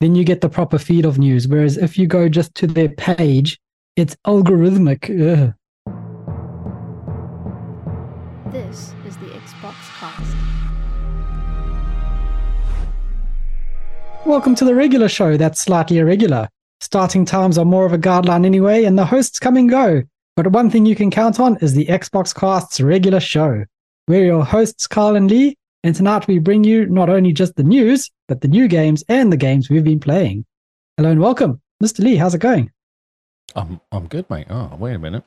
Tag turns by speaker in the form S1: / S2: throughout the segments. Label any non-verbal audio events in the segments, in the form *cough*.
S1: then you get the proper feed of news. Whereas if you go just to their page, it's algorithmic. Ugh.
S2: This is the Xbox Cast.
S1: Welcome to the regular show that's slightly irregular. Starting times are more of a guideline anyway, and the hosts come and go. But one thing you can count on is the Xbox Cast's regular show. We're your hosts, Carl and Lee, and tonight we bring you not only just the news, but the new games and the games we've been playing. Hello and welcome. Mr. Lee, how's it going?
S3: I'm I'm good, mate. Oh, wait a minute.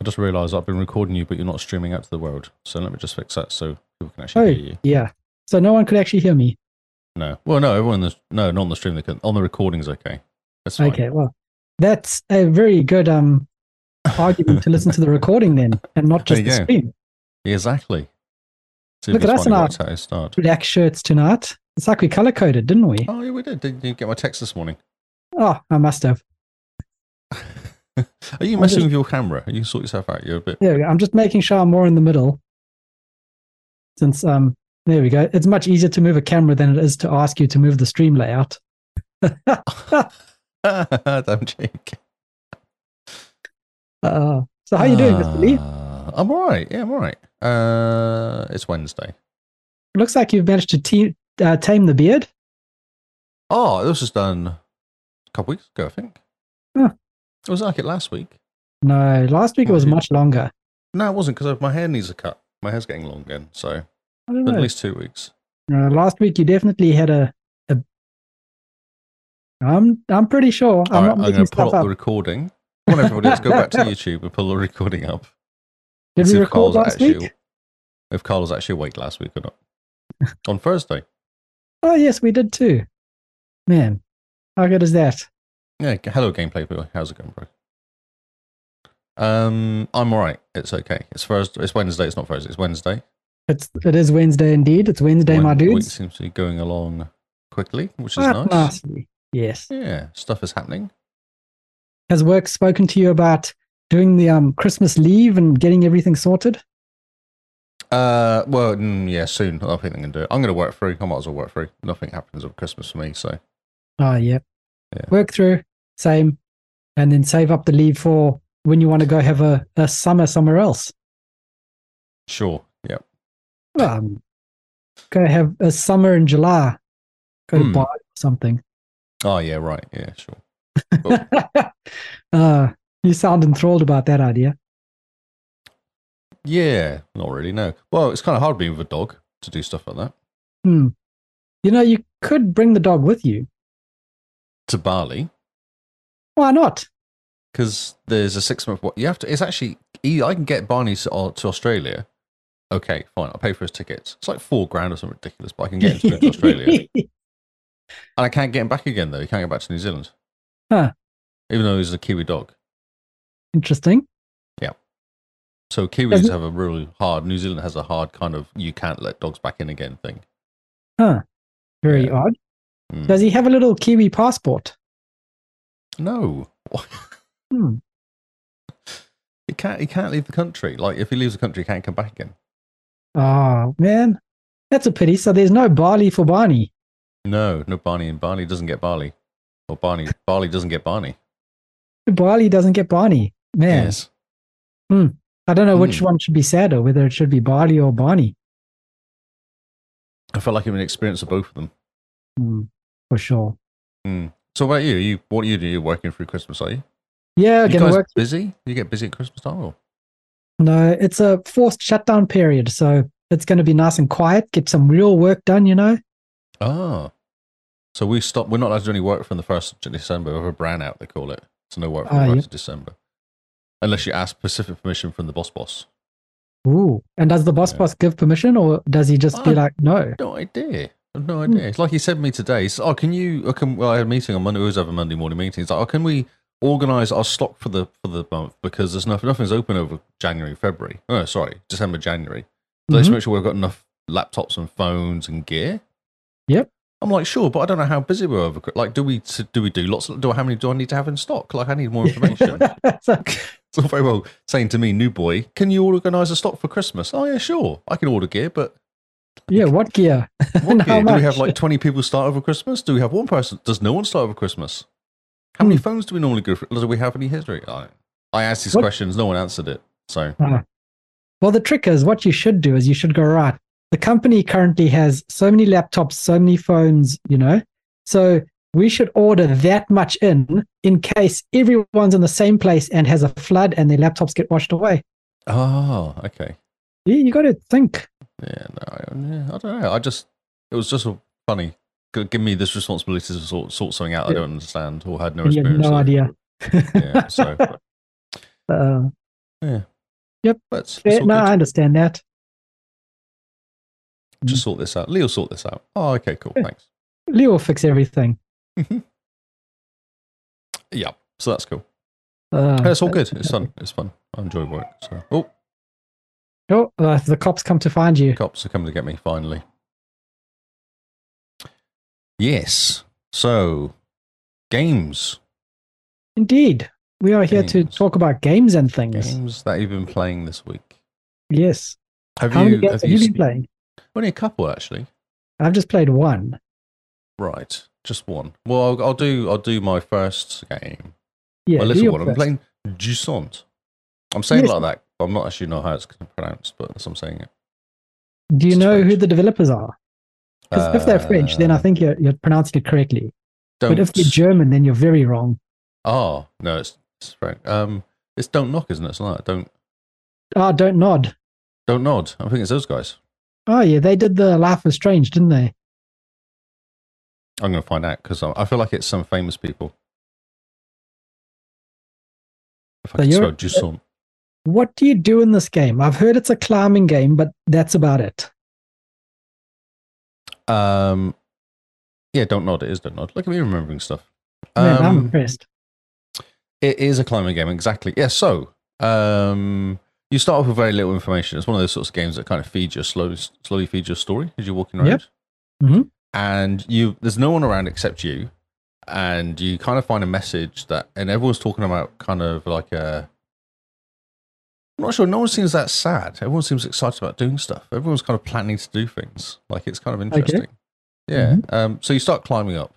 S3: I just realised I've been recording you, but you're not streaming out to the world. So let me just fix that so people can actually
S1: Oh.
S3: hear you.
S1: Yeah. So no one could actually hear me.
S3: No, well, no, everyone. In the, no, not on the stream. They can, on the recording's okay. That's fine.
S1: Okay, well, that's a very good um argument to listen
S3: *laughs*
S1: to the recording then, and not just
S3: There you
S1: the
S3: go.
S1: screen.
S3: Exactly. See
S1: Look
S3: if
S1: at
S3: it's
S1: us in
S3: finding
S1: our-
S3: out how it
S1: *laughs*
S3: started.
S1: Black shirts tonight. It's like we color coded, didn't we?
S3: Oh, yeah, we did. Didn't you get my text this morning?
S1: Oh, I must have.
S3: Are you
S1: I
S3: messing
S1: just-
S3: with your camera? You sort yourself out. You're a bit. *laughs*
S1: There we go. I'm just making sure I'm more in the middle. Since um there we go. It's much easier to move a camera than it is to ask you to move the stream layout.
S3: Damn cheek.
S1: Uh, so how you doing, Mr. Lee?
S3: Ah, I'm all right. Yeah, I'm all right. Uh, it's Wednesday.
S1: Looks like you've managed to te- uh, tame the beard.
S3: Oh, this was done a couple weeks ago, I think.
S1: Huh.
S3: It was like it last week.
S1: No, last week it
S3: Oh,
S1: was
S3: yeah.
S1: much longer.
S3: No, it wasn't because my hair needs a cut. My hair's getting long again, so
S1: I don't
S3: at
S1: know.
S3: least two weeks.
S1: Uh, last week you definitely had a. a I'm I'm pretty sure.
S3: All
S1: I'm
S3: right,
S1: not
S3: I'm
S1: making
S3: going to pull
S1: stuff
S3: up
S1: up.
S3: the recording. Come on, everybody, let's
S1: *laughs*
S3: go back to YouTube and pull the recording up.
S1: Did we
S3: and see if
S1: record
S3: Carl's
S1: last
S3: actually,
S1: week?
S3: If Carl was actually awake last week or not.
S1: *laughs*
S3: On Thursday.
S1: Oh yes, we did too. Man, how good is that?
S3: Yeah, g- hello, gameplay people. How's it going, bro? Um, I'm all right. It's okay. It's Thursday. It's Wednesday. It's not Thursday. It's Wednesday.
S1: It's it is Wednesday indeed. It's Wednesday, my
S3: Wen- the Week
S1: dudes.
S3: seems to be going along quickly, which is
S1: Ah,
S3: nice.
S1: Nicely, yes.
S3: Yeah, stuff is happening.
S1: Has work spoken to you about doing the um Christmas leave and getting everything sorted?
S3: Uh, well, mm, yeah, soon. I think they can do it. I'm going to work through. I might as well work through. Nothing happens over Christmas for me, so
S1: Ah, yeah.
S3: Yeah.
S1: Work through, same, and then save up the leave for when you want to go have a, a summer somewhere else.
S3: sure. Yeah.
S1: Um, go have a summer in July. Go to
S3: Hmm.
S1: Bali or something. *laughs*
S3: Oh, yeah, right. Yeah, sure.
S1: uh, you sound enthralled about that idea.
S3: Yeah, not really. No. Well, it's kind of hard being with a dog to do stuff like that.
S1: Hmm. You know, you could bring the dog with you.
S3: To Bali,
S1: Why not?
S3: because there's a six month. You have to. It's actually. e- I can get Barney to, uh, to Australia. Okay, fine. I'll pay for his tickets. It's like four grand or something ridiculous, but I can get him to go
S1: *laughs*
S3: to Australia, and I can't get him back again though. He can't get back to New Zealand.
S1: Huh.
S3: Even though he's a Kiwi dog,
S1: Interesting.
S3: so Kiwis
S1: Doesn't-
S3: have a really hard. New Zealand has a hard kind of you can't let dogs back in again thing.
S1: Very
S3: Yeah.
S1: odd.
S3: Hmm.
S1: Does he have a little Kiwi passport?
S3: No, *laughs*
S1: Hmm.
S3: he can't. He can't leave the country. Like if he leaves the country, he can't come back again.
S1: Oh, man. That's a pity. So there's no Bali for Barney.
S3: No, no Barney, and Barney doesn't get Barley. Or Barney, Barley doesn't get Barney.
S1: Bali doesn't get Barney. Man,
S3: Yes.
S1: I don't know which
S3: Hmm.
S1: one should be sadder, whether it should be Bali or Barney.
S3: I felt like it was an experience of both of them. Hmm.
S1: Hmm, for sure.
S3: So what about you? you what do you do? You're working through Christmas, are you?
S1: Yeah,
S3: you
S1: going
S3: guys
S1: to work.
S3: busy? You get busy at Christmas time? Or?
S1: No, it's a forced shutdown period. So it's going to be nice and quiet, get some real work done, you know?
S3: Ah. So we stop. We're not allowed to do any work from the first of December. We have a brand out. They call it. So no work from
S1: Ah,
S3: the
S1: yeah.
S3: first of December, unless you ask specific permission from the boss. Boss.
S1: Ooh. And does the boss
S3: Yeah.
S1: boss give permission or does he just be
S3: I-
S1: like, no?
S3: No idea. I've no
S1: Hmm.
S3: idea. It's like he said to me today. He's, oh, can you? uh, Can, well, I had a meeting on Monday. We always have a Monday morning meeting. He's like, oh, can we organise our stock for the for the month because there's nothing nothing's open over January, February. Oh, sorry, December, January. So Let's
S1: Mhm.
S3: make sure we've got enough laptops and phones and gear.
S1: Yep.
S3: I'm like, sure, but I don't know how busy we're over. Like, do we do we do lots? Of, do I- how many do I need to have in stock? Like, I need
S1: Mm-hmm. *laughs*
S3: more information.
S1: So-
S3: It's all
S1: *laughs*
S3: very well saying to me, new boy, can you organise a stock for Christmas? Oh yeah, sure, I can order gear, but
S1: yeah, what gear?
S3: What
S1: And how
S3: gear? Do we have
S1: much?
S3: like 20 people start over Christmas? Do we have one person? Does no one start over Christmas? How
S1: Hmm.
S3: many phones do we normally go through? Do we have any history? I, I asked these
S1: What-
S3: questions, no one answered it. So,
S1: Well, the trick is what you should do is you should go right. The company currently has so many laptops, so many phones, you know. So we should order that much in in case everyone's in the same place and has a flood and their laptops get washed away.
S3: oh, okay.
S1: Yeah, you got to think.
S3: Yeah, no, I, yeah, I don't know. I just, it was just funny. G- Give me this responsibility to sort, sort something out I
S1: Yeah.
S3: don't understand or had no
S1: You have
S3: experience.
S1: no
S3: of.
S1: idea.
S3: Yeah,
S1: *laughs*
S3: so,
S1: Uh,
S3: but it's, it's
S1: yeah,
S3: all
S1: Eh, no,
S3: good.
S1: I understand that.
S3: Just sort this out. Lee will sort this out. Oh, okay, cool.
S1: Yeah.
S3: Thanks.
S1: Leo will fix everything.
S3: Yeah, so that's cool.
S1: Uh,
S3: Yeah, it's all good.
S1: *laughs*
S3: It's fun. It's fun. I enjoy work. So, oh,
S1: Oh, uh, the cops come to find you.
S3: cops are coming to get me finally. Yes. So, games.
S1: Indeed. We are here to
S3: Games.
S1: talk about games and things.
S3: Games that you've been playing this week.
S1: Yes.
S3: Have
S1: How
S3: you?
S1: many games have you been
S3: seen-
S1: playing?
S3: Only a couple, actually.
S1: I've just played one.
S3: Right, just one. Well, I'll, I'll do. I'll do my first game.
S1: Yeah,
S3: my
S1: do
S3: little
S1: your
S3: one. I'm
S1: first.
S3: playing Jusant. I'm saying it
S1: Yes.
S3: like that. but I'm not actually know how it's pronounced, but that's what I'm saying it.
S1: Do you
S3: It's
S1: know who
S3: French.
S1: the developers are? Because if they're French, then I
S3: Uh,
S1: think you're, you're pronouncing it correctly.
S3: Don't.
S1: But if they're German, then you're very wrong.
S3: oh no, it's, it's French. Um, it's don't knock, isn't it? It's like don't
S1: Ah, don't nod.
S3: don't nod. I think it's those guys.
S1: Oh, yeah, they did the Life is Strange, didn't they?
S3: I'm going to find out because I I feel like it's some famous people. If I
S1: So
S3: can
S1: you're-
S3: spell Jusant.
S1: What do you do in this game? I've heard it's a climbing game, but that's about it.
S3: Um, yeah, don't nod. It is don't nod. Look at me remembering stuff.
S1: Man, I'm
S3: Um,
S1: impressed.
S3: It is a climbing game, exactly. Yeah, so um, you start off with very little information. It's one of those sorts of games that kind of feeds your slow, slowly feeds your story as you're walking around.
S1: Yep. Mhm.
S3: And you, there's no one around except you, and you kind of find a message that, and everyone's talking about kind of like a. I'm not sure. No one seems that sad. Everyone seems excited about doing stuff. Everyone's kind of planning to do things. Like it's kind of interesting. Yeah.
S1: Mm-hmm.
S3: Um, so you start climbing up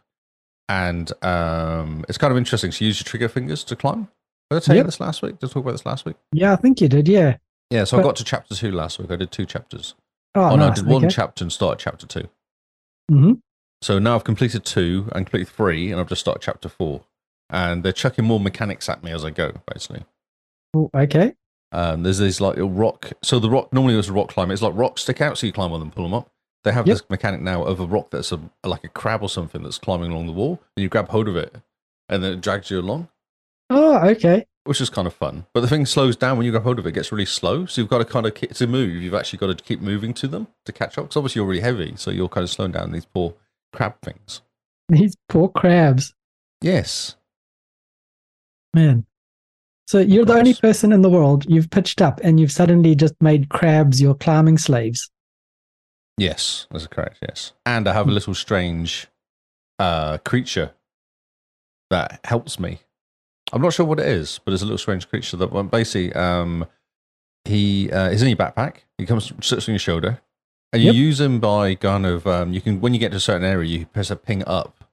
S3: and um, it's kind of interesting. So you use your trigger fingers to climb. Did I tell
S1: Yep.
S3: you this last week? Did I talk about this last week?
S1: Yeah, I think you did, yeah.
S3: Yeah, so I
S1: But-
S3: got to chapter two last week. I did two chapters.
S1: Oh,
S3: Oh, no,
S1: nice,
S3: I did one
S1: okay.
S3: chapter and started chapter two.
S1: Mhm.
S3: So now I've completed two and completed three, and I've just started chapter four. And they're chucking more mechanics at me as I go, basically.
S1: Oh, okay.
S3: Um, there's these like a rock. So the rock normally was a rock climb. It's like rocks stick out, so you climb on them, pull them up. They have
S1: Yep.
S3: this mechanic now of a rock that's a, like a crab or something that's climbing along the wall, and you grab hold of it, and then it drags you along.
S1: Oh, okay. *laughs*
S3: which is kind of fun. But the thing slows down when you grab hold of it; it gets really slow. So you've got to kind of ki- to move. You've actually got to keep moving to them to catch up. Because obviously you're really heavy, so you're kind of slowing down these poor crab things.
S1: These poor crabs.
S3: Yes,
S1: Man. So you're the only
S3: Nice.
S1: person in the world you've pitched up and you've suddenly just made crabs your climbing slaves.
S3: yes, that's correct. Yes, and I have a little strange uh, creature that helps me. I'm not sure what it is, but it's a little strange creature that well, basically um, he uh, is in your backpack. He comes sits on your shoulder, and you
S1: Yep.
S3: use him by kind of um, you can when you get to a certain area, you press a ping up,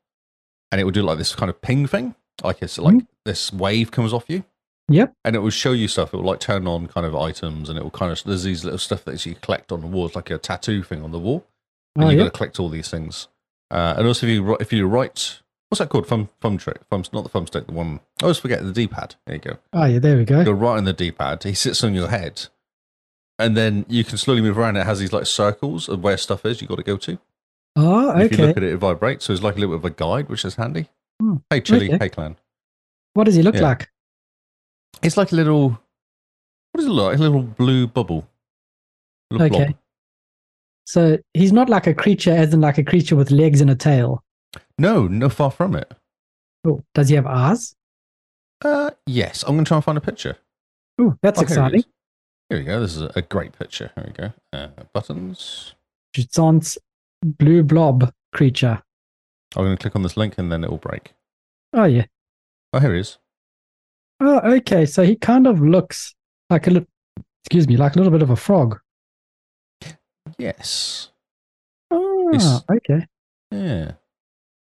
S3: and it will do like this kind of ping thing, like it's like this wave comes off you.
S1: Yep.
S3: And it will show you stuff. It will like turn on kind of items, and it will kind of there's these little stuff that you collect on the wall, it's like a tattoo thing on the wall, and
S1: Oh,
S3: you've
S1: yeah.
S3: got to collect all these things. Uh, and also, if you ri- if you right, what's that called? Thumb thumb trick, thumb not the thumb stick, the one. I always forget the D pad. There you go.
S1: Oh, yeah, there we go.
S3: You're right on the D pad. He sits on your head, and then you can slowly move around. It has these like circles of where stuff is. You got to go to.
S1: Oh,
S3: And If you
S1: okay.
S3: look at it, it vibrates. So it's like a little bit of a guide, which is handy.
S1: Hmm.
S3: Hey, Chili.
S1: Okay.
S3: Hey, Clan.
S1: What does he look
S3: Yeah.
S1: like?
S3: It's like a little. What does it look like? A little blue bubble. A little
S1: Okay.
S3: blob.
S1: So he's not like a creature, as in like a creature with legs and a tail.
S3: No, no, far from it.
S1: Oh, does he have eyes?
S3: Uh, yes, I'm going to try and find a picture.
S1: Oh, that's
S3: Oh, here it
S1: exciting.
S3: is. Here we go. This is a, a great picture. Here we go. Uh, buttons.
S1: Jutsan's blue blob creature.
S3: I'm going to click on this link and then it will break.
S1: Oh yeah.
S3: Oh, here it is.
S1: Oh, okay. So he kind of looks like a little, excuse me, like a little bit of a frog.
S3: Yes.
S1: Ah,
S3: It's-
S1: okay.
S3: Yeah.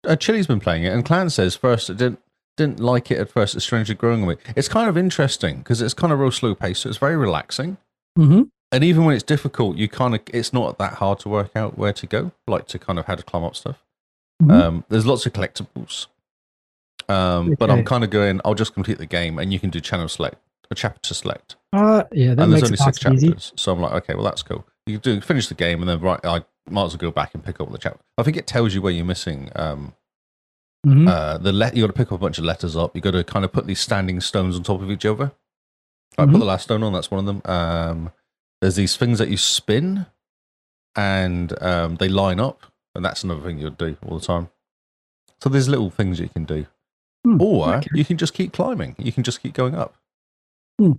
S3: Uh, Chili's been playing it, and Clan says first it didn't didn't like it at first. It's strangely growing on me. It's kind of interesting because it's kind of real slow paced, so it's very relaxing.
S1: hmm
S3: And even when it's difficult, you kind of it's not that hard to work out where to go, like to kind of how to climb up stuff.
S1: Mhm.
S3: Um, there's lots of collectibles, um, but I'm
S1: Okay.
S3: kind of going. I'll just complete the game, and you can do channel select or chapter select,
S1: Uh, yeah, that
S3: and
S1: makes
S3: there's only
S1: it
S3: six
S1: nice and
S3: chapters.
S1: easy.
S3: So I'm like, okay, well that's cool. You do finish the game, and then right, I might as well go back and pick up the chapter. I think it tells you where you're missing um,
S1: Mhm.
S3: uh, the let you got to pick up a bunch of letters up. You got to kind of put these standing stones on top of each other. I put
S1: Mhm.
S3: the last stone on. That's one of them. Um, there's these things that you spin, and um, they line up, and that's another thing you'll do all the time. So there's little things you can do,
S1: Hmm,
S3: or
S1: okay.
S3: you can just keep climbing. You can just keep going up.
S1: Hmm.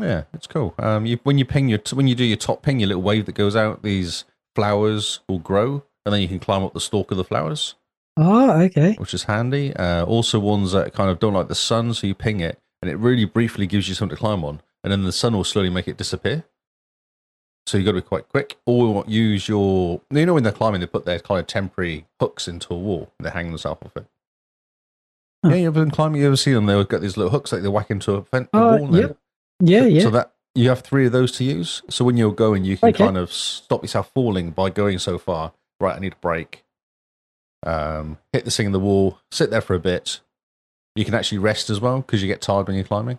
S3: Yeah, it's cool. Um, you, when you ping your when you do your top ping, your little wave that goes out, these flowers will grow, and then you can climb up the stalk of the flowers
S1: Ah, okay.
S3: which is handy. Uh, also, ones that kind of don't like the sun, so you ping it, and it really briefly gives you something to climb on, and then the sun will slowly make it disappear. So you got to be quite quick, or use your. You know, when they're climbing, they put their kind of temporary hooks into a wall and they hang themselves off it.
S1: Huh.
S3: Yeah, you ever been climbing? You ever seen them? They've got these little hooks that they whack into a, fence, a
S1: Uh,
S3: wall. and
S1: yep. Yeah,
S3: so,
S1: yeah.
S3: So that you have three of those to use. So when you're going, you can
S1: Okay.
S3: kind of stop yourself falling by going so far. Right, I need a break. Um, hit this thing in the wall. Sit there for a bit. You can actually rest as well because you get tired when you're climbing.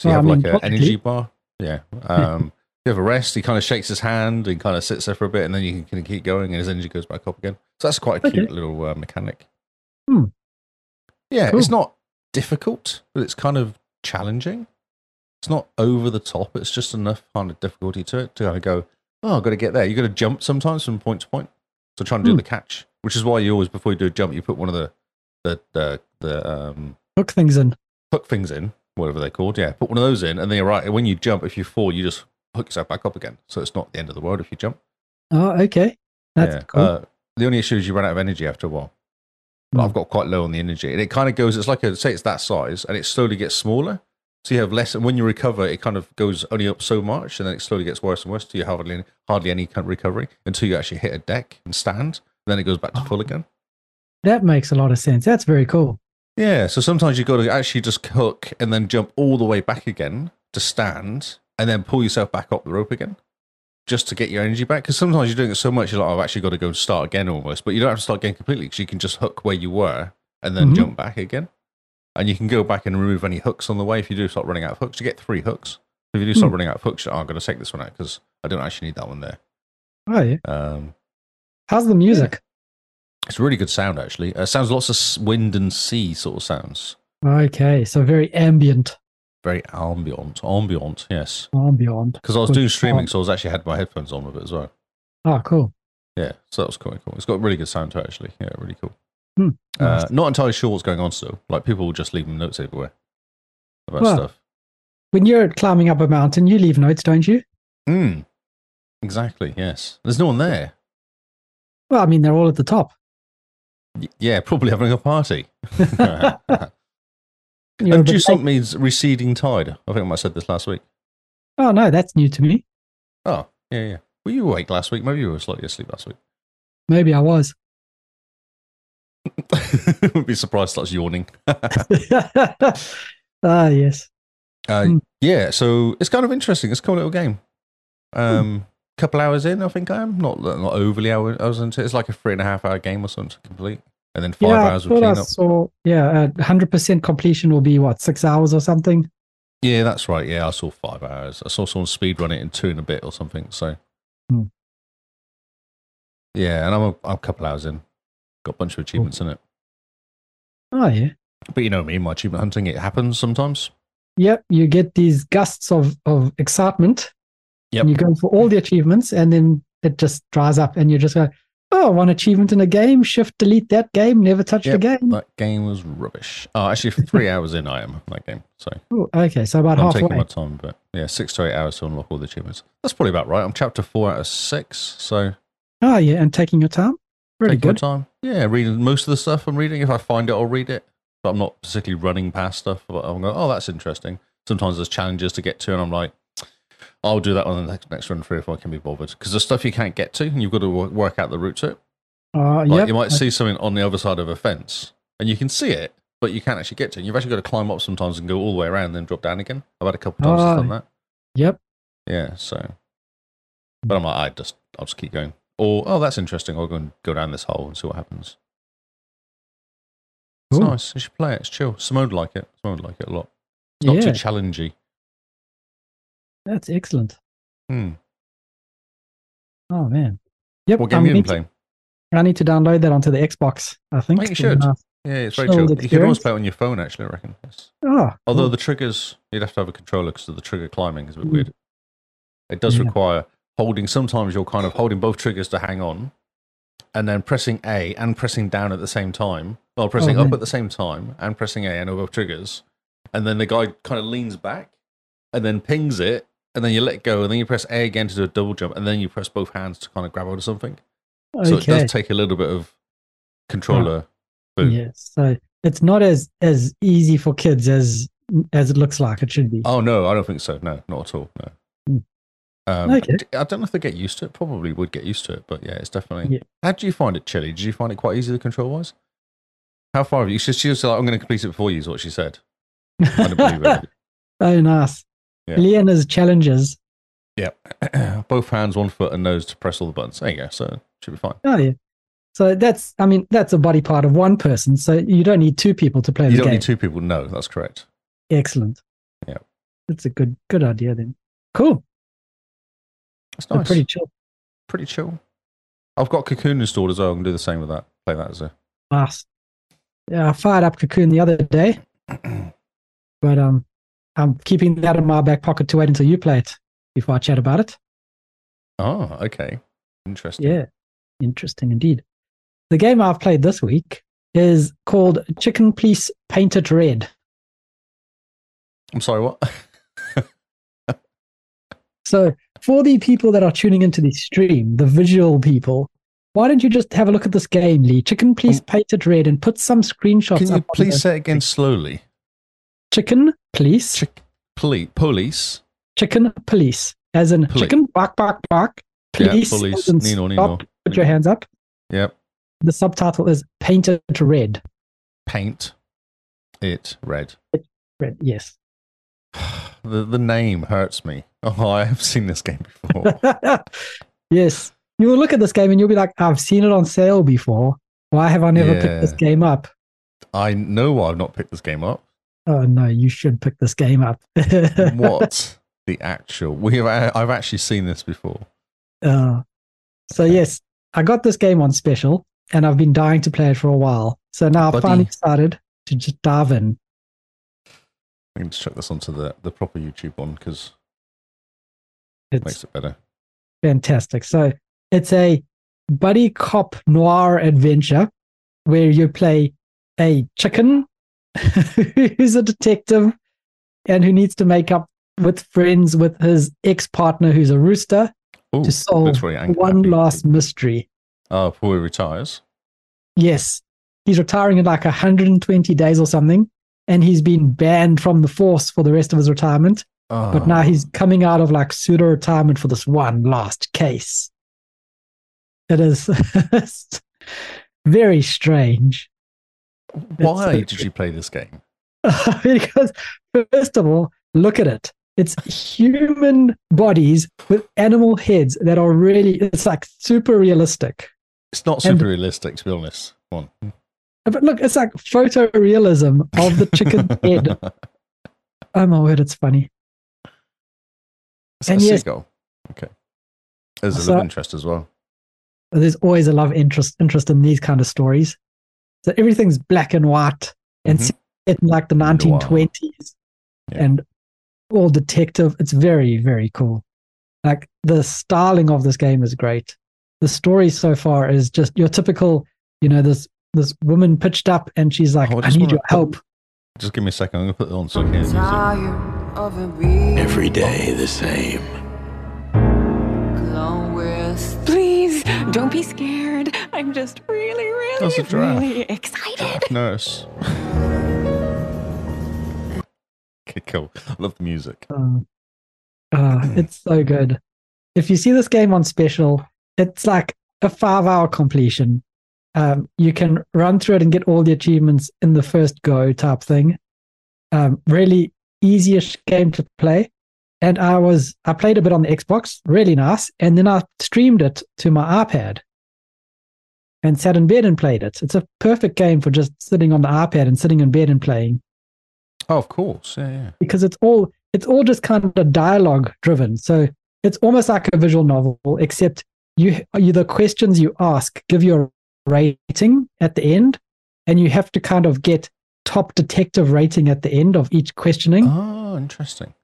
S3: So
S1: Well,
S3: you
S1: I
S3: have
S1: mean,
S3: like an
S1: practically.
S3: energy bar. Yeah. Um, *laughs* you have a rest. He kind of shakes his hand and kind of sits there for a bit, and then you can, can keep going, and his energy goes back up again. So that's quite a
S1: Okay.
S3: cute little uh, mechanic.
S1: Hmm.
S3: Yeah, it's
S1: Cool.
S3: not difficult, but it's kind of challenging. It's not over the top. It's just enough kind of difficulty to it to kind of go, oh, I've got to get there. You've got to jump sometimes from point to point. So trying to do
S1: Hmm.
S3: the catch, which is why you always, before you do a jump, you put one of the, the, the, the um,
S1: Hook things in.
S3: hook things in, whatever they're called. Yeah, put one of those in, and then you're right. When you jump, if you fall, you just hook yourself back up again. So it's not the end of the world if you jump.
S1: Ah, okay. That's
S3: Yeah.
S1: cool.
S3: Uh, the only issue is you run out of energy after a while. But
S1: Hmm.
S3: I've got quite low on the energy, and it kind of goes. It's like a say it's that size, and it slowly gets smaller. So you have less, and when you recover, it kind of goes only up so much, and then it slowly gets worse and worse. So you have hardly hardly any kind of recovery until you actually hit a deck and stand. Then it goes back
S1: Oh.
S3: to full again.
S1: that makes a lot of sense. That's very cool.
S3: Yeah, so sometimes you've got to actually just hook and then jump all the way back again to stand and then pull yourself back up the rope again just to get your energy back. Because sometimes you're doing it so much, you're like, I've actually got to go and start again almost. But you don't have to start again completely because you can just hook where you were and then
S1: Mhm.
S3: jump back again. And you can go back and remove any hooks on the way if you do start running out of hooks. You get three hooks. If you do start running out of hooks, you're, like, "Oh, I'm going to take this one out because I don't actually need that one there.
S1: Oh, yeah.
S3: Um,
S1: How's the music?
S3: it's a really good sound, actually. Uh, sounds lots of s- wind and sea sort of sounds.
S1: Okay, so very ambient.
S3: Very ambient. Ambient, yes.
S1: Ambient.
S3: Because I was
S1: Good
S3: doing streaming,
S1: sound.
S3: so I was actually had my headphones on with it as well.
S1: Oh, cool.
S3: Yeah, so that was quite cool. It's got really good sound to it, actually. Yeah, really cool.
S1: Hmm,
S3: Uh,
S1: nice.
S3: not entirely sure what's going on still. Like people will just leave notes everywhere about
S1: Well.
S3: stuff.
S1: When you're climbing up a mountain, you leave notes, don't you?
S3: Mm. Exactly. Yes. There's no one there.
S1: Well, I mean, they're all at the top.
S3: Y- yeah, probably having
S1: *laughs*
S3: a party. *laughs*
S1: You're a
S3: and
S1: bit
S3: do
S1: late.
S3: something means receding tide. I think I might have said this last week.
S1: Oh, no, that's new to me.
S3: Oh, yeah, yeah. Were you awake last week? Maybe you were slightly asleep last week.
S1: Maybe I was. *laughs*
S3: *laughs* Would be surprised. Starts yawning.
S1: ah, yes.
S3: Uh,
S1: Hmm.
S3: Yeah, so it's kind of interesting. It's a cool little game.
S1: Hmm.
S3: Um, couple hours in, I think I am not not overly hour- hours into. it. It's like a three and a half hour game or something to complete, and then five
S1: yeah, I
S3: hours of
S1: thought I
S3: cleanup.
S1: saw. Yeah, hundred percent completion will be what six hours or something.
S3: Yeah, that's right. Yeah, I saw five hours. I saw someone speed run it in two and a bit or something. So,
S1: Hmm.
S3: yeah, and I'm a, I'm a couple hours in. Got a bunch of achievements in it,
S1: Oh yeah.
S3: but you know me, my achievement hunting. It happens sometimes.
S1: Yep. You get these gusts of of excitement.
S3: Yep.
S1: And you go for all the achievements, and then it just dries up, and you just go, "Oh, one achievement in a game. Shift delete that game. Never touch
S3: Yep,
S1: the game."
S3: That game was rubbish. Oh, actually,
S1: *laughs*
S3: three hours in, I am that game. So.
S1: Ooh, okay, so about
S3: I'm taking
S1: halfway.
S3: my time, but yeah, six to eight hours to unlock all the achievements. That's probably about right. I'm chapter four out of six, so
S1: Oh yeah, and taking your time. Pretty
S3: taking my
S1: good.
S3: time. Yeah, reading most of the stuff I'm reading. If I find it, I'll read it, but I'm not particularly running past stuff. But I'm going, oh, that's interesting. Sometimes there's challenges to get to, and I'm like, I'll do that on the next, next run through if I can be bothered. Because there's stuff you can't get to, and you've got to wo- work out the route to it.
S1: Uh,
S3: Like
S1: yep.
S3: you might see something on the other side of a fence, and you can see it, but you can't actually get to it. You've actually got to climb up sometimes and go all the way around, then drop down again. I've had a couple of times I've
S1: Oh.
S3: done that.
S1: Yep.
S3: Yeah. So, but I'm like, I just, I'll just keep going. Or oh, that's interesting. I'll go and go down this hole and see what happens. It's
S1: Cool.
S3: nice. You should play it. It's chill. Simone would like it. Simone would like it a lot. It's not
S1: Yeah,
S3: too challengey.
S1: that's excellent.
S3: Hmm.
S1: Oh man. Yep.
S3: What game
S1: I'm
S3: have you
S1: going
S3: been
S1: to-
S3: playing?
S1: I need to download that onto the Xbox. I think.
S3: I think Oh, you
S1: so,
S3: should.
S1: uh,
S3: Yeah, it's very
S1: Chilled
S3: chill. You can
S1: experience?
S3: always play it on your phone, actually. I reckon. It's-
S1: Oh,
S3: Although
S1: cool.
S3: the triggers, you'd have to have a controller because the trigger climbing is a bit
S1: Mm.
S3: weird. It does
S1: Yeah.
S3: require holding. Sometimes you're kind of holding both triggers to hang on, and then pressing A and pressing down at the same time. Well, pressing up
S1: man.
S3: at the same time and pressing A and both triggers, and then the guy kind of leans back and then pings it, and then you let go, and then you press A again to do a double jump, and then you press both hands to kind of grab onto something. So it
S1: okay.
S3: does take a little bit of controller. boot.
S1: yes. So it's not as as easy for kids as as it looks like it should be.
S3: Oh no, I don't think so. No, not at all. No.
S1: Hmm.
S3: Um,
S1: Okay.
S3: d- I don't know if they get used to it. Probably would get used to it, but yeah, it's definitely.
S1: Yeah.
S3: How do you find it, Chili? Did you find it quite easy to control wise? How far have you? She, she was like, "I'm going to complete it for you," is what she said. I don't believe
S1: *laughs*
S3: it.
S1: oh, nice.
S3: Yeah.
S1: Leona's challenges. *laughs*
S3: Yep. *clears throat* Both hands, one foot, and nose to press all the buttons. There you go. So should be fine.
S1: Oh yeah. So that's I mean that's a body part of one person. So you don't need two people to play
S3: you
S1: the
S3: don't
S1: game.
S3: need two people. No, that's correct.
S1: Excellent.
S3: Yeah.
S1: That's a good good idea then. Cool.
S3: It's
S1: So
S3: nice.
S1: Pretty
S3: Pretty,
S1: chill.
S3: pretty chill. I've got Cocoon installed as well. I can do the same with that. Play that as a.
S1: Nice. Yeah, I fired up Cocoon the other day,
S3: *clears throat*
S1: but um, I'm keeping that in my back pocket to wait until you play it before I chat about it.
S3: Oh, okay. Interesting.
S1: Yeah, interesting indeed. The game I've played this week is called Chicken Police Painted Red.
S3: I'm sorry. What?
S1: So, for the people that are tuning into the stream, the visual people, why don't you just have a look at this game, Lee? Chicken Police Painted Red and put some screenshots
S3: Um, Can
S1: up.
S3: you
S1: on the-
S3: please say it again slowly?
S1: Chicken Police?
S3: Chick, poli- police.
S1: chicken police, as in
S3: Police.
S1: chicken bark bark bark.
S3: Yeah,
S1: Police,
S3: police.
S1: as in
S3: Nino, Nino.
S1: stop, Put your hands up.
S3: Yep.
S1: The subtitle is painted red.
S3: Paint it red.
S1: Red, yes. *laughs*
S3: The the name hurts me. *laughs* Oh, I have seen this game
S1: *laughs*
S3: before.
S1: yes. You will look at this game and you'll be like, I've seen it on sale before. Why have I never picked this
S3: Yeah.
S1: game up?
S3: I know why I've not picked this
S1: *laughs*
S3: game up.
S1: Oh no, you should pick this game up. *laughs*
S3: What the actual? We have. I've actually seen this before.
S1: Uh, so yes, I got this game on special, and I've been dying to play it for a while. So now I've
S3: Buddy.
S1: finally decided to just dive in.
S3: I need to chuck this onto the the proper YouTube one because it
S1: It's
S3: makes it better.
S1: fantastic. So it's a buddy cop noir adventure where you play a chicken *laughs* who's a detective and who needs to make up with friends with his ex partner who's a rooster
S3: Oh,
S1: to solve
S3: very angry.
S1: one last mystery.
S3: Oh, before he retires.
S1: Yes. He's retiring in like 120 days or something. And he's been banned from the force for the rest of his retirement.
S3: Oh,
S1: But now he's coming out of like pseudo retirement for this one last case. It is *laughs* very strange. *laughs*
S3: Why
S1: it's-
S3: did you play this game?
S1: because, first of all, look at it. It's human bodies with animal heads that are really, it's like super realistic.
S3: It's not
S1: And-
S3: super realistic, to be honest. Come on.
S1: But look, it's like photorealism of the chicken
S3: *laughs*
S1: head. Oh my word, it's funny.
S3: Is that
S1: And
S3: a
S1: yes-
S3: seagull? Okay. There's a
S1: So-
S3: love interest as well.
S1: there's always a love interest interest in these kind of stories. So everything's black and white and
S3: Mhm.
S1: set in like the
S3: Noir.
S1: 1920s
S3: Yeah.
S1: and all detective. It's very, very cool. Like the styling of this game is great. The story so far is just your typical, you know, this this woman pitched up and she's like,
S3: Oh, I
S1: I
S3: just
S1: need
S3: wanna
S1: your
S3: put-
S1: help.
S3: Just give me a second. I'm going to put it on so I can hear the music.
S4: Tired of it being
S5: Every day the same.
S4: alone with
S6: Please don't be scared. I'm just really,
S3: That's
S6: really,
S3: a giraffe.
S6: really excited.
S3: Nurse. okay, cool. I love the music.
S1: Uh, uh, it's so good. If you see this game on special, it's like a five hour completion. Um, you can run through it and get all the achievements in the first go type thing. Um, really easyish game to play. And I was I played a bit on the Xbox, really nice, and then I streamed it to my iPad and sat in bed and played it. It's a perfect game for just sitting on the iPad and sitting in bed and playing
S3: Oh, of course. Yeah, yeah.
S1: because it's all it's all just kind of dialogue driven. So it's almost like a visual novel, except you, you the questions you ask give you a rating at the end, and you have to kind of get top detective rating at the end of each questioning.
S3: Oh, interesting.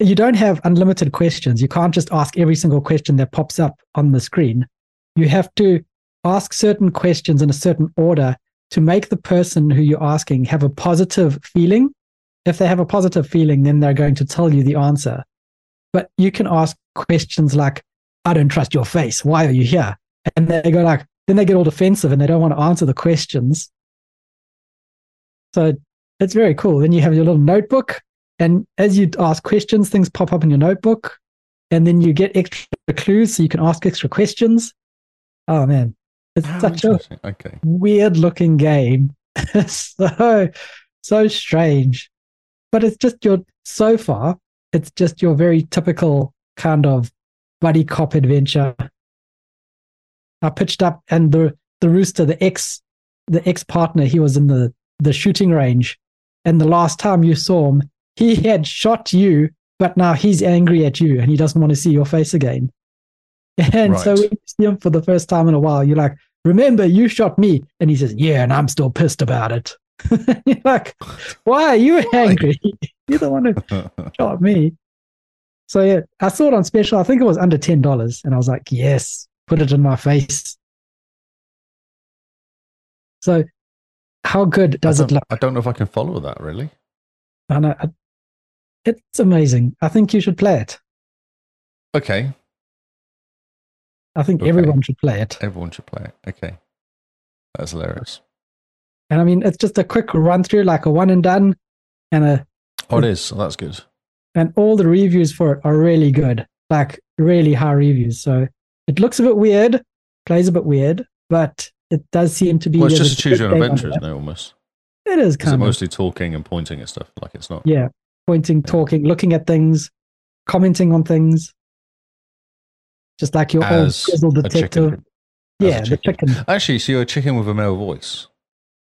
S1: You don't have unlimited questions. You can't just ask every single question that pops up on the screen. You have to ask certain questions in a certain order to make the person who you're asking have a positive feeling. If they have a positive feeling, then they're going to tell you the answer. But you can ask questions like, I don't trust your face. Why are you here? And they go like, then they get all defensive and they don't want to answer the questions. So it's very cool. Then you have your little notebook. And as you ask questions, things pop up in your notebook. And then you get extra clues so you can ask extra questions. Oh, man. It's
S3: How
S1: such a
S3: interesting. Okay. *laughs*
S1: weird looking game. *laughs* so so strange. But it's just your so far, it's just your very typical kind of buddy cop adventure. I pitched up and the the rooster, the ex the ex partner, he was in the, the shooting range. And the last time you saw him, he *laughs* had shot you, but now he's angry at you and he doesn't want to see your face again. And so
S3: Right.
S1: when you see him for the first time in a while, you're like, remember you shot me and he says yeah and i'm still pissed about it *laughs* You're like why are you angry *laughs* you're the one who shot me so yeah i saw it on special i think it was under $10 and i was like yes put it in my face so how good does
S3: I
S1: it
S3: don't-
S1: look
S3: I don't know if I can follow that really.
S1: I know, I- it's amazing i think you should play it
S3: Okay.
S1: i think
S3: Okay.
S1: everyone should play it
S3: Everyone should play it. Okay. That's hilarious.
S1: and i mean it's just a quick run through like a one and done and a
S3: Oh, it is. Oh, that's good.
S1: and all the reviews for it are really good, like really high reviews. So it looks a bit weird, plays a bit weird, but it does seem to be.
S3: Well, it's
S1: there's
S3: just a
S1: good
S3: choose your own
S1: game
S3: adventure,
S1: on
S3: isn't it? Almost.
S1: it. It is
S3: Is it
S1: kind of
S3: mostly talking and pointing at stuff? Like it's not.
S1: yeah, pointing, talking, looking at things, commenting on things, just like your
S3: As
S1: old grizzled
S3: a
S1: detective.
S3: chicken. As a
S1: Yeah, the
S3: chicken.
S1: chicken.
S3: Actually, so you're a chicken with a male voice.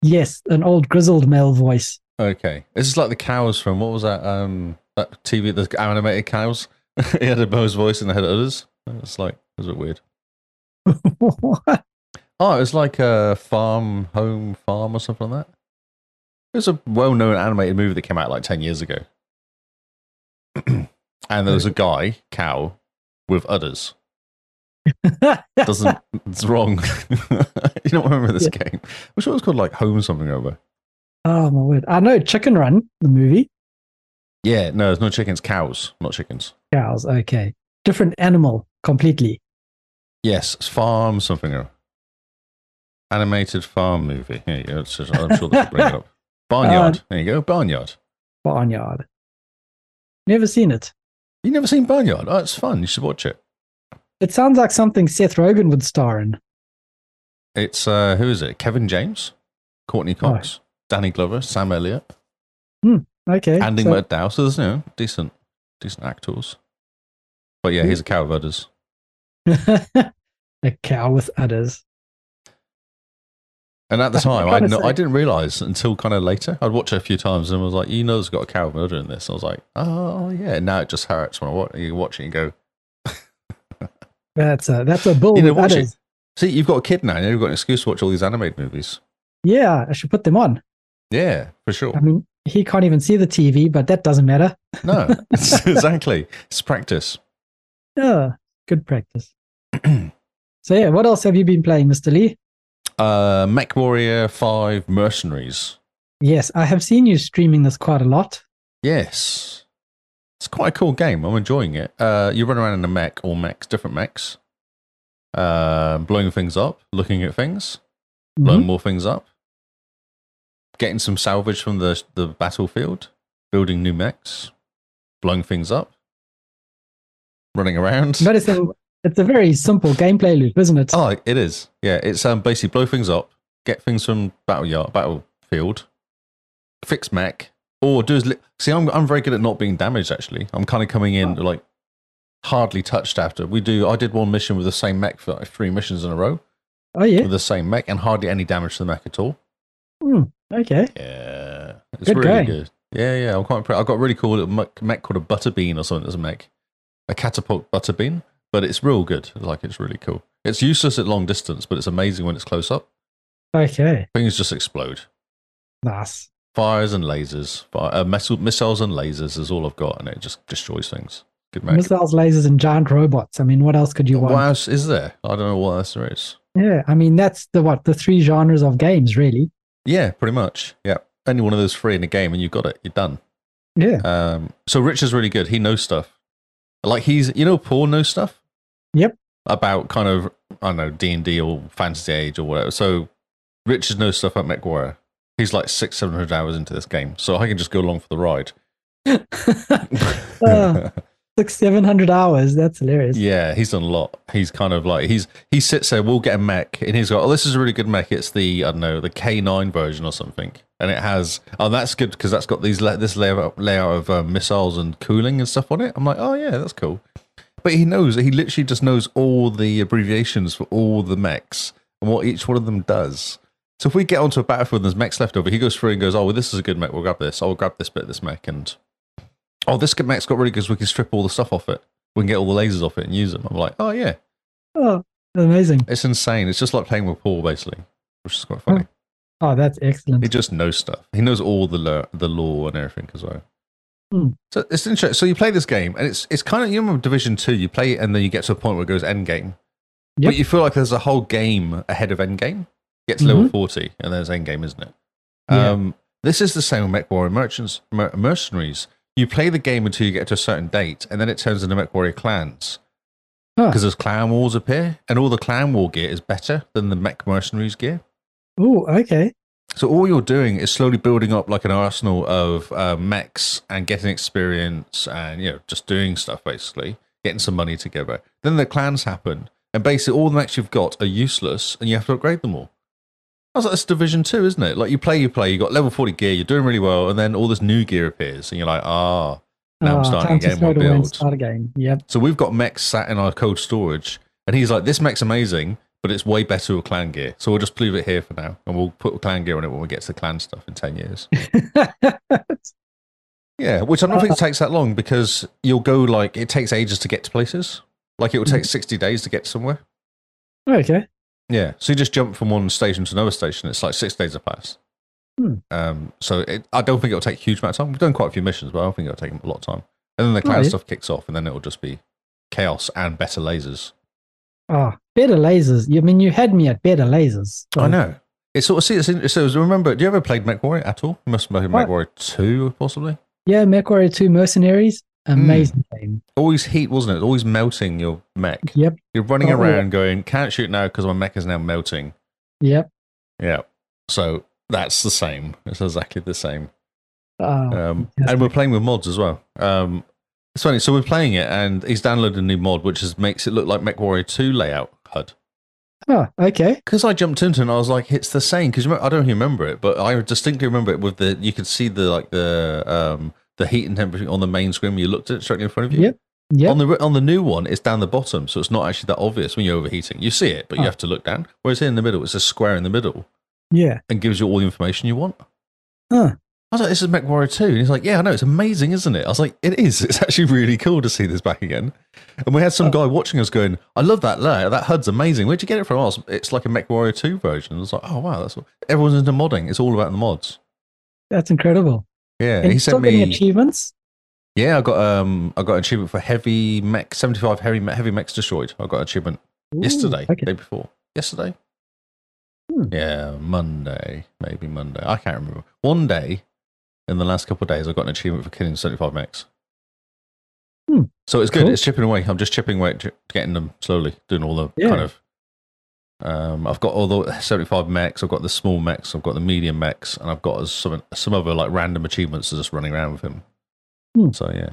S1: Yes, an old grizzled male voice. *laughs*
S3: Okay. This is like the cows from what was that? Um, that TV, the animated cows. *laughs* he had a male's voice and they had others. It's like it was a bit weird.
S1: What?
S3: Oh, it was like a farm, home farm, or something like that. It was a well-known animated movie that came out like ten years ago, *clears throat* and there was a guy cow with udders. Doesn't it's wrong? *laughs* you don't remember this game? I'm sure it was called like Home something or other.
S1: oh my word! I know Chicken Run, the movie.
S3: Yeah, no, it's not chickens, cows, not chickens.
S1: Cows. Okay, different animal completely.
S3: Yes, it's farm something or other. animated farm movie. Here you go. It's just- I'm sure they'll
S1: *laughs*
S3: bring it up. Barnyard. there you go. Barnyard.
S1: Barnyard. Never seen it.
S3: You've never seen Barnyard? Oh, it's fun. You should watch it.
S1: It sounds like something Seth Rogen would star in.
S3: It's uh, who is it? Kevin James, Courtney Cox, Danny Glover, Sam Elliott,
S1: Okay.
S3: Andy
S1: so-
S3: McDowell. So there's you know, decent, decent actors. But yeah, he's a cow of udders.
S1: *laughs* a cow with udders.
S3: And at
S1: *laughs*
S3: the
S1: I was
S3: time, I
S1: gonna
S3: had no,
S1: say-
S3: I didn't realize until kind of later. I'd watch it a few times and was like, you know, there's got a cow of udder in this. I was like, oh yeah. And now it just hurts when I watch you watch it and go,
S1: That's a that's a bull
S3: You know,
S1: with
S3: watch it.
S1: udders.
S3: see, you've got a kid now. You've got an excuse to watch all these animated movies.
S1: Yeah, I should put them on.
S3: Yeah, for sure.
S1: I mean, he can't even see the TV, but that doesn't matter.
S3: No, *laughs* exactly. It's practice.
S1: Yeah, good
S3: *clears throat*
S1: practice. so yeah, what else have you been playing, Mister Lee?
S3: Uh, Mech Warrior Five Mercenaries.
S1: Yes, I have seen you streaming this quite a lot.
S3: Yes. It's quite a cool game. I'm enjoying it. Uh, you run around in a mech, all mechs, different mechs, uh, blowing things up, looking at things,
S1: Mm-hmm.
S3: blowing more things up, getting some salvage from the, the battlefield, building new mechs, blowing things up, running around.
S1: Noticing It's a very simple gameplay loop, isn't it?
S3: Oh, it is. Yeah, it's um, basically blow things up, get things from battle yard, battlefield, fix mech, or do as li- see. I'm I'm very good at not being damaged. Actually, I'm kind of coming in like hardly touched after we do. I did one mission with the same mech for like three missions in a row
S1: Oh, yeah. Hmm.
S3: with the same mech and hardly any damage to the mech at all.
S1: Okay.
S3: Yeah, it's
S1: Good
S3: really
S1: going.
S3: good. Yeah, yeah, I'm quite proud. I've got a really cool little mech, mech called a butterbean or something. That's a mech, a catapult butterbean, but it's real good. Like it's really cool. It's useless at long distance, but it's amazing when it's close up.
S1: Okay.
S3: Things just explode.
S1: Nice.
S3: Fires and lasers, fire, uh, missile, missiles and lasers is all I've got, and it just destroys things. Good mech.
S1: Missiles, lasers, and giant robots. I mean, what else could you want?
S3: What else is there? I don't know what else there is.
S1: Yeah. I mean, that's the what the three genres of games, really. *laughs*
S3: Yeah, pretty much. Yeah, any one of those three in a game, and you've got it. You're done.
S1: Yeah.
S3: Um, so Rich is really good. He knows stuff. Like he's, you know, Paul knows stuff.
S1: Yep.
S3: About kind of I don't know D and D or Fantasy Age or whatever. So Richard knows stuff about MechWarrior. He's like six, seven hundred hours into this game, so I can just go along for
S1: *laughs*
S3: the ride. *laughs*
S1: Ah. Six, seven hundred hours. That's hilarious.
S3: yeah, he's done a lot. He's kind of like he's he sits there. We'll get a mech, and he's got, oh, this is a really good mech. It's the I don't know the K nine version or something, and it has oh that's good because that's got these la- this layout layout of um, missiles and cooling and stuff on it. I'm like, oh yeah, that's cool. But he knows he literally just knows all the abbreviations for all the mechs and what each one of them does. So if we get onto a battlefield and there's mechs left over, he goes through and goes, oh well, this is a good mech. We'll grab this. I'll grab this bit of this mech and oh this good mech's got really good. 'cause We can strip all the stuff off it we can get all the lasers off it and use them. I'm like, oh yeah,
S1: Oh, amazing.
S3: it's insane. It's just like playing with Paul basically, which is quite funny.
S1: Oh, that's
S3: He
S1: excellent.
S3: just knows stuff. He knows all the lo- the law and everything as well.
S1: Hmm.
S3: So it's interesting. So you play this game, and it's it's kind of you remember Division Two. You play it, and then you get to a point where it goes end game,
S1: Yep.
S3: but you feel like there's a whole game ahead of end game. Get to level forty, and there's end game, isn't it?
S1: Mm-hmm. Yeah.
S3: Um, this is the same with MechWarrior Merchants, mer- Mercenaries. You play the game until you get to a certain date, and then it turns into MechWarrior Clans.
S1: Huh.
S3: because there's clan wars appear, and all the clan war gear is better than the mech mercenaries gear.
S1: Oh, okay.
S3: So all you're doing is slowly building up like an arsenal of uh, mechs and getting experience, and you know just doing stuff basically, getting some money together. Then the clans happen, and basically all the mechs you've got are useless, and you have to upgrade them all. I was like, that's Division Two, isn't it? Like you play, you play, you got level forty gear, you're doing really well, and then all this new gear appears, and you're like, ah, now I'm
S1: Ah,
S3: starting
S1: time
S3: again.
S1: to slow
S3: my
S1: down and
S3: build.
S1: start again. Yep. *laughs*
S3: So we've got mechs sat in our cold storage, and he's like, "This mech's amazing, but it's way better with clan gear. So we'll just leave it here for now, and we'll put clan gear on it when we get to the clan stuff in
S1: *laughs*
S3: ten years." yeah, which I don't think it takes that long because you'll go like it takes ages to get to places. Like it will
S1: Mm.
S3: take sixty days to get somewhere.
S1: okay.
S3: Yeah, so you just jump from one station to another station. It's like six days have passed.
S1: Hmm.
S3: Um, so it, I don't think it'll take a huge amount of time. We've done quite a few missions, but I don't think it'll take a lot of time. And then the clan
S1: Right.
S3: stuff kicks off, and then it'll just be chaos and better lasers.
S1: Ah, better lasers. You I mean you had me at better lasers. So-
S3: I know. It's sort of see. It's in, so remember. Do you ever played MechWarrior at all? You must have played
S1: What?
S3: MechWarrior two, possibly.
S1: Yeah, MechWarrior 2 Mercenaries.
S3: Hmm.
S1: Amazing game.
S3: Always heat, wasn't it? Always melting your mech.
S1: Yep.
S3: You're running
S1: Oh, yeah.
S3: around going, "Can't shoot now because my mech is now melting."
S1: Yep.
S3: Yeah. So that's the same. It's exactly the same.
S1: Ah,
S3: Um,
S1: Yes.
S3: and we're playing with mods as well. Um, it's funny. So we're playing it, and he's downloaded a new mod, which is makes it look like MechWarrior 2 layout HUD.
S1: ah, okay.
S3: Because I jumped into it, and I was like, "It's the same." Because I don't remember it, but I distinctly remember it with the. You could see the like the um the heat and temperature on the main screen. when You looked at it straight in front of you.
S1: Yep. Yep.
S3: On the on the new one, it's down the bottom, so it's not actually that obvious when you're overheating. You see it, but
S1: Oh.
S3: you have to look down. Whereas here in the middle, it's a square in the middle
S1: yeah.
S3: and gives you all the information you want.
S1: Huh.
S3: I was like, this is MechWarrior 2. And he's like, yeah, I know, it's amazing, isn't it? I was like, it is. It's actually really cool to see this back again. And we had
S1: Oh.
S3: some guy watching us going, I love that layer. That HUD's amazing. Where'd you get it from? I was, it's like a MechWarrior 2 version. I was like, oh, wow. that's what... Everyone's into modding. It's all about the mods.
S1: That's incredible.
S3: Yeah,
S1: And
S3: he
S1: you
S3: sent
S1: still getting
S3: me.
S1: achievements.
S3: Yeah, I got um, I got an achievement for heavy mech, seventy five heavy me- heavy mechs destroyed. I got an achievement
S1: Ooh,
S3: yesterday,
S1: Okay.
S3: day before, yesterday.
S1: Hmm.
S3: Yeah, Monday, maybe Monday. I can't remember. One day in the last couple of days, I got an achievement for killing 75 mechs.
S1: Hmm.
S3: So it's good.
S1: Cool.
S3: It's chipping away. I'm just chipping away, at ch- getting them slowly, doing all the
S1: Yeah.
S3: kind of. Um, I've got all the 75 mechs. I've got the small mechs. I've got the medium mechs, and I've got some some other like random achievements that are just running around with him.
S1: Hmm.
S3: So yeah,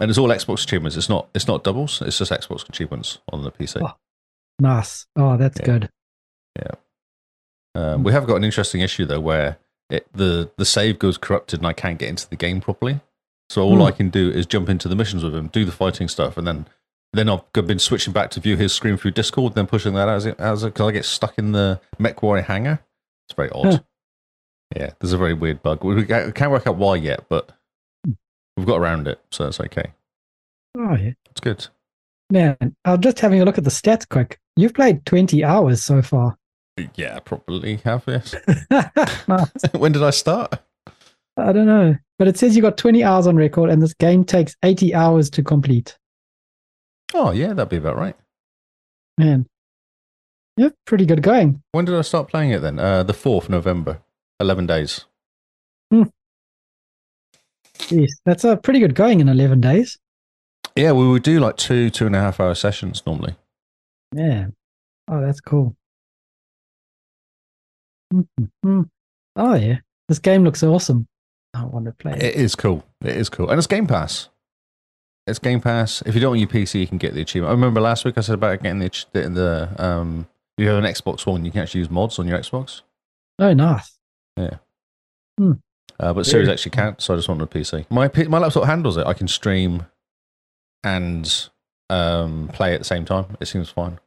S3: And it's all Xbox achievements. It's not it's not doubles. It's just Xbox achievements on the PC.
S1: Oh. Nice. Oh, that's
S3: Yeah.
S1: good.
S3: Um, we have got an interesting issue though, where it, the the save goes corrupted and I can't get into the game properly. So all
S1: Hmm.
S3: I can do is jump into the missions with him, do the fighting stuff, and then then I've got- been switching back to view his screen through Discord, then pushing that as it as because I get stuck in the MechWarrior hangar. It's very odd.
S1: Huh.
S3: Yeah, there's a very weird bug. We we ca- we can't work out why yet, but we've got around it, so it's okay.
S1: Oh, yeah.
S3: It's good.
S1: Man, I'm just having a look at the stats quick. You've played 20 hours so far. *laughs*
S3: Yeah, I probably have. Yes.
S1: Nice.
S3: *laughs* when did I start?
S1: I don't know. But it says you got 20 hours on record and this game takes 80 hours to complete.
S3: Oh yeah, that'd be about right.
S1: Man, you're pretty good going.
S3: When did I start playing it then? Uh, the 4th November. 11 days.
S1: Jeez, that's a pretty good going in 11 days.
S3: Yeah, we would do like two, two and a half hour sessions normally.
S1: Man. Oh, that's cool. Mhm. Oh, yeah. This game looks awesome. I want to play it.
S3: It is cool. It is cool. And it's Game Pass. It's Game Pass. If you don't want your PC, you can get the achievement. I remember last week I said about getting the, ach- the, the um, you have an Xbox One, you can actually use mods on your Xbox.
S1: Oh, nice.
S3: Uh, but Series actually can't, so I just wanted a PC. My, P- my laptop handles it. I can stream and um, play at the same time. It seems fine.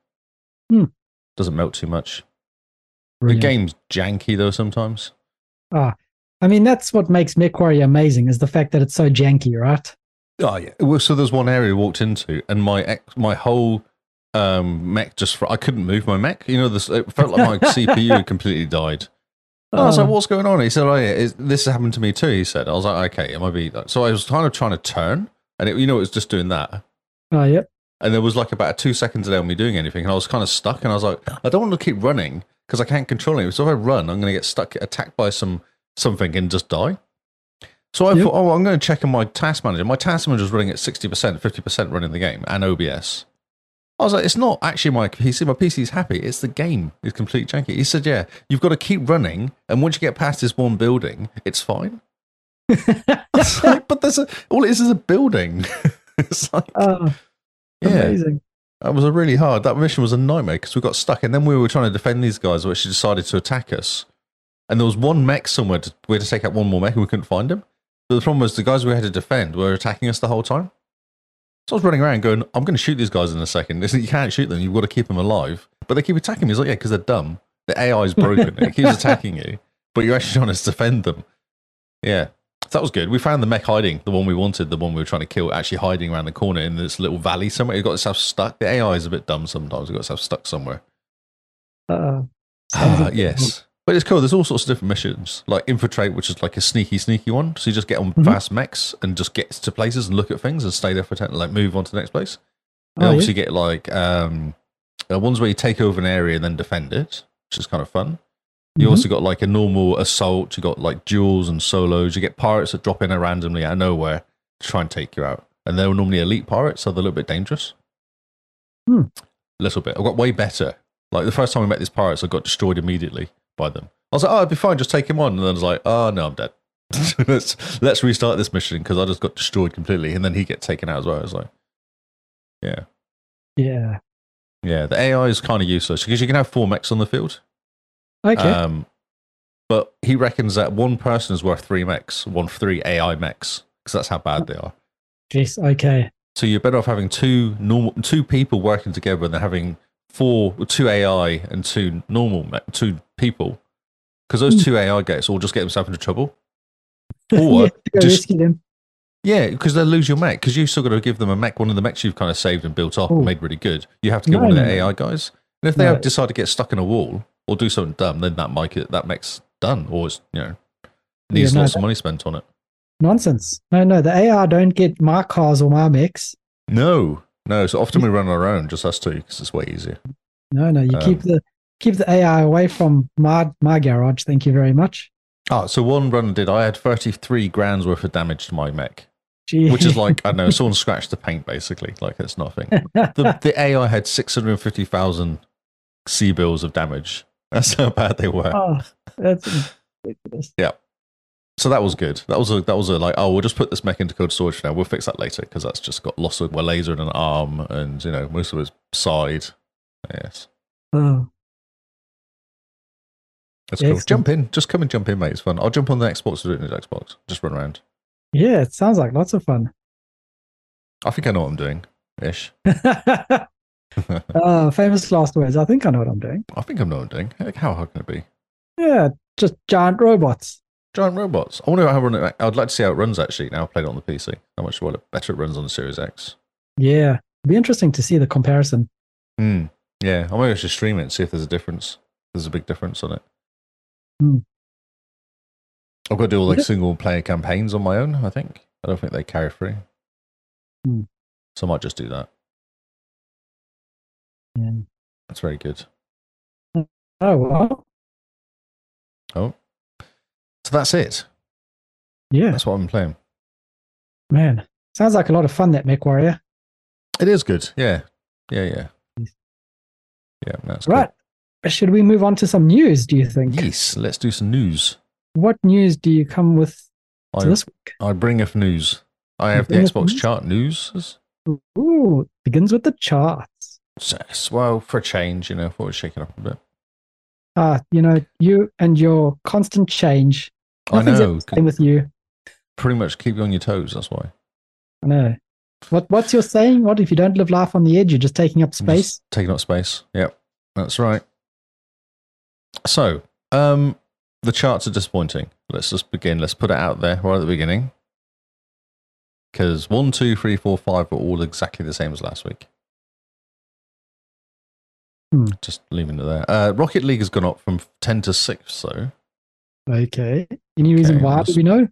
S1: Hmm.
S3: Doesn't melt too much.
S1: Brilliant.
S3: The game's janky though sometimes.
S1: I mean, that's what makes MechWarrior amazing is the fact that it's so janky, right?
S3: Oh yeah. Well, so there's one area we walked into, and my ex, my whole um, mech just fro- I couldn't move my mech. You know, this it felt like my CPU had completely died. And I was
S1: Uh,
S3: like, "What's going on?" He said, "Oh yeah, it's, this happened to me too." He said, "I was like, okay, it might be." Like, so I was kind of trying to turn, and it, you know, it was just doing that.
S1: oh, yeah.
S3: And there was like about a two seconds delay on me doing anything, and I was kind of stuck. And I was like, "I don't want to keep running because I can't control it. So if I run, I'm going to get stuck, attacked by some something, and just die." So I
S1: Yep.
S3: thought, "Oh, I'm going to check on my task manager." My task manager was running at sixty percent, fifty percent running the game, and OBS. I was like, "It's not actually my PC. My PC's happy. It's the game. It's complete janky." He said, "Yeah, you've got to keep running, and once you get past this one building, it's fine." I was like, but there's a, all it is is a building. *laughs* it's like,
S1: Oh,
S3: yeah.
S1: amazing.
S3: That was a really hard. That mission was a nightmare because we got stuck, and then we were trying to defend these guys, which decided to attack us. And there was one mech somewhere. To, we had to take out one more mech, and we couldn't find him. But the problem was the guys we had to defend were attacking us the whole time. So I was running around going, "I'm going to shoot these guys in a second. *laughs* It's like, You can't shoot them. You've got to keep them alive." But they keep attacking me. It's like, "Yeah, because they're dumb. The AI is broken. it keeps attacking you, but you're actually trying to defend them." Yeah, so that was good. We found the mech hiding, the one we wanted, the one we were trying to kill, actually hiding around the corner in this little valley somewhere. It got itself stuck. The AI is a bit dumb sometimes. It got itself
S1: *laughs*
S3: stuck somewhere.
S1: Uh,
S3: Ah, yes. But it's cool. There's all sorts of different missions, like infiltrate, which is like a sneaky, sneaky one. So you just get on
S1: Mhm.
S3: fast mechs and just get to places and look at things and stay there for ten, like move on to the next place. And
S1: Oh, yeah?
S3: obviously get like um, uh, ones where you take over an area and then defend it, which is kind of fun. You also got like a normal assault. You got like duels and solos. You get pirates that drop in randomly out of nowhere to try and take you out. And they were normally elite pirates, so they're a little bit dangerous.
S1: Hmm.
S3: A little bit. I got way better. Like the first time I met these pirates, I got destroyed immediately by them. I was like, oh, I'd be fine, just take him on. And then I was like, oh, no, I'm dead. *laughs* let's, let's restart this mission because I just got destroyed completely. And then he gets taken out as well. I was like, yeah.
S1: Mm-hmm. yeah.
S3: Yeah. The AI is kind of useless because you can have four mechs on the field.
S1: Okay.
S3: Um, but he reckons that one person is worth three mechs, one three AI mechs, because that's how bad they are.
S1: Jeez. Okay.
S3: So you're better off having two normal, two people working together than having four, two AI and two normal, me- two people, because
S1: Hmm.
S3: those two AI guys will just get themselves
S1: *laughs*
S3: into trouble. Or
S1: yeah, go
S3: just-
S1: rescue them.
S3: yeah, because they'll lose your mech because you've still got to give them a mech. One of the mechs you've kind of saved and built up
S1: Oh.
S3: and made really good. You have to give
S1: No,
S3: one of the
S1: no, no.
S3: AI guys. And if they
S1: No.
S3: have decide to get stuck in a wall or do something dumb, then that mech that mech's done or it's, you know needs
S1: Yeah, no,
S3: lots
S1: that-
S3: of money spent on it.
S1: Nonsense. No, no. The AR don't get my cars or my mechs.
S3: No, no. So often we run on our own, just us two, because it's way easier.
S1: No, no. You keep
S3: Um,
S1: the keep the AI away from my my garage. Thank you very much.
S3: Ah, so one run did. I had thirty-three grand's worth of damage to my mech,
S1: Gee.
S3: which is like I don't know someone scratched the paint basically. Like
S1: *laughs*
S3: it's nothing. The, the AI had six hundred fifty thousand sea bills of damage. That's how bad they were.
S1: oh, that's ridiculous.
S3: Yeah. so that was good. That was a that was a like oh we'll just put this mech into cold storage for now. We'll fix that later because that's just got lost of a laser and an arm and you know most of his side. Yes,
S1: Oh,
S3: that's cool.
S1: Excellent.
S3: Jump in, just come and jump in, mate. It's fun. I'll jump on the Xbox to do it in the Xbox. Just run around.
S1: yeah, it sounds like lots of
S3: *laughs*
S1: fun.
S3: I think I know what I'm doing. Ish.
S1: uh, famous last words. I think I know what I'm doing.
S3: I think I know what I'm doing. Heck, How hard can it be?
S1: Yeah, just giant robots.
S3: Giant robots. I wonder how run it, I'd like to see how it runs actually. Now I've played it on the PC. How much well, better it runs on the Series X.
S1: Yeah, it'd be interesting to see the comparison.
S3: Hmm. Yeah, I might just stream it and see if there's a difference. There's a big difference on it.
S1: Hmm.
S3: I've got to do all
S1: Yeah.
S3: like single player campaigns on my own. I think I don't think they carry through.
S1: Hmm.
S3: So I might just do that.
S1: Yeah.
S3: That's very good.
S1: Oh well,
S3: So that's it.
S1: yeah,
S3: That's what I'm playing.
S1: man, sounds like a lot of fun. That Mech Warrior.
S3: It is good. Yeah. Yeah. Yeah. Yeah. That's
S1: Right. Should we move on to some news? Do you think?
S3: Good. Yes. Let's do some news.
S1: What news do you come with to
S3: I,
S1: this week?
S3: I bring up news. I
S1: You
S3: have the
S1: bring up
S3: Xbox
S1: news?
S3: chart news.
S1: Ooh, begins with the charts.
S3: Yes, Well, for a change, you know, I thought we'd shake it up a bit.
S1: Ah, you know, you and your constant change. Nothing's
S3: I know.
S1: ever the Same with you.
S3: pretty much keep you on your toes. That's why.
S1: I know. What What's your saying? What if you don't live life on the edge? You're just taking up space.
S3: Just taking up space. Yep. That's right. So, um, the charts are disappointing. Let's just begin. Let's put it out there right at the beginning. Because one, two, three, four, five are all exactly the same as last week.
S1: Hmm.
S3: Just leaving it there. Uh, Rocket League has gone up from 10 to 6, though.
S1: Okay. Any reason
S3: Okay,
S1: why?
S3: let's-
S1: Do we know?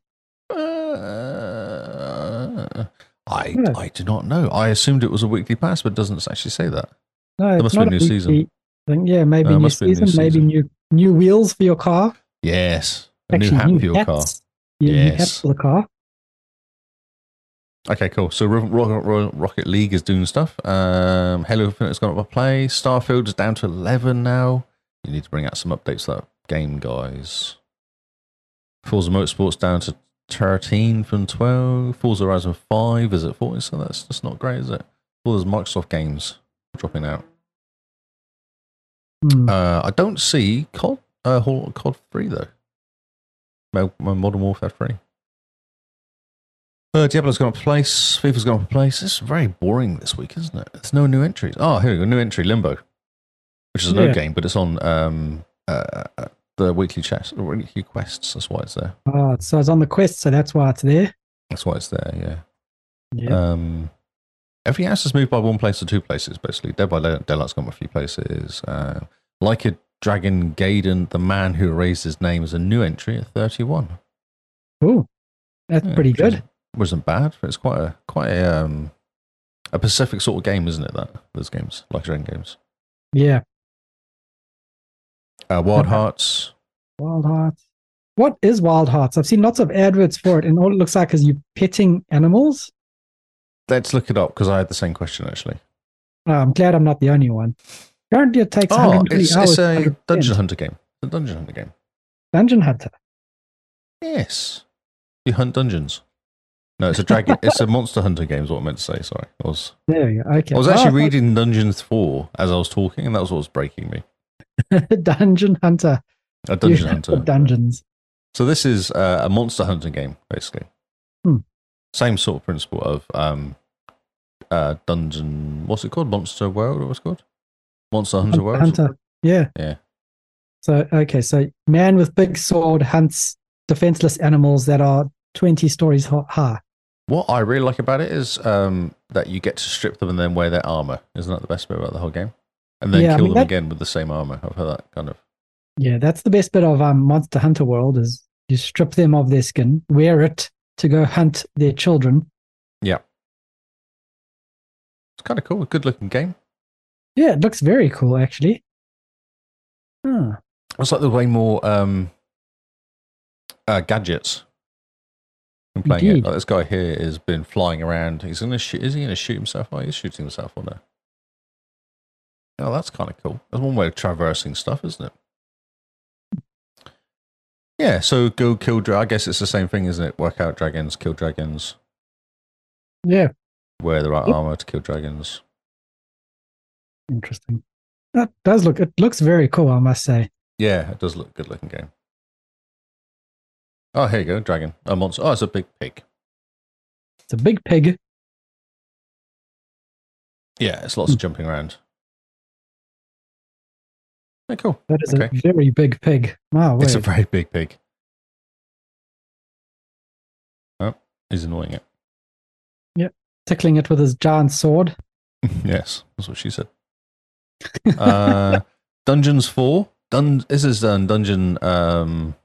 S3: Uh, I,
S1: Yeah.
S3: I do not know. I assumed it was a weekly pass, but it doesn't actually say that.
S1: No, it's
S3: must be
S1: not
S3: a new season.
S1: weekly Thing. Yeah, maybe
S3: No, it
S1: new,
S3: must be a new
S1: season, Maybe
S3: season.
S1: new new wheels for your car.
S3: Yes. A
S1: Actually,
S3: new hat for your
S1: hats.
S3: car.
S1: Yeah, new
S3: Yes.
S1: hats for the car.
S3: Okay, cool. So Ro- Ro- Ro- Rocket League is doing stuff. Um, Halo Infinite's gone up a play. Starfield is down to 11 now. You need to bring out some updates to that game, guys. Forza Motorsport's down to 13 from 12. Forza Horizon 5 is at 40, so that's just not great, is it? All those Microsoft games dropping out.
S1: Hmm.
S3: Uh, I don't see COD, uh, Hall- COD 3, though. My, my Modern Warfare 3. Uh, Diablo's gone up a place. FIFA's gone up a place. It's very boring this week, isn't it? There's no new entries. Oh, here we go. New entry, Limbo, which is a
S1: Yeah.
S3: new game, but it's on um, uh, uh, the weekly chest, the weekly quests. That's why it's there.
S1: Ah, so it's on the quest, so that's why it's there.
S3: That's why it's there, yeah.
S1: Yeah.
S3: Um, every house is moved by one place to two places, basically. Dead by Day- Daylight's gone a few places. Uh, like a dragon, Gaiden, the man who erased his name, is a new entry at 31.
S1: Ooh, that's
S3: uh, Yeah,
S1: pretty
S3: which
S1: good.
S3: Isn't, wasn't bad, but it's quite a quite a um, a Pacific sort of game, isn't it? That those games, like a dragon games.
S1: Yeah.
S3: Uh, Wild
S1: Okay.
S3: Hearts.
S1: Wild Hearts. What is Wild Hearts? I've seen lots of adverts for it, and all it looks like is you petting animals.
S3: Let's look it up because I had the same question actually.
S1: Ah, I'm glad I'm not the only one. Apparently, it takes
S3: Oh,
S1: 120
S3: it's,
S1: hours.
S3: it's a
S1: 100%.
S3: dungeon hunter game. It's a dungeon hunter game.
S1: Dungeon Hunter.
S3: Yes. You hunt dungeons. No, it's
S1: *laughs*
S3: a dragon. it's a monster hunter game. Is what I meant to say. Sorry, I was.
S1: There we go. Okay.
S3: I was
S1: Oh,
S3: actually reading Dungeons Four as I was talking, and that was what was breaking me.
S1: *laughs* Dungeon Hunter.
S3: A dungeon
S1: You-
S3: hunter.
S1: Dungeons.
S3: So this is uh, a monster hunting game, basically.
S1: Hmm.
S3: Same sort of principle of um, uh, dungeon. What's it called? Monster World. Or what's it called? Monster Hunter World.
S1: Hunter. Yeah.
S3: Yeah.
S1: So okay, so man with big sword hunts defenseless animals that are 20 stories ho- high.
S3: What I really like about it is um, that you get to strip them and then wear their armor. Isn't that the best bit about the whole game? And then
S1: Yeah, I
S3: kill
S1: mean,
S3: them
S1: that-
S3: again with the same armor. I've heard that kind of.
S1: Yeah, that's the best bit of um, Monster Hunter World is you strip them of their skin, wear it to go hunt their children.
S3: It's kind of cool. A good looking game.
S1: Yeah, it looks very cool actually. Huh.
S3: It's like the way more um, uh, gadgets. I'm playing
S1: Indeed.
S3: it. Like this guy here has been flying around. He's gonna shoot. Is he gonna shoot himself? Oh, he's shooting himself or no? Oh, that's kind of cool. That's one way of traversing stuff, isn't it? Yeah, so go kill dra I guess it's the same thing, isn't it? Work out dragons, kill dragons,
S1: Yeah,
S3: wear the right
S1: Yep.
S3: armor to kill dragons.
S1: interesting. That does look. It looks very cool, I must say.
S3: Yeah, it does look good looking game. Oh, here you go, dragon. A monster. Oh, it's a big pig.
S1: It's a big pig.
S3: Yeah, it's
S1: Hmm.
S3: lots of jumping around. Yeah, cool.
S1: That is
S3: Okay.
S1: a very big pig. Wow,
S3: It's a
S1: word.
S3: very big pig. Oh, he's annoying it. *laughs*
S1: tickling it with his giant sword.
S3: yes, that's
S1: *laughs*
S3: what she said. Uh, Dungeons Four. Dun- this is um, Dungeon. Um,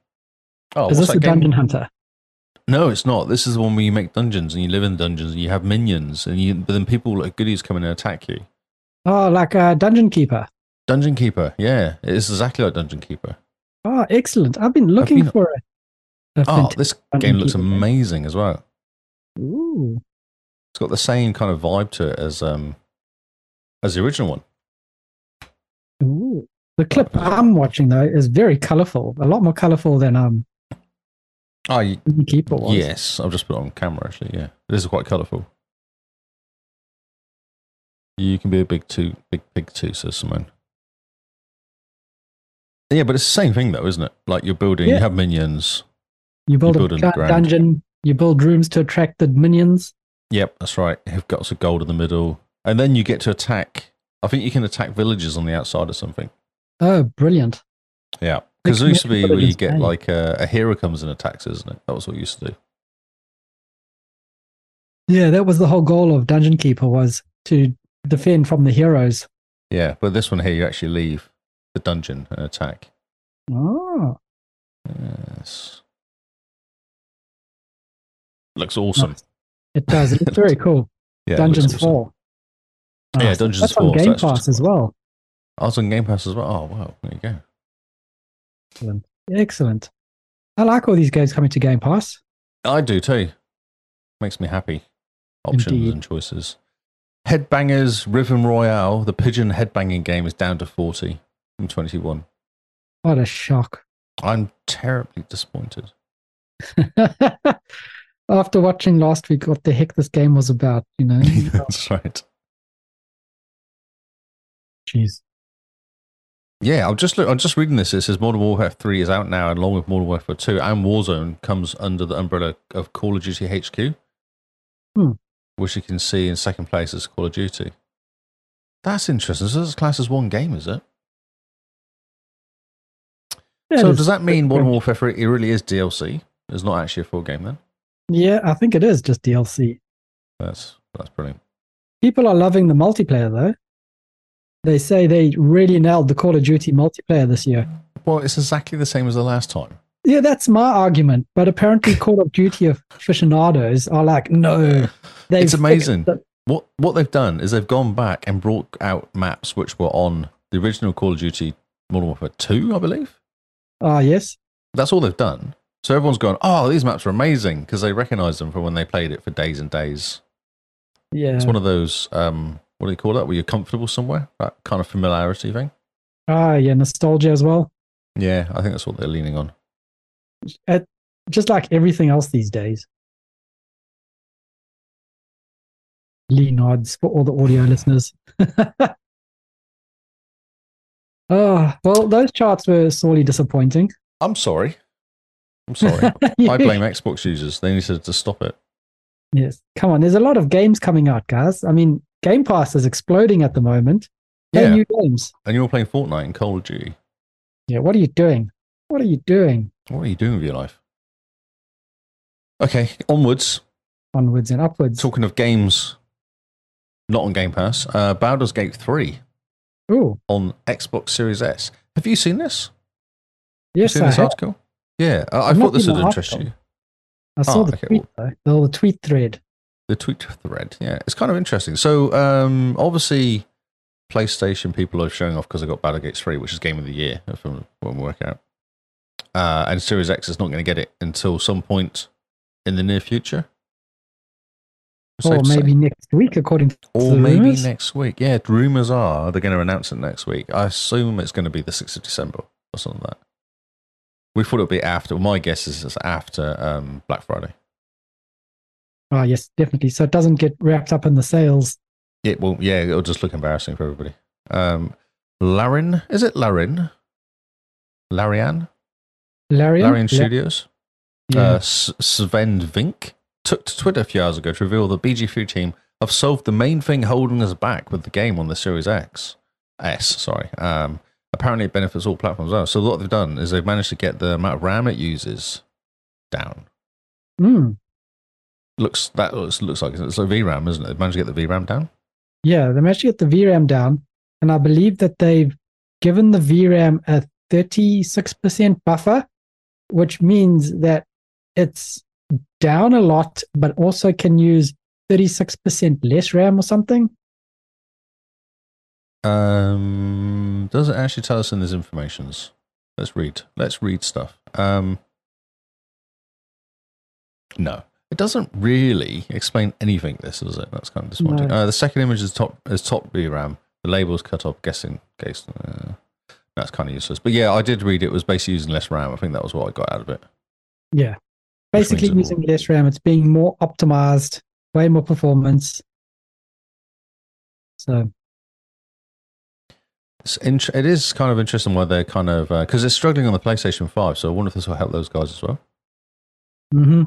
S3: oh,
S1: is
S3: what's
S1: this
S3: that
S1: the
S3: game?
S1: Dungeon Hunter?
S3: No, it's not. This is the one where you make dungeons and you live in dungeons and you have minions and you, but then people like goodies come in and attack you.
S1: Oh, like uh, Dungeon Keeper.
S3: Dungeon Keeper, yeah, it is exactly like Dungeon Keeper.
S1: Oh, excellent. I've been looking
S3: been-
S1: for a, a
S3: Oh,
S1: fant-
S3: this
S1: Dungeon
S3: game looks
S1: Keeper game.
S3: amazing as well.
S1: Ooh.
S3: It's got the same kind of vibe to it as um as the original one.
S1: Ooh. The clip I'm watching though is very colorful, a lot more colorful than um
S3: Oh, you,
S1: Dungeon Keeper was.
S3: yes, I've just put it on camera actually. Yeah, this is quite colourful. You can be a big two, big pig too, says Simone. Yeah, but it's the same thing though, isn't it? Like you're building, you
S1: Yeah.
S3: have minions,
S1: You build,
S3: build
S1: a
S3: on the
S1: giant
S3: ground.
S1: dungeon, you build rooms to attract the minions.
S3: Yep, that's right. You've got some gold in the middle. And then you get to attack. I think you can attack villages on the outside or something.
S1: Oh, brilliant.
S3: Yeah.
S1: They
S3: Because it used to
S1: can
S3: be
S1: make
S3: where you
S1: villages,
S3: get
S1: eh?
S3: like a, a hero comes and attacks, isn't it? That was what you used to do.
S1: Yeah, that was the whole goal of Dungeon Keeper was to defend from the heroes.
S3: Yeah. But this one here, you actually leave the dungeon and attack.
S1: Oh,
S3: Yes. Looks awesome.
S1: nice. It does. It's
S3: *laughs*
S1: very cool.
S3: Yeah, it looks
S1: Dungeons
S3: awesome.
S1: 4.
S3: Yeah,
S1: Nice.
S3: Dungeons
S1: That's
S3: 4,
S1: on
S3: so
S1: Game
S3: that's just-
S1: Pass as well.
S3: I was on Game Pass as well. Oh, wow. There you go.
S1: Excellent. Excellent. I like all these games coming to Game Pass.
S3: I do too. Makes me happy. Options
S1: Indeed.
S3: and choices. Headbangers Rhythm Royale, the pigeon headbanging game, is down to 40 from 21.
S1: What a shock.
S3: I'm terribly
S1: *laughs*
S3: disappointed.
S1: After watching last week what the heck this game was about, you
S3: *laughs*
S1: know.
S3: That's right.
S1: Jeez.
S3: Yeah, I'm just look, I'm just reading this. It says Modern Warfare 3 is out now, and along with Modern Warfare 2 and Warzone comes under the umbrella of Call of Duty HQ,
S1: Hmm.
S3: which you can see in second place as Call of Duty. That's interesting. So this class as one game, is it?
S1: That
S3: so
S1: is-
S3: does that mean
S1: that's
S3: Modern
S1: great.
S3: Warfare 3 it really is DLC? It's not actually a full game then.
S1: Yeah, I think it is just DLC.
S3: That's that's brilliant.
S1: People are loving the multiplayer though. They say they really nailed the Call of Duty multiplayer this year.
S3: Well, it's exactly the same as the last time.
S1: Yeah, that's my argument. But
S3: *laughs*
S1: apparently, Call of Duty aficionados are like, no, they've
S3: It's amazing.
S1: fixed it.
S3: What what they've done is they've gone back and brought out maps which were on the original Call of Duty Modern Warfare 2, I believe.
S1: Ah, yes,
S3: That's all they've done. So everyone's gone, oh, these maps are amazing because they recognize them from when they played it for days and days.
S1: yeah.
S3: It's one of those, um, what do they call that? Where you're comfortable somewhere? That kind of familiarity thing.
S1: Ah, yeah, nostalgia as well.
S3: Yeah, I think that's what they're leaning on.
S1: Just like everything else these days. Lee nods for all the audio listeners. *laughs* Ah, well, those charts were sorely disappointing. *laughs*
S3: I'm sorry. I'm *laughs* sorry. I blame Xbox users. They need to, to stop it.
S1: Yes. Come on. There's a lot of games coming out, guys. I mean, Game Pass is exploding at the moment. Play
S3: Yeah.
S1: new games.
S3: And you're playing Fortnite and Call of Duty.
S1: Yeah, what are you doing? What are you doing?
S3: What are you doing with your life? Okay, onwards.
S1: Onwards and upwards.
S3: Talking of games, not on Game Pass, uh, Baldur's Gate 3
S1: Oh,
S3: on Xbox Series S. Have you seen this? You
S1: yes,
S3: seen
S1: I,
S3: this
S1: have.
S3: article? Yeah, I, I
S1: I've not
S3: thought this
S1: seen
S3: would
S1: the
S3: interest
S1: article.
S3: you.
S1: I saw
S3: Ah,
S1: the
S3: okay,
S1: tweet, though. The tweet thread.
S3: The tweet thread. Yeah, it's kind of interesting. So, um, obviously, PlayStation people are showing off because they got Baldur's Gate 3, which is game of the year, if I'm when we work out. Uh, and Series X is not going to get it until some point in the near future.
S1: Or
S3: Safe to say.
S1: maybe next week, according to
S3: Or
S1: the
S3: maybe
S1: rumors.
S3: next week. Yeah, rumors are they're going to announce it next week. I assume it's going to be the 6th of December or something like that. We thought it would be after. My guess is it's after um, Black Friday.
S1: Oh, yes, definitely. So it doesn't get wrapped up in the sales.
S3: It will, yeah, it'll just look embarrassing for everybody. Um, Larin, is it Larin? Larian?
S1: Larian?
S3: Larian Studios?
S1: Yeah.
S3: Uh, S- Sven Vink took to Twitter a few hours ago to reveal the BG Food team have solved the main thing holding us back with the game on the Series X. S, sorry. Um, apparently, it benefits all platforms. Oh, so what they've done is they've managed to get the amount of RAM it uses down.
S1: Mm.
S3: Looks that looks, looks like it's like VRAM, isn't it? They've managed to get the VRAM down.
S1: Yeah, they managed to get the VRAM down, and I believe that they've given the VRAM a 36% buffer, which means that it's down a lot, but also can use 36% less RAM or something.
S3: Um, does it actually tell us in these informations? Let's read. Let's read stuff. Um, no, it doesn't really explain anything. This is it. That's kind of disappointing.
S1: No.
S3: Uh, the second image is top is top VRAM. The label's cut off. Guessing case. Uh, that's kind of useless. But yeah, I did read it. was basically using less RAM. I think that was what I got out of it.
S1: Yeah.
S3: Which means
S1: Basically,
S3: it will-
S1: using less RAM, it's being more optimized, way more performance. So,
S3: It's int- it is kind of interesting why they're kind of because it's struggling on the PlayStation Five. So I wonder if this will help those guys as well.
S1: hmm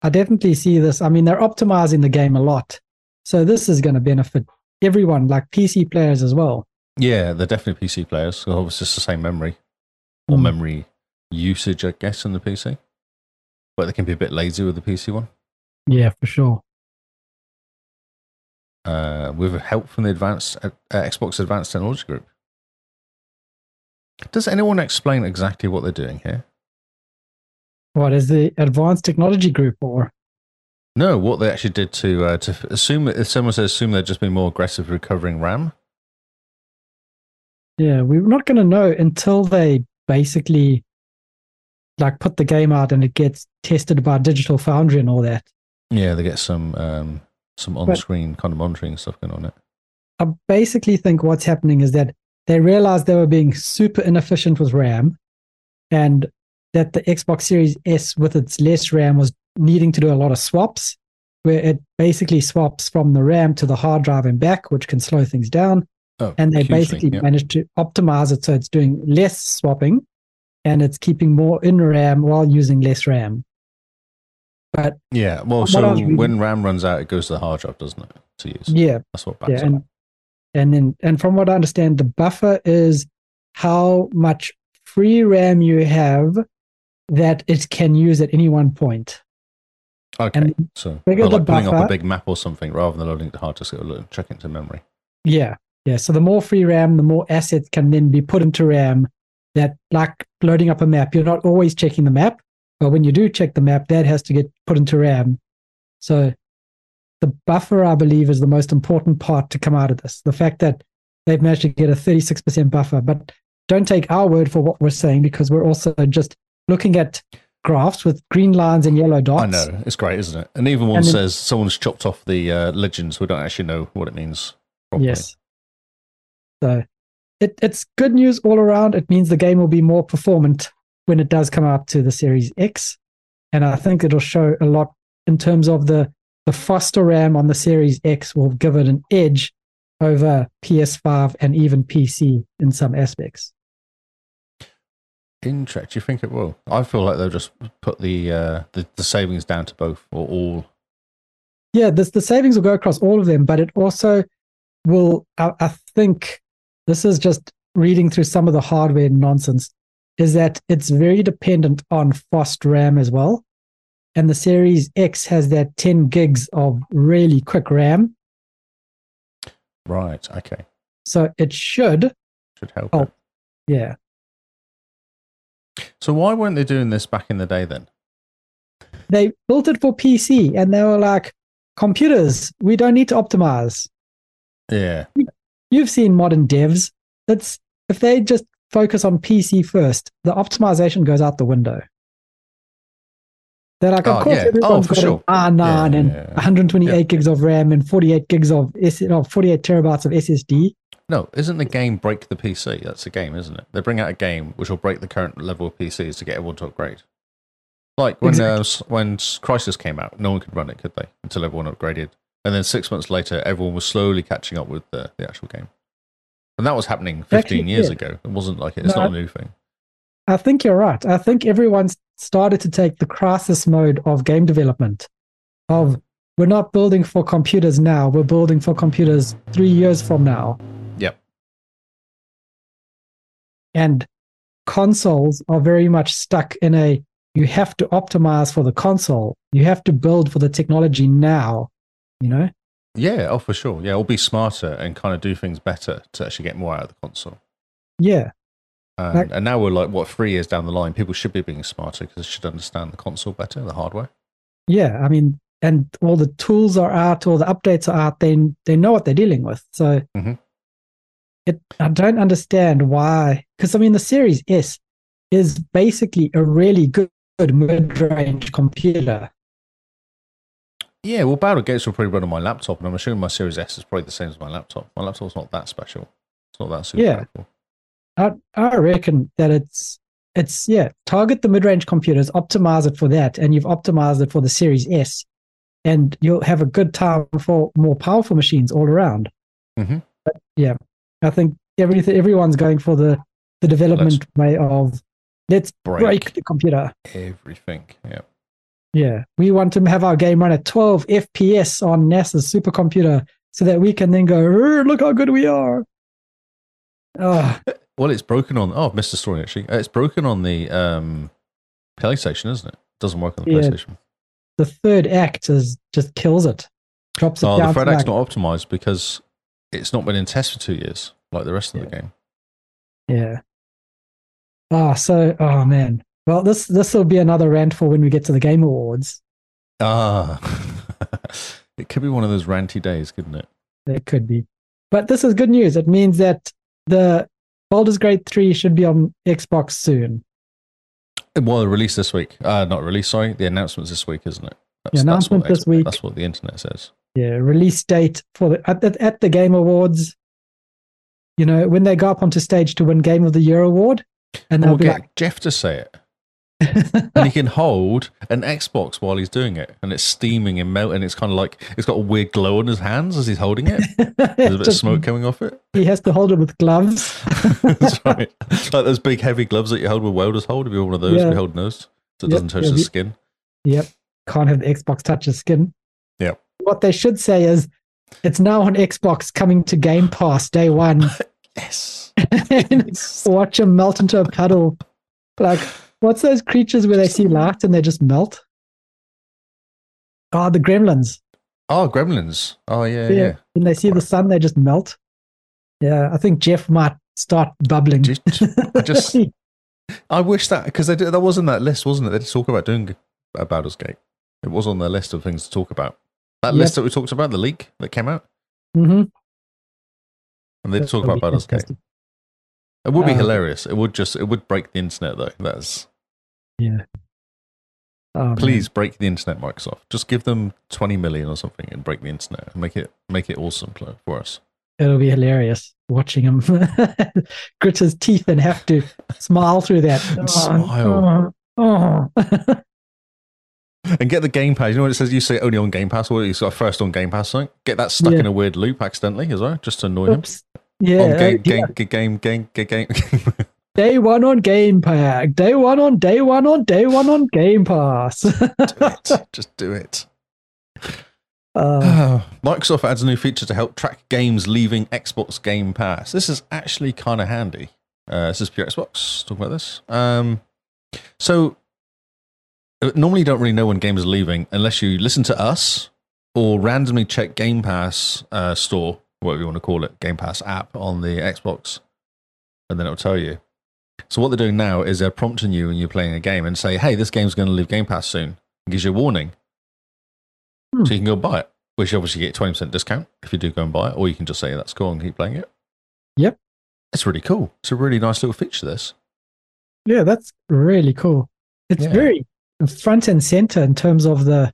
S1: I definitely see this. I mean, they're optimizing the game a lot. So, this is going to benefit everyone, like PC players as well.
S3: Yeah, they're definitely PC players. So obviously, it's the same memory or
S1: Mm.
S3: memory usage, I guess, in the PC. But they can be a bit lazy with the PC one.
S1: Yeah, for sure.
S3: Uh, with help from the advanced uh, Xbox Advanced Technology Group. Does anyone explain exactly what they're doing here?
S1: What is the advanced technology group or?
S3: No, what they actually did to uh, to f- assume if someone says assume they've just been more aggressive recovering RAM.
S1: Yeah, we're not going to know until they basically like put the game out and it gets tested by Digital Foundry and all that.
S3: Yeah, they get some um, some on screen kind of monitoring stuff going on it.
S1: I basically think what's happening is that they realized they were being super inefficient with RAM and that the Xbox Series S with its less RAM was needing to do a lot of swaps where it basically swaps from the RAM to the hard drive and back, which can slow things down.
S3: Oh,
S1: And they
S3: hugely,
S1: basically
S3: yeah.
S1: managed to optimize it so it's doing less swapping and it's keeping more in RAM while using less RAM. But
S3: Yeah, well,
S1: What
S3: so
S1: else we-
S3: when RAM runs out, it goes to the hard drive, doesn't it? To use.
S1: yeah,
S3: That's what backs
S1: yeah,
S3: yeah,
S1: and and then and from what I understand, the buffer is how much free RAM you have that it can use at any one point.
S3: Okay,
S1: and
S3: so
S1: bigger
S3: well,
S1: the
S3: like pulling up
S1: buffer-
S3: a big map or something rather than loading it to hard disk, it'll load- check it to memory.
S1: Yeah, yeah. So the more free RAM, the more assets can then be put into RAM. That like loading up a map, you're not always checking the map, but when you do check the map, that has to get put into RAM. So the buffer, I believe, is the most important part to come out of this. The fact that they've managed to get a 36% buffer, but don't take our word for what we're saying because we're also just looking at graphs with green lines and yellow dots.
S3: I know it's great, isn't it? And even one
S1: And then-
S3: says someone's chopped off the uh, legends. We don't actually know what it means. properly.
S1: Yes. So it, it's good news all around. It means the game will be more performant when it does come out to the Series X. And I think it'll show a lot in terms of the, the faster RAM on the Series X will give it an edge over PS5 and even PC in some aspects.
S3: Interest? You think it will? I feel like they'll just put the uh, the, the savings down to both or all.
S1: Yeah, this, the savings will go across all of them, but it also will, I, I think, this is just reading through some of the hardware nonsense, is that it's very dependent on fast RAM as well. And the Series X has that 10 gigs of really quick RAM.
S3: Right. Okay.
S1: So it should,
S3: Should help.
S1: Oh.
S3: it.
S1: yeah.
S3: So why weren't they doing this back in the day then?
S1: They built it for PC and they were like, computers, we don't need to optimize.
S3: Yeah.
S1: you've seen modern devs. That's if they just focus on PC first, the optimization goes out the window. They're like, of
S3: Oh,
S1: course,
S3: yeah.
S1: everyone's
S3: Oh, for
S1: got
S3: sure.
S1: an R9
S3: Yeah,
S1: and
S3: yeah, yeah.
S1: 128
S3: Yeah.
S1: gigs of RAM and 48 gigs of S- no, 48 terabytes of SSD.
S3: No, isn't the game break the PC? That's the game, isn't it? They bring out a game which will break the current level of PCs to get everyone to upgrade. Like when uh, s when s- Crisis came out, no one could run it, could they? Until everyone upgraded, and then six months later, everyone was slowly catching up with the, the actual game. And that was happening
S1: They
S3: fifteen
S1: actually
S3: years
S1: did.
S3: ago. It wasn't like it's
S1: No,
S3: not a new thing.
S1: I think you're right. I think everyone's started to take the crisis mode of game development. Of we're not building for computers now. We're building for computers three years from now.
S3: Yep.
S1: And consoles are very much stuck in a you have to optimize for the console. You have to build for the technology now. You know.
S3: Yeah, oh for sure. Yeah, or be smarter and kind of do things better to actually get more out of the console.
S1: Yeah.
S3: And,
S1: Like-
S3: and now we're like what three years down the line, people should be being smarter because they should understand the console better, the hardware.
S1: Yeah. I mean, and all the tools are out, all the updates are out. They they know what they're dealing with. So
S3: Mhm.
S1: it I don't understand why. Because I mean, the Series S is basically a really good, good mid-range computer.
S3: Yeah, well, Battle Gates will probably run on my laptop, and I'm assuming my Series S is probably the same as my laptop. My laptop's not that special. It's not that super
S1: Yeah.
S3: powerful.
S1: I I reckon that it's it's yeah target the mid-range computers, optimize it for that, and you've optimized it for the Series S, and you'll have a good time for more powerful machines all around.
S3: Mhm.
S1: But yeah, I think everything everyone's going for the the development way of let's
S3: Break,
S1: break the computer.
S3: everything. Yeah.
S1: Yeah, we want to have our game run at 12 FPS on NASA's supercomputer so that we can then go, "Rrr, look how good we are. Ah,
S3: Well, it's broken on. Oh, I've missed a story actually. Uh, It's broken on the um, PlayStation, isn't it? Doesn't work on the
S1: Yeah,
S3: PlayStation.
S1: the third act is just kills it, drops it
S3: Oh,
S1: down.
S3: the Fred
S1: to like-
S3: Act's not optimized because it's not been in test for two years, like the rest of the game.
S1: yeah. Ah, so oh man. Well, this this will be another rant for when we get to the Game Awards.
S3: Ah, *laughs* it could be one of those ranty days, couldn't it?
S1: It could be, but this is good news. It means that the Baldur's Gate three should be on Xbox soon.
S3: Well, the release this week. Uh, not release, sorry. The announcement's this week, isn't it? That's,
S1: announcement
S3: that's what
S1: this week.
S3: That's what the internet says.
S1: yeah, release date for the at, at, at the Game Awards. You know, when they go up onto stage to win Game of the Year award, and they'll
S3: We'll
S1: be *laughs*
S3: get Jeff to say it. and he can hold an Xbox while he's doing it, and it's steaming and melting. It's kind of like it's got a weird glow on his hands as he's holding it.
S1: like, *laughs*
S3: There's a bit of
S1: just-
S3: smoke coming off it. *laughs*
S1: he has to hold it with gloves. *laughs*
S3: That's right. Like those big heavy gloves that you hold with welders hold. If you're one of those,
S1: Yeah.
S3: we hold those so
S1: Yep,
S3: it doesn't touch
S1: yeah,
S3: the
S1: we-
S3: skin.
S1: Yep, can't have the Xbox touch his skin.
S3: Yep.
S1: What they should say is, it's now on Xbox, coming to Game Pass day
S3: *laughs*
S1: one. *laughs*
S3: Yes.
S1: and watch them melt into a puddle. Like, what's those creatures where they see light and they just melt? Ah, the gremlins.
S3: *laughs* Oh, Gremlins. Oh yeah, yeah.
S1: yeah. When they see the sun, they just melt. Yeah, I think Jeff might start bubbling.
S3: Just,
S1: *laughs*
S3: just I wish that because that was in that list, wasn't it? They did talk about doing a Baldur's Gate. It was on their list of things to talk about. That
S1: Yep.
S3: list that we talked about, the leak that came out,
S1: hmm
S3: and they did talk about Baldur's Gate. It would be
S1: Uh,
S3: hilarious. It would just it would break the internet though. That's
S1: Oh,
S3: please break the internet, Microsoft. Just give them twenty million or something and break the internet and make it make it all simpler for us.
S1: man, it'll be hilarious watching him *laughs* grit his teeth and have to smile through that.
S3: Smile.
S1: Oh, oh.
S3: *laughs* And get the Game Pass. You know what it says? You say only on Game Pass, or you got first on Game Pass. Something. Get that stuck
S1: Yeah.
S3: in a weird loop accidentally as well, just to annoy him.
S1: Oops. Yeah,
S3: on game,
S1: oh, yeah.
S3: game, game, game, game, game, *laughs* game.
S1: Day one on Game Pass. Day one on day one on day one on Game Pass. *laughs*
S3: do it. Just do it.
S1: Uh,
S3: *sighs* Microsoft adds a new feature to help track games leaving Xbox Game Pass. This is actually kind of handy. Uh, this is pure Xbox talking about this. Um, so uh, normally you don't really know when games are leaving unless you listen to us or randomly check Game Pass uh, store, whatever you want to call it, Game Pass app on the Xbox, and then it'll tell you. So what they're doing now is they're prompting you when you're playing a game and say, "Hey, this game's going to leave Game Pass soon." It gives you a warning,
S1: Hmm.
S3: so you can go buy it. Which you obviously get twenty percent discount if you do go and buy it, or you can just say that's cool and keep playing it.
S1: Yep.
S3: it's really cool. It's a really nice little feature. This
S1: Yeah, that's really cool. It's
S3: Yeah.
S1: very front and center in terms of the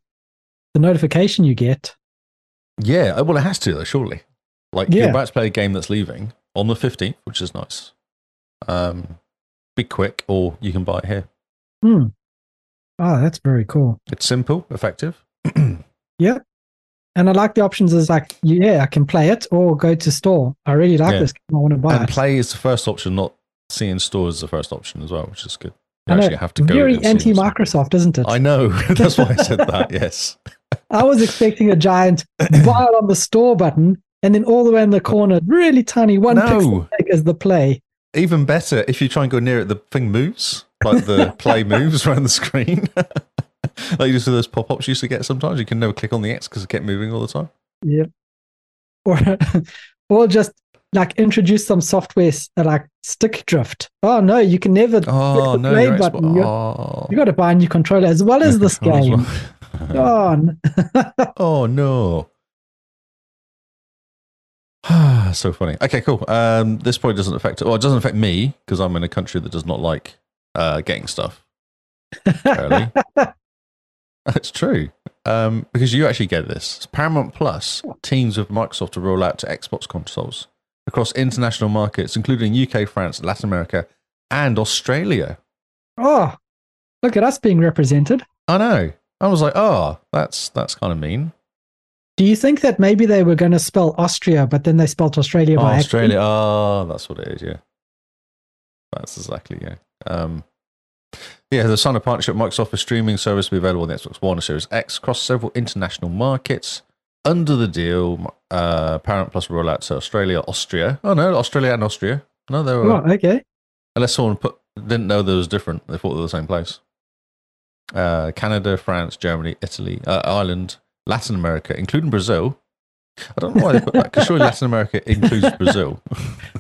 S1: the notification you get.
S3: Yeah, uh, well, it has to though, surely. Like you're
S1: Yeah.
S3: about to play a game that's leaving, on the 15th, which is nice. Um, be quick, or you can buy it here.
S1: Hmm. Ah, that's very cool.
S3: It's simple, effective. *clears throat*
S1: And I like the options is like, yeah, I can play it or go to store. I really like
S3: Yeah.
S1: this. game. I want to buy
S3: And
S1: it.
S3: play is the first option, not see in stores is the first option as well, which is good.
S1: I
S3: You
S1: know,
S3: actually have to go.
S1: Very
S3: and see what's-
S1: anti-Microsoft, isn't it?
S3: I know. *laughs* That's why I said
S1: *laughs*
S3: that. Yes.
S1: I was expecting a
S3: *laughs*
S1: giant vial on the store button, and then all the way in the corner, really tiny one
S3: No.
S1: pixel take is the play. *laughs*
S3: Even better, if you try and go near it, the thing moves, like
S1: *laughs*
S3: the play moves around the screen. *laughs* like you just see those pop ups you used to get sometimes. You can never click on the X because it kept moving all the time.
S1: Yep. Or, or just like introduce some software s- like stick drift. Oh no, you can never.
S3: Oh,
S1: the
S3: no.
S1: play
S3: Your Xbox.
S1: button, you're-
S3: oh,
S1: You got to buy a new controller as well as
S3: Your *laughs*
S1: this
S3: control as
S1: game.
S3: well. *laughs*
S1: Darn.
S3: Oh no. *sighs* so funny. Okay, cool. Um, this probably doesn't affect well, it doesn't affect me because I'm in a country that does not like uh, getting stuff. Apparently. That's true. Um, because you actually get this. It's Paramount Plus teams with Microsoft to roll out to Xbox consoles across international markets, including UK, France, Latin America, and Australia.
S1: *laughs* Oh, look at us being represented.
S3: I know. I was like, oh, that's that's kind of mean.
S1: Do you think that maybe they were going to spell Austria, but then they spelled Australia
S3: Oh,
S1: by
S3: Australia. Oh, that's what it is. Yeah, that's exactly yeah. Um, yeah, the sign of partnership Microsoft for streaming service will be available on the Xbox One and Series X across several international markets. Under the deal, uh, Parent Plus will roll out to Australia, Austria. Oh no, Australia and Austria. No, they were
S1: accident? Oh, okay.
S3: unless someone put didn't know there was different. They thought they were the same place. Uh, Canada, France, Germany, Italy, uh, Ireland, Latin America, including Brazil. I don't know why they put that because surely Latin America includes Brazil.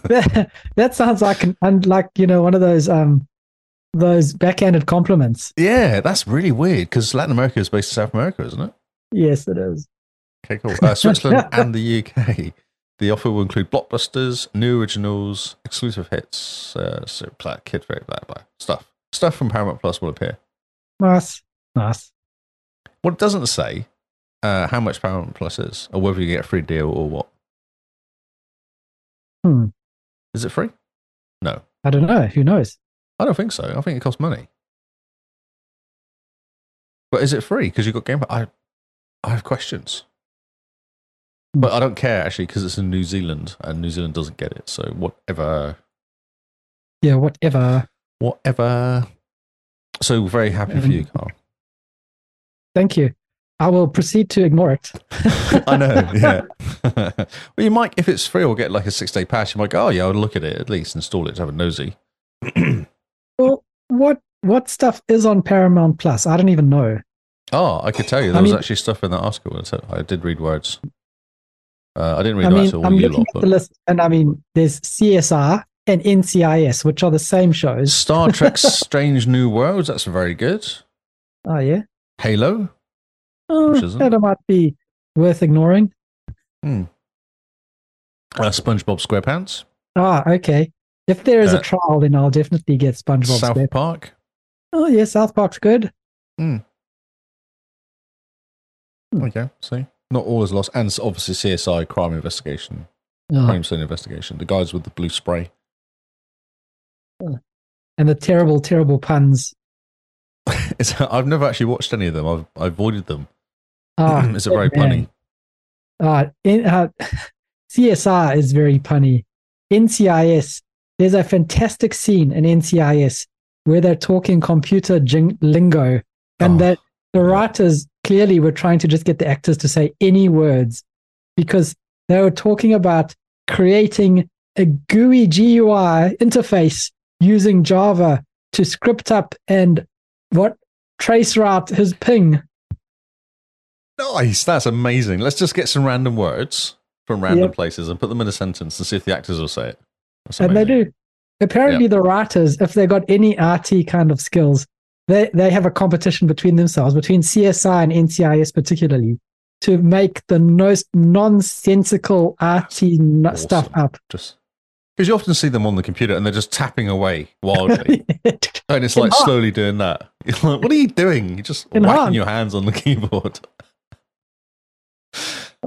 S1: that, *laughs* that sounds like an and like you know one of those um those backhanded compliments.
S3: Yeah, that's really weird because Latin America is based in South America, isn't it?
S1: Yes, it is.
S3: Okay, cool. Uh, Switzerland and the UK. The offer will include blockbusters, new originals, exclusive hits, uh, so blah, kid very blah, blah stuff. Stuff from Paramount Plus will appear.
S1: Nice, nice.
S3: What it doesn't say uh, how much Paramount Plus is, or whether you get a free deal or what.
S1: Hmm.
S3: Is it free? No,
S1: I don't know. Who knows?
S3: I don't think so. I think it costs money. But is it free? Because you've got Game Pass. I, I have questions. But I don't care actually because it's in New Zealand and New Zealand doesn't get it. So whatever,
S1: Yeah, whatever.
S3: whatever. So very happy for you,
S1: *laughs*
S3: Carl.
S1: Thank you. I will proceed to ignore it.
S3: I know. Yeah. *laughs* well, you might, if it's free or get like a six day pass, you might go, oh, yeah, I'll look at it at least, install it to have a nosy.
S1: Well, what what stuff is on Paramount Plus? I don't even know.
S3: Oh, I could tell you. There
S1: I
S3: was
S1: mean-
S3: actually stuff in that article. and so- I did read words. Uh, I didn't read
S1: I
S3: them
S1: mean,
S3: out all
S1: I'm
S3: you
S1: looking
S3: lot.
S1: at the
S3: But
S1: list, and I mean, there's CSR and NCIS, which are the same shows.
S3: Star Trek Strange New Worlds, that's very good.
S1: Oh yeah,
S3: Halo,
S1: oh,
S3: Which isn't.
S1: that might be worth ignoring.
S3: uh, SpongeBob SquarePants,
S1: Ah, okay. If there is
S3: Uh,
S1: a trial, then I'll definitely get SpongeBob.
S3: South
S1: SquarePants.
S3: Park.
S1: Oh yeah, South Park's good.
S3: Okay, Oh, see? Not all is lost. And s- obviously CSI, Crime Investigation,
S1: Oh,
S3: Crime Scene Investigation, the guys with the blue spray. *laughs*
S1: and the terrible, terrible puns.
S3: It's, I've never actually watched any of them. I've, I avoided them.
S1: Ah,
S3: *clears throat* it's a very
S1: man.
S3: punny.
S1: ah, in, uh, *laughs* CSR is very punny. NCIS. There's a fantastic scene in NCIS where they're talking computer jing- lingo, and
S3: Oh.
S1: that the writers clearly were trying to just get the actors to say any words because they were talking about creating a GUI GUI interface using Java to script up and what trace route his ping.
S3: Nice. That's amazing. Let's just get some random words from random
S1: Yep.
S3: places and put them in a sentence and see if the actors will say it. That's
S1: and
S3: amazing.
S1: they do. Apparently, the writers, if they got any RT kind of skills, they, they have a competition between themselves, between CSI and NCIS particularly, to make the most nonsensical RT n- stuff
S3: Awesome.
S1: up.
S3: Just because you often see them on the computer and they're just tapping away
S1: *laughs*
S3: wildly. and it's like
S1: Enhance.
S3: slowly doing that. *laughs* You're like, what are you doing? You're just whacking
S1: Enhance.
S3: your hands on the *laughs* keyboard.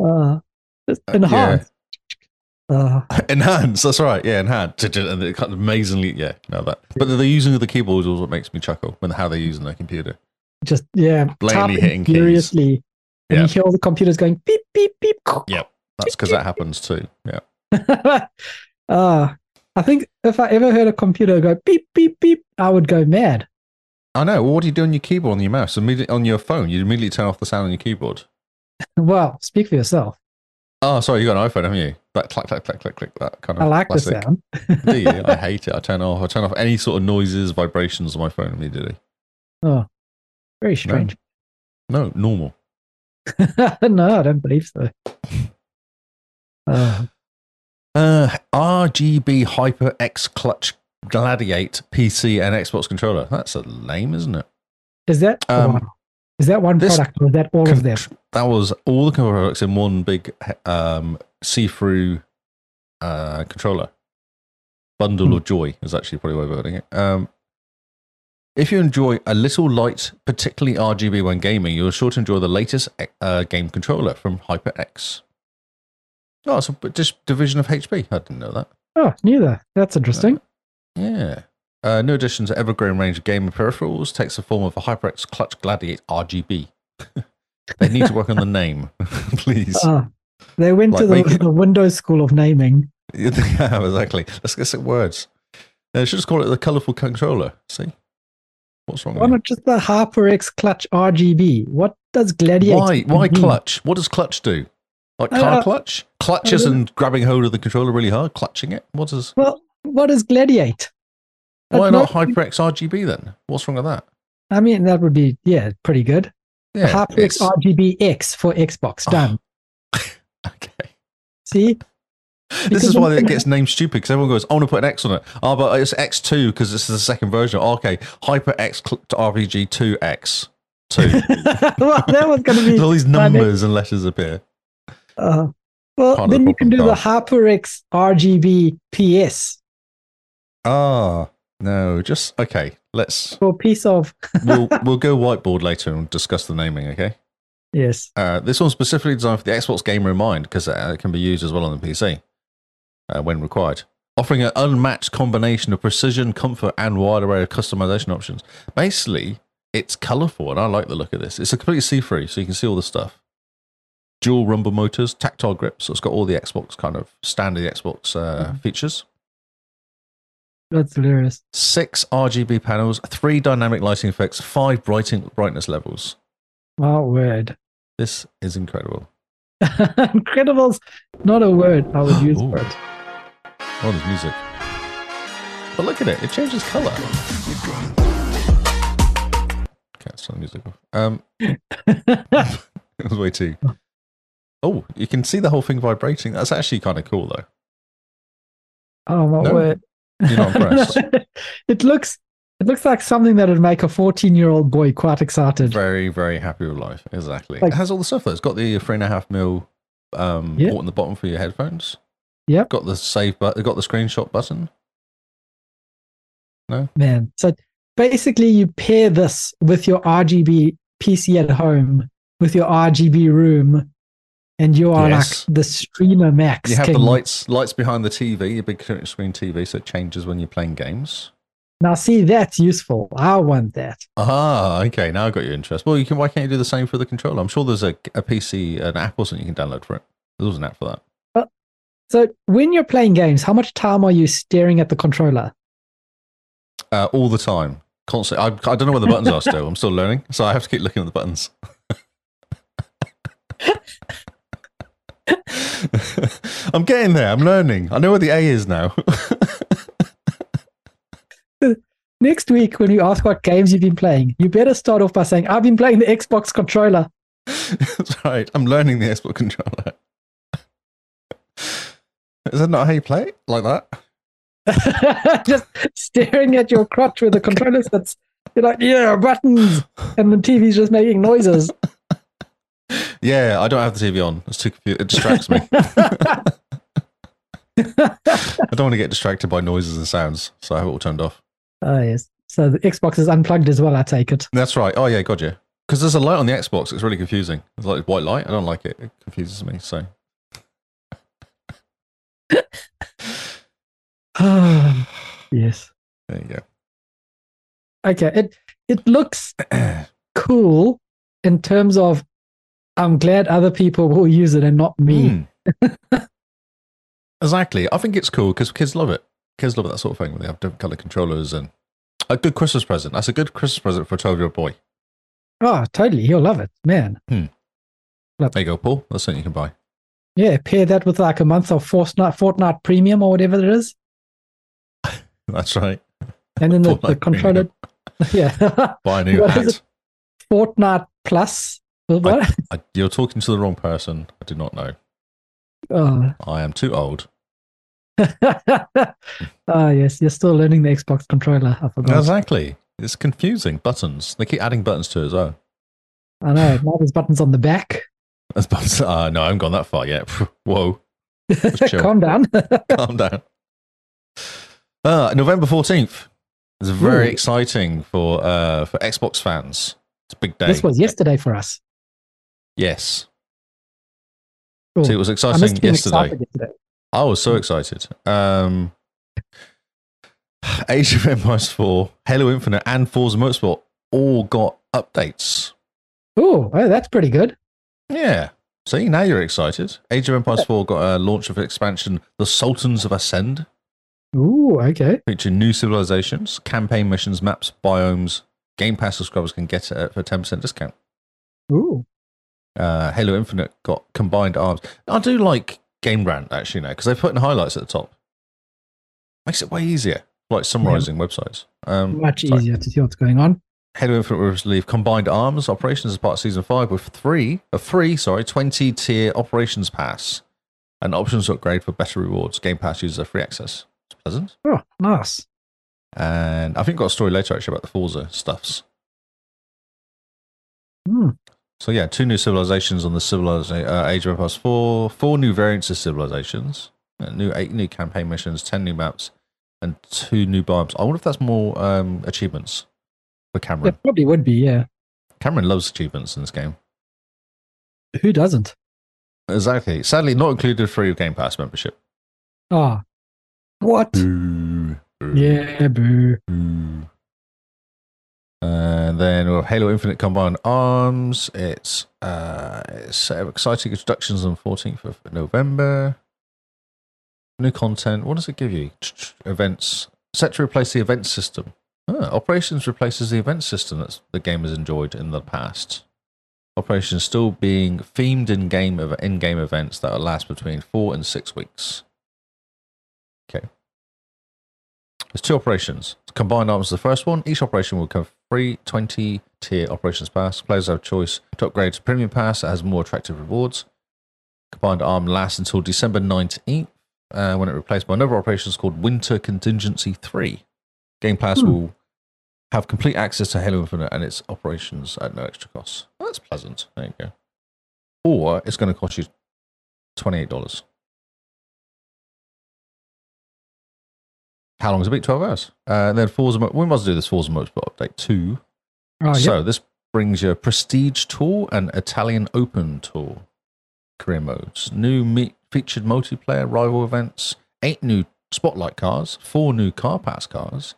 S1: uh, just
S3: Uh, yeah.
S1: enhanced. Uh,
S3: Enhance, that's right. Yeah, enhance. *laughs* And it kind of amazingly, yeah, no, that. But the, the using of the keyboard is what makes me chuckle when how they're using their computer.
S1: just yeah,
S3: Blatantly
S1: tapping
S3: hitting keys.
S1: furiously, and
S3: Yeah.
S1: you hear all the computers going beep beep beep.
S3: Yeah. That's
S1: *laughs*
S3: because that happens too. Yeah.
S1: uh, I think if I ever heard a computer go beep beep beep, I would go mad.
S3: I know. Well, what do you do on your keyboard, on your mouse, immediately on your phone? You immediately turn off the sound on your keyboard.
S1: Well, speak for yourself.
S3: Oh, sorry, you got an iPhone, haven't you? That clack, clack, clack, clack, click. That kind of.
S1: I like the
S3: Oh, classic.
S1: sound.
S3: Do you? I hate it. I turn off. I turn off any sort of noises, vibrations on my phone immediately.
S1: Oh, very strange. *laughs*
S3: No, normal.
S1: no, I don't believe
S3: *laughs*
S1: so. Uh,
S3: Uh, RGB Hyper X Clutch Gladiate PC and Xbox controller. That's a lame, isn't it?
S1: is that
S3: Um,
S1: wow. is that one
S3: this
S1: product or is that all of them?
S3: Contr- That was all the control products in one big um, see-through uh, controller
S1: Hmm.
S3: bundle of joy is actually probably way of wording it. Um, if you enjoy a little light, particularly RGB when gaming, you're sure to enjoy the latest uh, game controller from HyperX. Oh, it's a b- dis- division of HP. I didn't know that.
S1: Oh, neither. That's interesting.
S3: Yeah. Uh, new addition to ever-growing range of gaming peripherals takes the form of a HyperX Clutch Gladiate RGB. *laughs* they need to work on the name, *laughs* please.
S1: Uh, they went to
S3: Like,
S1: the,
S3: make
S1: *laughs*
S3: it-
S1: the Windows School of Naming.
S3: *laughs* Yeah, exactly. Let's get some words. They should just call it the colourful controller. See? What's wrong
S1: Why
S3: with
S1: not just the Harper X Clutch RGB? What does
S3: you?
S1: Gladiator?
S3: Why, why
S1: mean?
S3: clutch? What does clutch do? Like
S1: Mm-hmm. Uh, I
S3: car
S1: don't-
S3: clutch? Clutches
S1: don't know.
S3: and grabbing hold of the controller really hard, clutching it? What does.
S1: Well, what is Gladiate? But
S3: Why
S1: no-
S3: not HyperX RGB then? What's wrong with that?
S1: I mean, that would be yeah, pretty good.
S3: Yeah.
S1: Harper X
S3: it's-
S1: RGB X for Xbox.
S3: Oh.
S1: Done.
S3: *laughs* okay.
S1: See, *laughs*
S3: This
S1: Because
S3: is
S1: I'm
S3: why it
S1: gonna- *laughs*
S3: gets named stupid because everyone goes, I want to put an X on it. Oh, but it's X2 because this is the second version. Okay, Hyper X cl- RPG 2X. 2.
S1: well, *laughs* that was going to
S3: *laughs* There's
S1: be
S3: all these
S1: my next-
S3: numbers and letters appear.
S1: Uh, well,
S3: Part of
S1: then
S3: the
S1: you can do
S3: problem
S1: the
S3: solved.
S1: Harper X RGB PS
S3: Ah, no, just okay. Let's
S1: for piece of
S3: we'll we'll go whiteboard later and discuss the naming. Okay.
S1: yes.
S3: Uh, this one's specifically designed for the Xbox gamer in mind because uh, it can be used as well on the PC uh, when required, offering an unmatched combination of precision, comfort, and wide array of customization options. Basically, it's colorful, and I like the look of this. It's a completely see-through, so you can see all the stuff. Dual rumble motors, tactile grips. So it's got all the Xbox kind of standard Xbox uh, features.
S1: That's hilarious.
S3: six RGB panels, three dynamic lighting effects, five brighting, brightness levels.
S1: My word, *laughs*
S3: This is incredible.
S1: Incredibles. Not a word I would use
S3: Ooh.
S1: for it.
S3: Oh, there's music. But look at it, it changes color. Okay, let's turn the music off. Um, *laughs* it was way too. Oh, you can see the whole thing vibrating. That's actually kind of cool, though.
S1: Oh my
S3: No,
S1: word! *laughs*
S3: You're not impressed.
S1: it looks it looks like something that would make a fourteen year old boy quite excited.
S3: very, very happy with life. Exactly.
S1: Like-
S3: it has all the stuff, though. It's got the three and a half mil um,
S1: Yeah.
S3: port on the bottom for your headphones.
S1: Yep.
S3: Got the save button. Got the screenshot button.
S1: Man, so basically, you pair this with your RGB PC at home, with your RGB room, and you are
S3: Yes.
S1: like the streamer max.
S3: You have the
S1: king.
S3: lights lights behind the TV, your big curved screen TV, so it changes when you're playing games.
S1: Now, see, that's useful. I want that.
S3: Ah, okay. Now I got your interest. Well, you can. Why can't you do the same for the controller? I'm sure there's a, a PC, an app or something you can download for it. There's an app for that.
S1: So, when you're playing games, how much time are you staring at the controller?
S3: Uh, all the time, constantly. I, I don't know where the buttons are still. I'm still learning, so I have to keep looking at the buttons. *laughs* I'm getting there. I'm learning. I know where the A is now. *laughs*
S1: Next week, when we ask what games you've been playing, you better start off by saying, I've been playing the Xbox controller. *laughs*
S3: That's right. I'm learning the Xbox controller. Is that not how you play it? Like that?
S1: Just staring at your crotch where the controller sits. You're like, yeah, buttons. And the TV's just making noises.
S3: Yeah, I don't have the TV on. It's too confusing. It
S1: *laughs*
S3: distracts me. I don't want to get distracted by noises and sounds, so I have it all turned off.
S1: Oh, yes. So the Xbox is unplugged as well, I take it. *sighs*
S3: That's right. Oh yeah, gotcha. Because there's a light on the Xbox. It's really confusing. It's like white light. I don't like it. It confuses me. So
S1: yes.
S3: There you
S1: Okay. It it looks
S3: go.
S1: cool in terms of I'm glad other people will use it and not *clears throat* me.
S3: Hmm. exactly. I think it's cool because kids love it. Kids love that sort of thing when they have different color controllers and a good Christmas present. That's a good Christmas present for a 12 year old boy.
S1: Oh, totally. He'll love it, man.
S3: There you go, Paul. That's something you can buy.
S1: Yeah, pair that with like a month of Fortnite, Fortnite Premium or whatever it is,
S3: That's right.
S1: and then the,
S3: *laughs*
S1: the
S3: Fortnite
S1: controller. *laughs* Yeah,
S3: Buy a new
S1: What
S3: hat.
S1: is Fortnite Plus. What?
S3: I- you're talking to the wrong person. I do not know.
S1: *laughs* oh. *laughs*
S3: I am too old.
S1: Ah, yes, you're still learning the Xbox controller. I forgot.
S3: Exactly. It's confusing. Buttons. They keep adding buttons to it as well.
S1: I know. Now there's buttons on the back.
S3: As buttons, *laughs* uh, no, I haven't gone that far yet. *laughs* Whoa.
S1: *laughs*
S3: Just chill.
S1: Calm down.
S3: Calm down. Uh, November 14th is very
S1: Ooh.
S3: exciting for uh, for Xbox fans. It's a big day.
S1: this was yesterday for us.
S3: Yes.
S1: Cool.
S3: So it was
S1: I must
S3: exciting
S1: have been
S3: yesterday.
S1: excited yesterday.
S3: I was so excited. Um, *sighs* Age of Empires 4, Halo Infinite, and Forza Motorsport all got updates.
S1: Ooh, oh, that's pretty good.
S3: Yeah. See, now you're excited. Age of Empires 4 got a launch of expansion, The Sultans of Ascend,
S1: Ooh, okay.
S3: featuring new civilizations, campaign missions, maps, biomes. Game Pass subscribers can get it for a 10% discount.
S1: Ooh,
S3: Uh, Halo Infinite got combined arms. I do like Game Rant, actually, now, because they put in highlights at the top. Makes it way easier, like summarizing websites. Um,
S1: much
S3: sorry.
S1: easier to see what's going on.
S3: Halo Infinite will relieve combined arms operations as part of season five with three, a three, sorry, twenty tier operations pass, and options to upgrade for better rewards. Game Pass uses a free access. It's pleasant,
S1: Oh, nice.
S3: and I think I've got a story later actually about the Forza stuffs.
S1: Hmm.
S3: So yeah, two new civilizations on the civilization uh, Age of Empires four, four new variants of civilizations, uh, new eight new campaign missions, ten new maps, and two new biomes. I wonder if that's more um, achievements for Cameron.
S1: It probably would be, yeah.
S3: Cameron loves achievements in this game.
S1: Who doesn't?
S3: Exactly. Sadly, not included for your Game Pass membership.
S1: Ah, what? Yeah, boo.
S3: Boo. Mm. And then we have Halo Infinite Combined Arms. It's uh, it's set of exciting introductions on 14th of November. New content. What does it give you? Events set to replace the event system. Ah, operations replaces the event system that the game has enjoyed in the past. Operations still being themed in game of in game events that will last between four and six weeks. There's two operations. Combined arms is the first one. Each operation will come free 20 tier operations pass. Players have choice to upgrade to premium pass that has more attractive rewards. Combined arm lasts until December 19th uh, when it replaced by another operations called Winter Contingency 3. Game Pass will have complete access to Halo Infinite and its operations at no extra cost. Well, that's pleasant. There you go. Or it's going to cost you $28. How long is a bit? 12 hours. Uh, and then Forza, Mo- we must do this Forza Motorsport update 2.
S1: Oh, yeah.
S3: So this brings you Prestige Tour and Italian Open Tour career modes, new me- featured multiplayer rival events, eight new spotlight cars, four new car pass cars,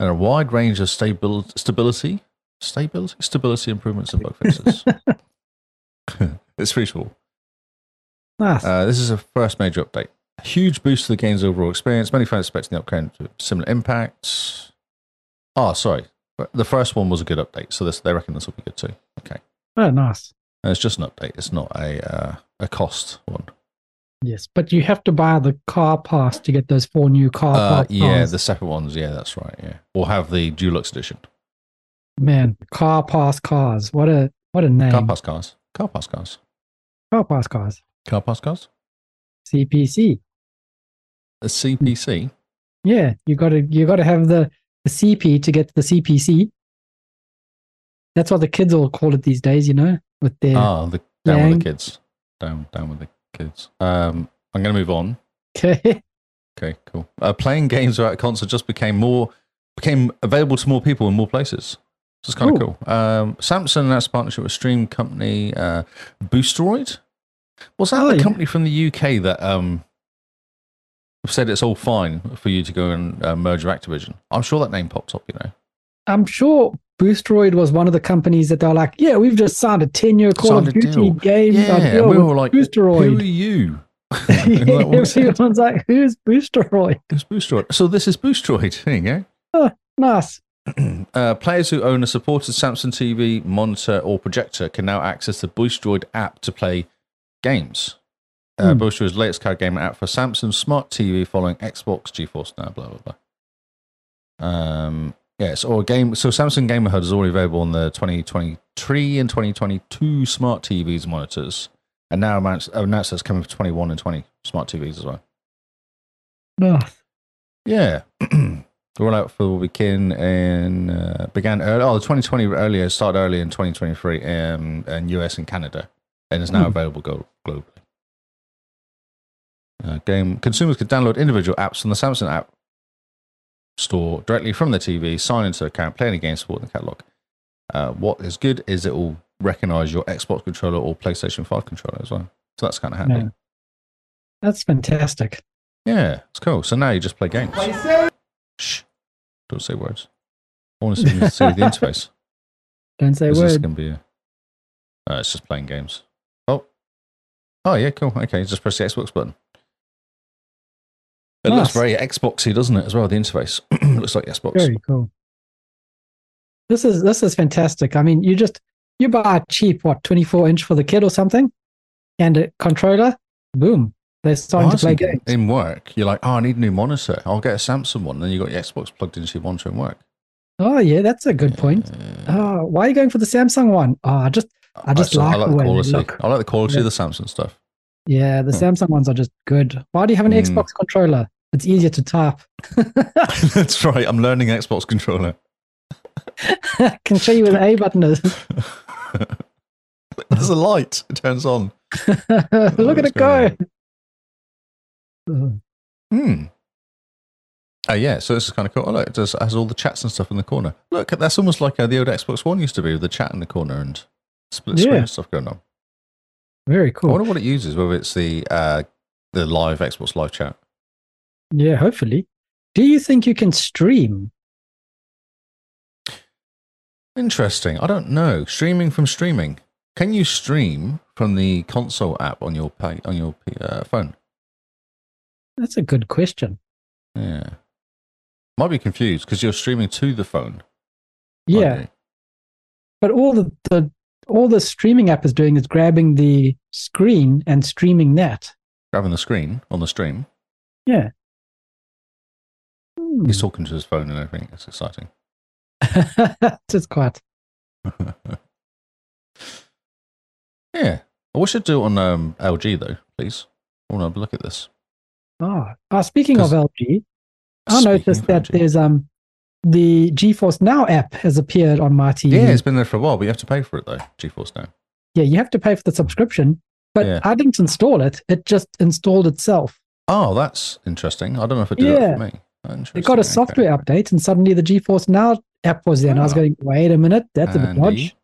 S3: and a wide range of stabil- stability, stability, stability improvements and bug fixes. *laughs* it's pretty cool.
S1: nice.
S3: Uh, this is a first major update. A huge boost to the game's overall experience. Many fans expecting the upgrade to similar impacts. Ah, sorry. The first one was a good update, so this, they reckon this will be good too. Okay.
S1: oh, nice.
S3: And it's just an update. It's not a uh, a cost one.
S1: Yes, but you have to buy the car pass to get those four new car
S3: Uh,
S1: pass.
S3: yeah,
S1: cars.
S3: the separate ones. Yeah, that's right. Yeah, we'll have the Dulux edition.
S1: man, car pass cars. What a what a name.
S3: Car pass cars. Car pass cars.
S1: Car pass cars.
S3: Car pass cars.
S1: CPC.
S3: A CPC.
S1: Yeah, you got to you got to have the the CP to get the CPC. That's what the kids all call it these days, you know, with their *laughs*
S3: Ah, the down with
S1: Yang.
S3: the kids. Down, down with the kids. Um, I'm going to move on.
S1: okay.
S3: Okay, cool. Uh, playing games without a console just became more became available to more people in more places. This is kind of
S1: Cool.
S3: cool. Um, Samsung announced a partnership with stream company uh, Boosteroid. Was that
S1: Oh,
S3: the
S1: yeah.
S3: company from the UK that um, said it's all fine for you to go and uh, merge with Activision. I'm sure that name pops up, you know.
S1: I'm sure Boostroid was one of the companies that they're like, yeah, we've just signed a 10 year Call
S3: Signed
S1: of
S3: a
S1: Duty
S3: deal.
S1: game. uh,
S3: Yeah,
S1: deal
S3: and we
S1: with
S3: were like, who
S1: *laughs*
S3: are
S1: Boostroid.
S3: you? *laughs* And
S1: *laughs*
S3: like, what's it?
S1: Everyone's like, who's Boostroid?
S3: It's Boostroid. So this is Boostroid. *laughs* There you go.
S1: Nice.
S3: Uh, players who own a supported Samsung TV, monitor, or projector can now access the Boostroid app to play games. Uh,
S1: Hmm.
S3: Boostroid's latest card game app for Samsung Smart TV following Xbox, GeForce Now, blah, blah, blah. Um, yes, or game. So Samsung Gamer HUD is already available on the 2023 and 2022 smart TVs and monitors. And now announced, announced that's coming for 21 and 20 smart TVs as well.
S1: Nice.
S3: Yeah. *clears throat* the rollout for will begin in uh, began early, oh, the 2020 earlier started early in 2023 um, in US and Canada, and is now
S1: Hmm.
S3: available go- globally. Uh, game consumers could download individual apps from the Samsung app store directly from their TV, sign into their account, play any game, support the catalog. Uh, what is good is it will recognize your Xbox controller or PlayStation 5 controller as well. So that's kind of handy.
S1: Yeah. That's fantastic.
S3: Yeah, it's cool. So now you just play games. Shh. Don't say words. I want to see,
S1: *laughs*
S3: see the interface.
S1: Don't say a
S3: Is this
S1: word.
S3: going to be a... Uh, it's just playing games. Oh. Oh, yeah, cool. Okay, just press the Xbox button. It
S1: Nice.
S3: looks very Xboxy, doesn't it, as well, the interface? *clears throat* it looks like Xbox.
S1: Very cool. This is this is fantastic. I mean, you just you buy a cheap what 24 inch for the kid or something, and a controller. Boom, they're starting to play
S3: Honestly,
S1: games.
S3: In work, you're like, oh, I need a new monitor. I'll get a Samsung one. Then you got your Xbox plugged into your monitor in work.
S1: Oh yeah, that's a good point.
S3: Uh,
S1: Oh, why are you going for the Samsung one? Oh, I just I just
S3: so-
S1: like the way they
S3: quality.
S1: look.
S3: I like the quality
S1: Yeah.
S3: of the Samsung stuff. *laughs*
S1: yeah, the
S3: Hmm.
S1: Samsung ones are just good. Why do you have an
S3: Hmm.
S1: Xbox controller? It's easier to type.
S3: That's right. I'm learning Xbox controller.
S1: *laughs* Can show you where the A button *laughs*
S3: Oh,
S1: is.
S3: *laughs* There's a light. It turns on.
S1: Look at
S3: it's
S1: it go. Oh,
S3: Hmm. Oh yeah. So this is kind of cool. Oh, look, it does, has all the chats and stuff in the corner. Look, that's almost like uh, the old Xbox One used to be with the chat in the corner and split screen
S1: Yeah.
S3: and stuff going on.
S1: Very
S3: I
S1: cool.
S3: wonder what it uses. Whether it's the uh, the live Xbox live chat.
S1: Yeah, hopefully. Do you think you can stream?
S3: Interesting. I don't know. Streaming from streaming. Can you stream from the console app on your pa- on your uh, phone?
S1: That's a good question.
S3: Yeah. Might be confused because you're streaming to the phone. aren't
S1: Yeah,
S3: you?
S1: but all the, the all the streaming app is doing is grabbing the screen and streaming that.
S3: Grabbing the screen on the stream.
S1: Yeah. Hmm. *laughs*
S3: He's talking to his phone and everything. It's exciting. *laughs*
S1: Just quite.
S3: Yeah. I wish I'd do it on um, LG though, please. I want to have a look at this.
S1: Ah, ah, speaking of LG, I
S3: Speaking
S1: noticed
S3: of
S1: that
S3: LG.
S1: there's um the GeForce Now app has appeared on my TV.
S3: Yeah, it's been there for a while, but you have to pay for it though, GeForce Now.
S1: Yeah, you have to pay for the subscription, but
S3: Yeah.
S1: I didn't install it. It just installed itself.
S3: Oh, that's interesting. I don't know if it did
S1: Yeah.
S3: that for me. Interesting.
S1: It got a
S3: okay.
S1: software update, and suddenly the GeForce Now app was there. And I was
S3: Ah.
S1: going, wait a minute, that's a bit
S3: Andy.
S1: dodge.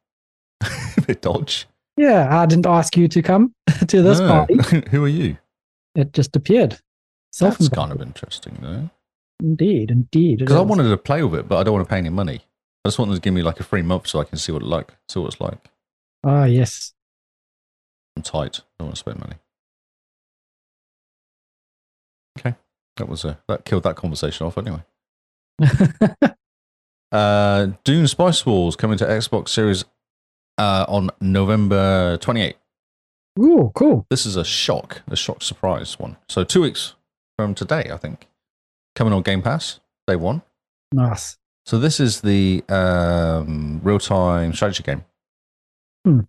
S3: *laughs* a bit dodge.
S1: Yeah, I didn't ask you to come *laughs* to this
S3: No.
S1: party.
S3: *laughs* Who are you?
S1: It just appeared. Self
S3: That's kind of interesting though.
S1: indeed, indeed. it
S3: Because I
S1: is.
S3: wanted to play with it, but I don't want to pay any money. I just want them to give me like a free month so I can see what it like, see what it's like.
S1: Ah, yes.
S3: I'm tight. I don't want to spend money. Okay, that was a that killed that conversation off anyway. uh, Dune Spice Wars coming to Xbox Series uh, on November 28th.
S1: Ooh, cool.
S3: This is a shock, a shock surprise one. So two weeks from today, I think, coming on Game Pass day one.
S1: Nice.
S3: So this is the um, real-time strategy game
S1: Hmm.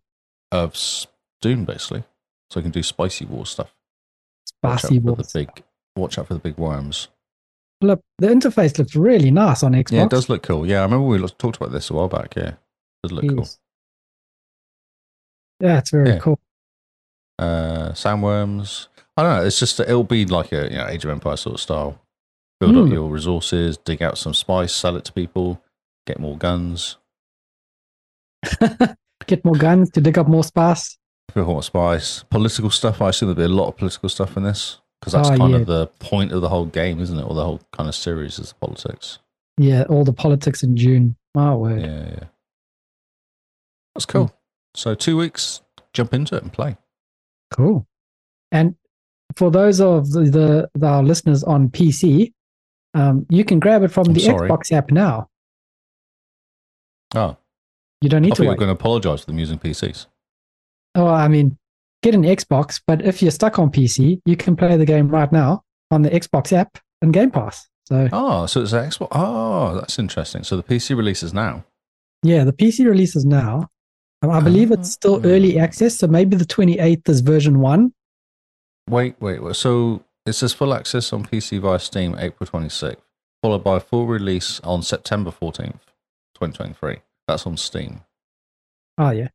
S3: of S- Dune, basically. So you can do spicy war stuff. Watch out
S1: Spicy
S3: for the
S1: walks.
S3: big. Watch out for the big worms.
S1: Look, the interface looks really nice on Xbox.
S3: Yeah, it does look cool. Yeah, I remember we lo- talked about this a while back. Yeah, it does look cool.
S1: Yes. Yeah, it's very
S3: Yeah.
S1: cool.
S3: Uh, sandworms. I don't know. It's just it'll be like a you know Age of Empire sort of style. Build
S1: Hmm.
S3: up your resources, dig out some spice, sell it to people, get more guns,
S1: Get more guns to dig up more spice.
S3: build more spice. Political stuff. I assume there'll be a lot of political stuff in this. because that's
S1: Oh,
S3: kind
S1: yeah.
S3: of the point of the whole game, isn't it? Or the whole kind of series is the politics.
S1: Yeah, all the politics in June. My word.
S3: Yeah, yeah. That's cool.
S1: Hmm.
S3: So two weeks, jump into it and play.
S1: Cool. And for those of the, the, the- our listeners on PC, um, you can grab it from
S3: I'm
S1: the
S3: sorry.
S1: Xbox app now.
S3: Oh,
S1: You don't need
S3: I
S1: to
S3: thought you were
S1: wait.
S3: going to apologise for them using PCs.
S1: Oh, I mean, get an Xbox, but if you're stuck on PC, you can play the game right now on the Xbox app and Game Pass. So
S3: Oh, so it's an Xbox. Oh, that's interesting. So the PC release is now.
S1: yeah, the PC releases now. Um, I believe it's still
S3: Ah.
S1: early access, so maybe the 28th is version one.
S3: Wait, wait, wait. So it says full access on PC via Steam April 26th, followed by full release on September 14th, 2023. That's on Steam.
S1: Oh yeah.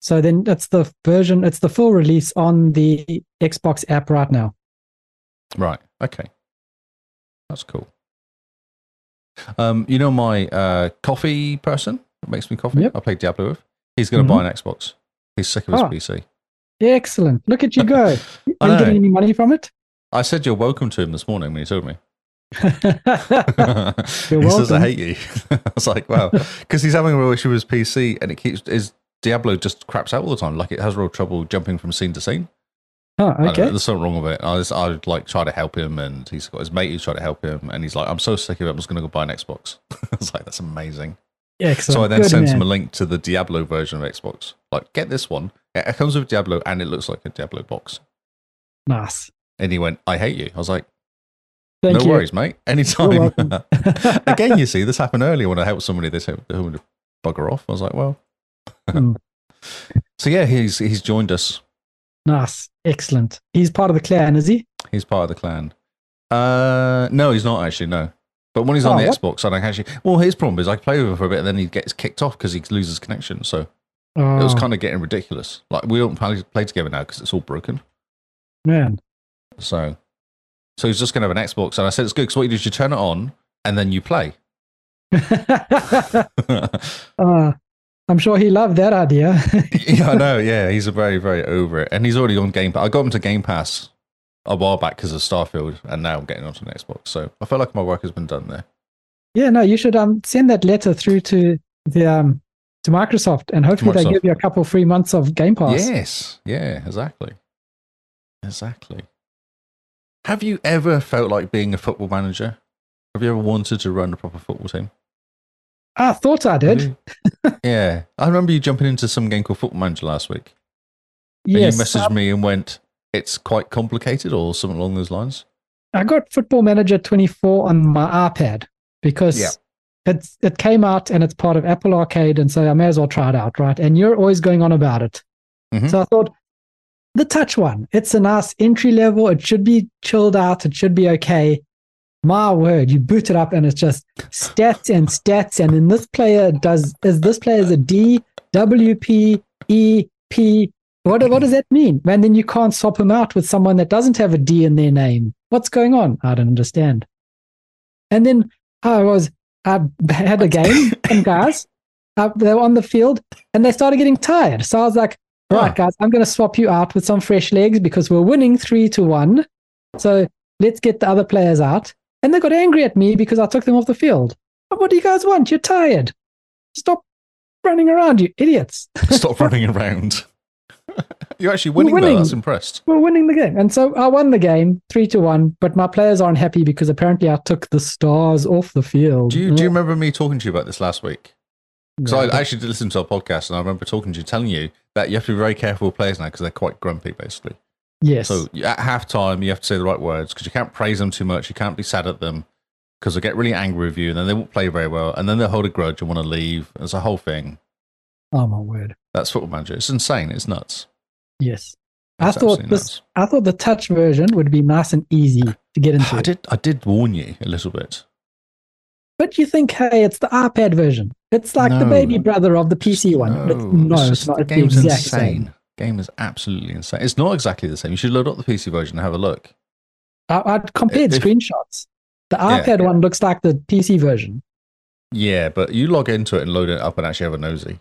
S1: So then it's the version, it's the full release on the Xbox app right now.
S3: Right. Okay. That's cool. Um, you know my uh, coffee person that makes me coffee.
S1: Yep. Mm-hmm.
S3: I play Diablo with. He's going to buy an Xbox. He's sick of his
S1: Ah.
S3: PC.
S1: Excellent. Look at you
S3: *laughs*
S1: go. Are
S3: I
S1: you
S3: know.
S1: getting any money from
S3: *laughs*
S1: it? *laughs*
S3: I said you're welcome to him this morning when he told me. *laughs*
S1: Oh,
S3: he says
S1: welcome.
S3: I hate you. *laughs* I was
S1: *laughs*
S3: like, wow, because he's having a real issue with his PC, and it keeps his Diablo just craps out all the time. Like it has real trouble jumping from scene to scene.
S1: oh,
S3: I don't know,
S1: okay.
S3: there's something wrong with it. I was, I would like try to help him, and he's got his mate who's trying to help him, and he's like, I'm so sick of it. I'm just going to go buy an Xbox. *laughs* I was like, that's amazing.
S1: Excellent.
S3: So I then
S1: Good
S3: sent him a
S1: man.
S3: link to the Diablo version of Xbox. Like, get this one. It it comes with Diablo, and it looks like a Diablo box.
S1: Nice.
S3: And he went, I hate you. I was like.
S1: Thank
S3: no
S1: you. *laughs*
S3: worries, mate. Anytime.
S1: You're
S3: *laughs*
S1: welcome.
S3: Again, you see, this happened earlier when I helped somebody. They said, "Who would bugger off?" I was like, "Well."
S1: Hmm.
S3: *laughs* So yeah, he's he's joined us.
S1: Nice. Excellent. He's part of the clan, is he?
S3: He's part of the clan. Uh, no, he's not actually. No, but when he's on
S1: Oh,
S3: the
S1: what?
S3: Xbox, I don't actually. Well, his problem is I play with him for a bit, and then he gets kicked off because he loses connection. So
S1: Oh,
S3: it was kind of getting ridiculous. Like we don't play, play together now because it's all broken.
S1: man. *laughs*
S3: So, so he's just gonna have an Xbox, and I said it's good because what you do is you turn it on and then you play. *laughs*
S1: Uh, I'm sure he loved that idea. *laughs*
S3: *laughs* yeah, I know. Yeah, he's very, very over it, and he's already on Game Pass. I got him to Game Pass a while back because of Starfield, and now I'm getting onto an Xbox. So I feel like my work has been done there.
S1: yeah, no, you should um send that letter through to the um to Microsoft and hopefully they
S3: Microsoft.
S1: give you a couple free months of Game Pass.
S3: Yes, yeah, exactly, exactly. Have you ever felt like being a football manager? Have you ever wanted to run a proper football team?
S1: I Ah, thought I
S3: Have
S1: did. *laughs*
S3: you? yeah, I remember you jumping into some game called Football Manager last week,
S1: Yes.
S3: and you messaged
S1: um,
S3: me and went, "It's quite complicated," or something along those lines.
S1: I got Football Manager 24 on my iPad because
S3: Yeah.
S1: it's it came out and it's part of Apple Arcade, and so I may as well try it out, right? And you're always going on about it,
S3: Mhm.
S1: so I thought the touch one. It's a nice entry level. It should be chilled out. It should be okay. My word, you boot it up and it's just stats and stats. And then this player does is this player is a D W P E P. What what does that mean? And then you can't swap him out with someone that doesn't have a D in their name. What's going on? I don't understand. And then I was I had a game and guys uh, they were on the field and they started getting tired. So I was like, all right,
S3: Ah.
S1: guys, I'm going to swap you out with some fresh legs because we're winning three to one. So let's get the other players out. And they got angry at me because I took them off the field. But what do you guys want? You're tired. Stop running around, you idiots.
S3: Stop running around. *laughs* You're actually winning,
S1: winning.
S3: though. That's impressed.
S1: We're winning the game. And so I won the game three to one, but my players aren't happy because apparently I took the stars off the field.
S3: Do you do you remember me talking to you about this last week? Because
S1: No, I
S3: I
S1: don't.
S3: actually did listen to our podcast, and I remember talking to you, telling you that you have to be very careful with players now because they're quite grumpy, basically.
S1: Yes.
S3: So you- at halftime, you have to say the right words because you can't praise them too much. You can't be sad at them because they get really angry with you, and then they won't play very well, and then they'll hold a grudge and want to leave. It's a whole thing.
S1: oh my word.
S3: That's football manager. It's insane. It's nuts.
S1: Yes.
S3: It's
S1: I thought
S3: absolutely
S1: this
S3: nuts.
S1: I thought the touch version would be nice and easy to get into.
S3: *sighs* I did. I did warn you a little bit.
S1: But you think, hey, it's the iPad version. It's like the
S3: No.
S1: baby brother of the PC one.
S3: No,
S1: it's, no,
S3: it's
S1: it's,
S3: just-
S1: not.
S3: the
S1: It's the
S3: game's
S1: exact
S3: insane.
S1: same.
S3: Game is absolutely insane. It's not exactly the same. You should load up the PC version and have a look.
S1: I, I compared
S3: If-
S1: screenshots. The
S3: Yeah.
S1: iPad one looks like the PC version.
S3: Yeah, but you log into it and load it up and actually have a nosy.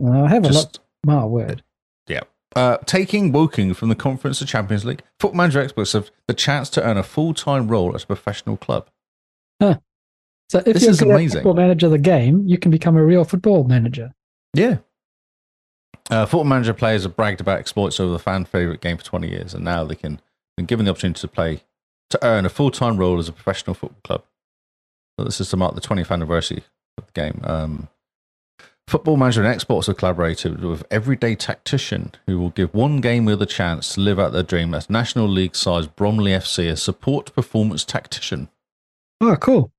S1: Uh, have a look.
S3: Just
S1: My word.
S3: Yeah. Uh, taking Woking from the Conference to Champions League, football manager experts have the chance to earn a full time role at a professional club.
S1: So if
S3: This
S1: you're
S3: is
S1: good at
S3: amazing.
S1: football manager the game, you can become a real football manager.
S3: Yeah. Uh, football manager players have bragged about exploits over the fan favourite game for 20 years, and now they can been given the opportunity to play to earn a full time role as a professional football club. So this is to mark the 20th anniversary of the game. Um, football manager and exports have collaborated with everyday tactician who will give one game with a chance to live out their dream as National League size Bromley FC, a support performance tactician.
S1: Oh, cool.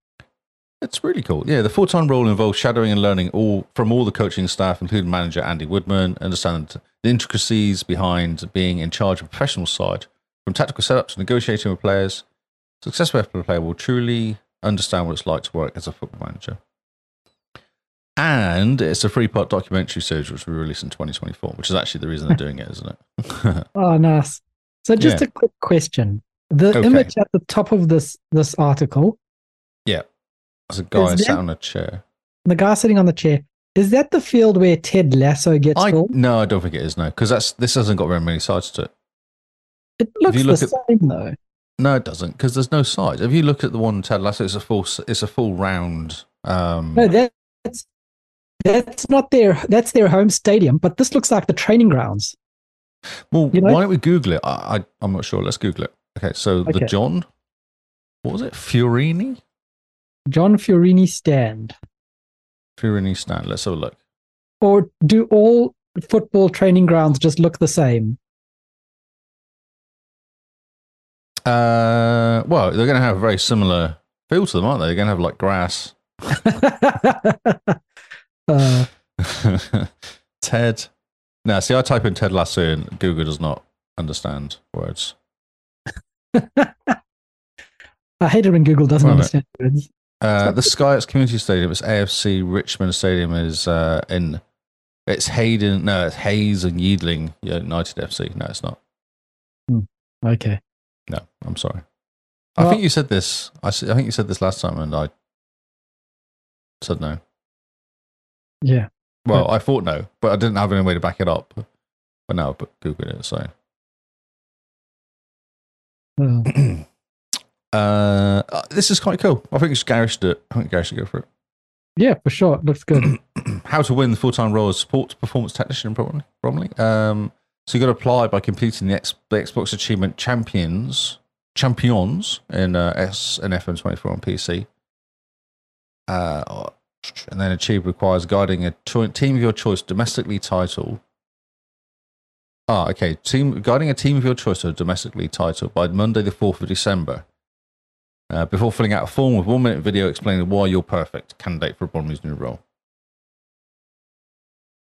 S3: It's really cool. Yeah, the full time role involves shadowing and learning all from all the coaching staff, including manager Andy Woodman, understand the intricacies behind being in charge of a professional side, from tactical setups to negotiating with players. Successful football player will truly understand what it's like to work as a football manager. And it's a three part documentary series which we released in 2024, which is actually the reason they're doing it, *laughs* isn't it?
S1: Oh, nice. So just
S3: Yeah.
S1: a quick question. The
S3: Okay.
S1: image at the top of this this article,
S3: There's a guy
S1: Is
S3: sat
S1: that-
S3: on a chair.
S1: the guy sitting on the chair, is that the field where Ted Lasso gets
S3: I,
S1: filmed?
S3: no, I don't think it is, no, because this hasn't got very many sides to it.
S1: It looks
S3: you
S1: the
S3: look
S1: same though.
S3: No, it doesn't, because there's no sides. If you look at the one Ted Lasso, it's a full, s- it's a full round. Um,
S1: No, that, that's that's not their that's their home stadium, but this looks like the training grounds.
S3: well,
S1: you know-
S3: why don't we Google it? I, I, I'm not sure. Let's Google it. Okay, so
S1: Okay.
S3: the John, what was it? Fiorini,
S1: John Fiorini stand.
S3: Fiorini stand. Let's have a look.
S1: Or do all football training grounds just look the same? *laughs*
S3: Uh, well, they're going to have a very similar feel to them, aren't they? They're going to have like grass. *laughs*
S1: uh,
S3: Ted. Now, see, I type in Ted Lasso, and Google does not understand words.
S1: I hate it when Google doesn't
S3: Well,
S1: understand words.
S3: Uh, the Skyx Community Stadium, it's AFC Richmond Stadium, is uh, in. It's Hayden, no, it's Hayes and Yeadling United FC. No, it's not.
S1: Okay.
S3: No, I'm sorry. I
S1: Well-
S3: think you said this. I, s- I think you said this last time, and I said no.
S1: Yeah.
S3: Well, I thought no, but I didn't have any way to back it up. But now, but Googled it. So,
S1: Oh,
S3: uh, uh, this is quite cool. I think Gary should do it. I think Gary should go for
S1: yeah, for sure. It looks
S3: *clears throat*
S1: good.
S3: it. How to win the full time role as support performance technician, probably. Probably. Um, So you got to apply by completing the, X, the Xbox Achievement Champions Champions in uh, S and FM24 on PC. Uh, and then achieve requires guiding a cho- team of your choice domestically title. Ah, okay. Team guiding a team of your choice to a domestically title by Monday the fourth of December. Uh, before filling out a form with one minute video explaining why you're perfect candidate for Bromley's new role.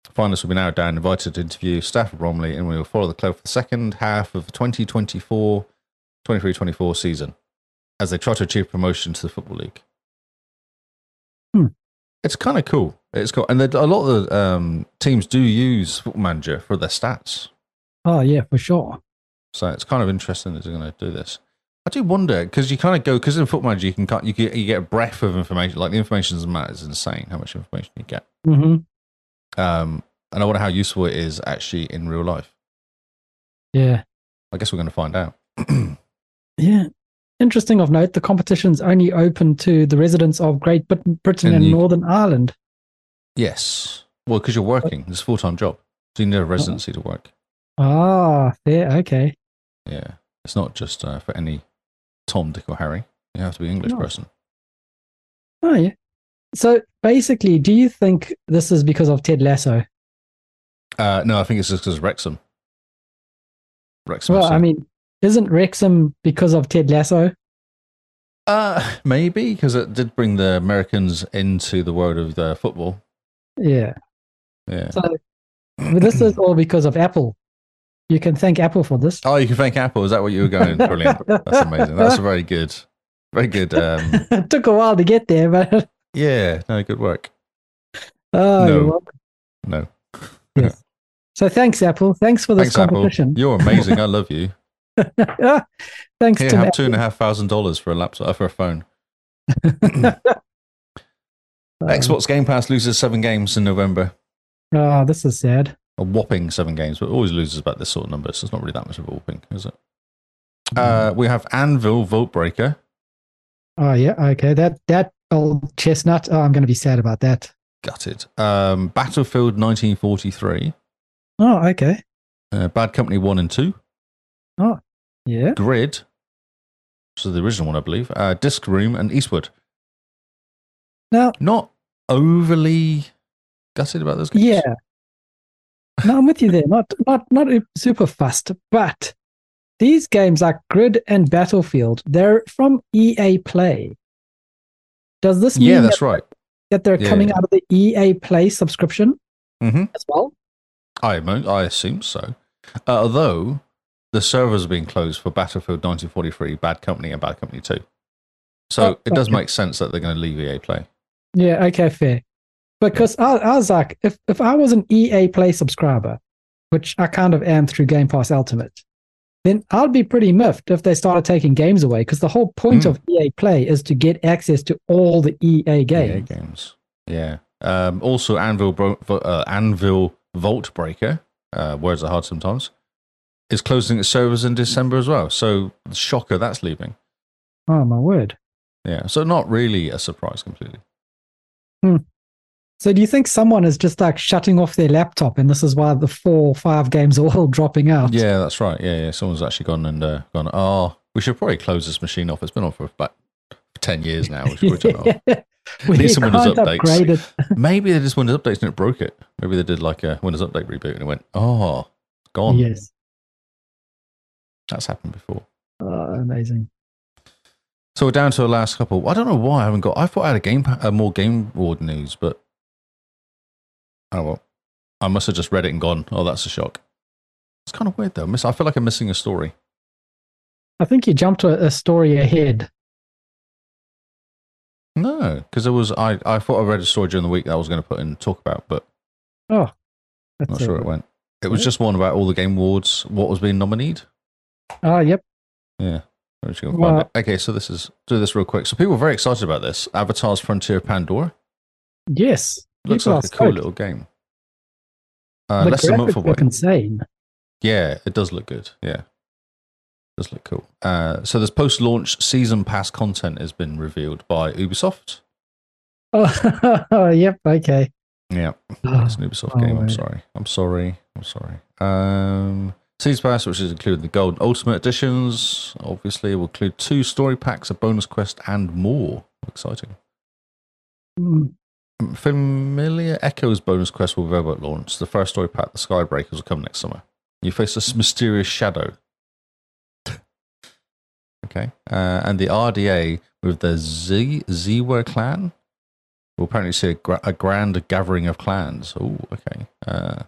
S3: Finalists will be narrowed down, invited to interview staff of Bromley, and we will follow the club for the second half of the 2024 23 24 season as they try to achieve promotion to the Football League.
S1: Hmm.
S3: It's kind of cool. It's cool. And there- a lot of the um, teams do use Football Manager for their stats.
S1: Oh, yeah, for sure.
S3: So it's kind of interesting that they're going to do this. I do wonder because you kind of go because in Football Manager you can cut- you get you get a breath of information. Like the information doesn't matter. It's insane how much information you get.
S1: hmm
S3: Um, and I wonder how useful it is actually in real life.
S1: Yeah.
S3: I guess we're going to find out. *clears throat*
S1: Yeah. Interesting of note, the competition's only open to the residents of Great Brit- Britain
S3: And
S1: and
S3: you-
S1: Northern Ireland.
S3: yes. Well, because you're working, it's a full time job. So you
S1: Oh.
S3: need a residency to work.
S1: Ah, there. Okay.
S3: Yeah. It's not just uh, for any Tom, Dick, or Harry. You have to be an English
S1: No.
S3: person.
S1: Oh, yeah. So basically, do you think this is because of Ted Lasso?
S3: Uh, no, I think it's just because Wrexham. Wrexham.
S1: Well,
S3: FC.
S1: I mean, isn't Wrexham because of Ted Lasso?
S3: uh, *laughs* maybe because it did bring the Americans into the world of the football.
S1: Yeah.
S3: Yeah.
S1: So but this
S3: *clears throat*
S1: is all because of Apple. You can thank Apple for this.
S3: Oh, you can thank Apple. Is that what you were going? Brilliant. That's amazing. That's very good. Very
S1: *laughs*
S3: good. Um,
S1: it took a while to get there, but *laughs* oh,
S3: yeah. No, good work.
S1: you're
S3: No.
S1: welcome.
S3: No.
S1: Yes. so thanks, Apple. Thanks for this
S3: Thanks, Apple.
S1: competition. Ah,
S3: You're amazing. I love you.
S1: thanks
S3: Here,
S1: to
S3: have
S1: Apple.
S3: two and a half thousand dollars for a laptop uh, for a phone.
S1: Um,
S3: Xbox Game Pass loses seven games in November.
S1: Oh, this is sad.
S3: a whopping seven games, but always loses about this sort of number, so it's not really that much of a whopping, is it? Uh, we have Anvil Voltbreaker.
S1: Oh yeah, okay. That that old chestnut. Oh, I'm going to be sad about that.
S3: Gutted. Um, Battlefield 1943.
S1: Oh, okay.
S3: Uh, Bad Company 1 and 2.
S1: Yeah.
S3: Grid. So the original one, I believe. Uh, Disc Room and Eastwood.
S1: Now,
S3: Not overly gutted about those games.
S1: yeah. No, I'm with you there. Not *laughs* not not super fast, but these games like Grid and Battlefield, they're from EA Play. Does this mean
S3: Yeah,
S1: that
S3: that's right.
S1: that they're
S3: Yeah,
S1: coming
S3: yeah.
S1: out of the EA Play subscription
S3: Mhm.
S1: as well.
S3: I, mo- I assume so. Uh, although the servers are being closed for Battlefield 1943, Bad Company, and Bad Company 2. So
S1: Oh,
S3: it does
S1: okay.
S3: make sense that they're going to leave EA Play.
S1: Yeah, okay, fair. Because I, I was like, if, if I was an EA Play subscriber, which I kind of am through Game Pass Ultimate, then I'd be pretty miffed if they started taking games away because the whole point
S3: Mm.
S1: of EA Play is to get access to all the EA
S3: EA
S1: E games.
S3: games. Yeah. Um, also, Anvil, Bro- Vo- uh, Anvil Vault Breaker, uh, words are hard sometimes, is closing its servers in December as well. So, shocker, that's leaving.
S1: Oh, my word.
S3: Yeah. So, not really a surprise completely.
S1: So do you think someone is just like shutting off their laptop and this is why the four or five games are all *laughs* dropping out?
S3: Yeah, that's right. Yeah, yeah. Someone's actually gone and uh, gone, oh, we should probably close this machine off. It's been on for about 10 years now. We should
S1: *laughs*
S3: probably turn it off.
S1: we
S3: Need some Windows
S1: can't
S3: updates.
S1: upgrade it.
S3: Maybe they just Windows updates and it broke it. Maybe they did like a Windows update reboot and it went, oh, it's gone.
S1: Yes.
S3: That's happened before.
S1: Oh, amazing.
S3: So we're down to the last couple. I don't know why I haven't got. I thought I had a game, uh, more game board news, but oh well. I must have just read it and gone. Oh, that's a shock. It's kind of weird though. Miss, I feel like I'm missing a story.
S1: I think you jumped a, a story ahead.
S3: No, because there was. I, I thought I read a story during the week that I was going to put in and talk about, but
S1: That's
S3: I'm not sure it went. It was just one about all the game awards, what was being nominated.
S1: Oh, yep.
S3: Yeah. I'm just gonna
S1: Well-
S3: find it. Okay, so this is do this real quick. So people were very excited about this. Avatar's Frontier of Pandora
S1: Yes.
S3: looks
S1: People
S3: like
S1: are
S3: a cool
S1: stoked.
S3: little game. Uh,
S1: the
S3: less than a month
S1: graphics
S3: away.
S1: look insane. *laughs*
S3: Yeah, it does look good. Yeah, does look cool. Uh, so this post-launch season pass content has been revealed by Ubisoft.
S1: Oh, yep. Okay.
S3: Yeah,
S1: Oh,
S3: it's an Ubisoft
S1: oh,
S3: game. I'm
S1: right.
S3: sorry. I'm sorry. I'm sorry. Um, season pass, which is including the gold and ultimate editions, obviously will include two story packs, a bonus quest, and more. Exciting.
S1: mm,
S3: Familiar Echoes bonus quest will be available at launch. The first story pack, the Skybreakers, will come next summer. You face this mysterious shadow. *laughs* okay. Uh, and the RDA with the Z Zewa clan will apparently see a, gra- a grand gathering of clans. Oh, okay. Uh,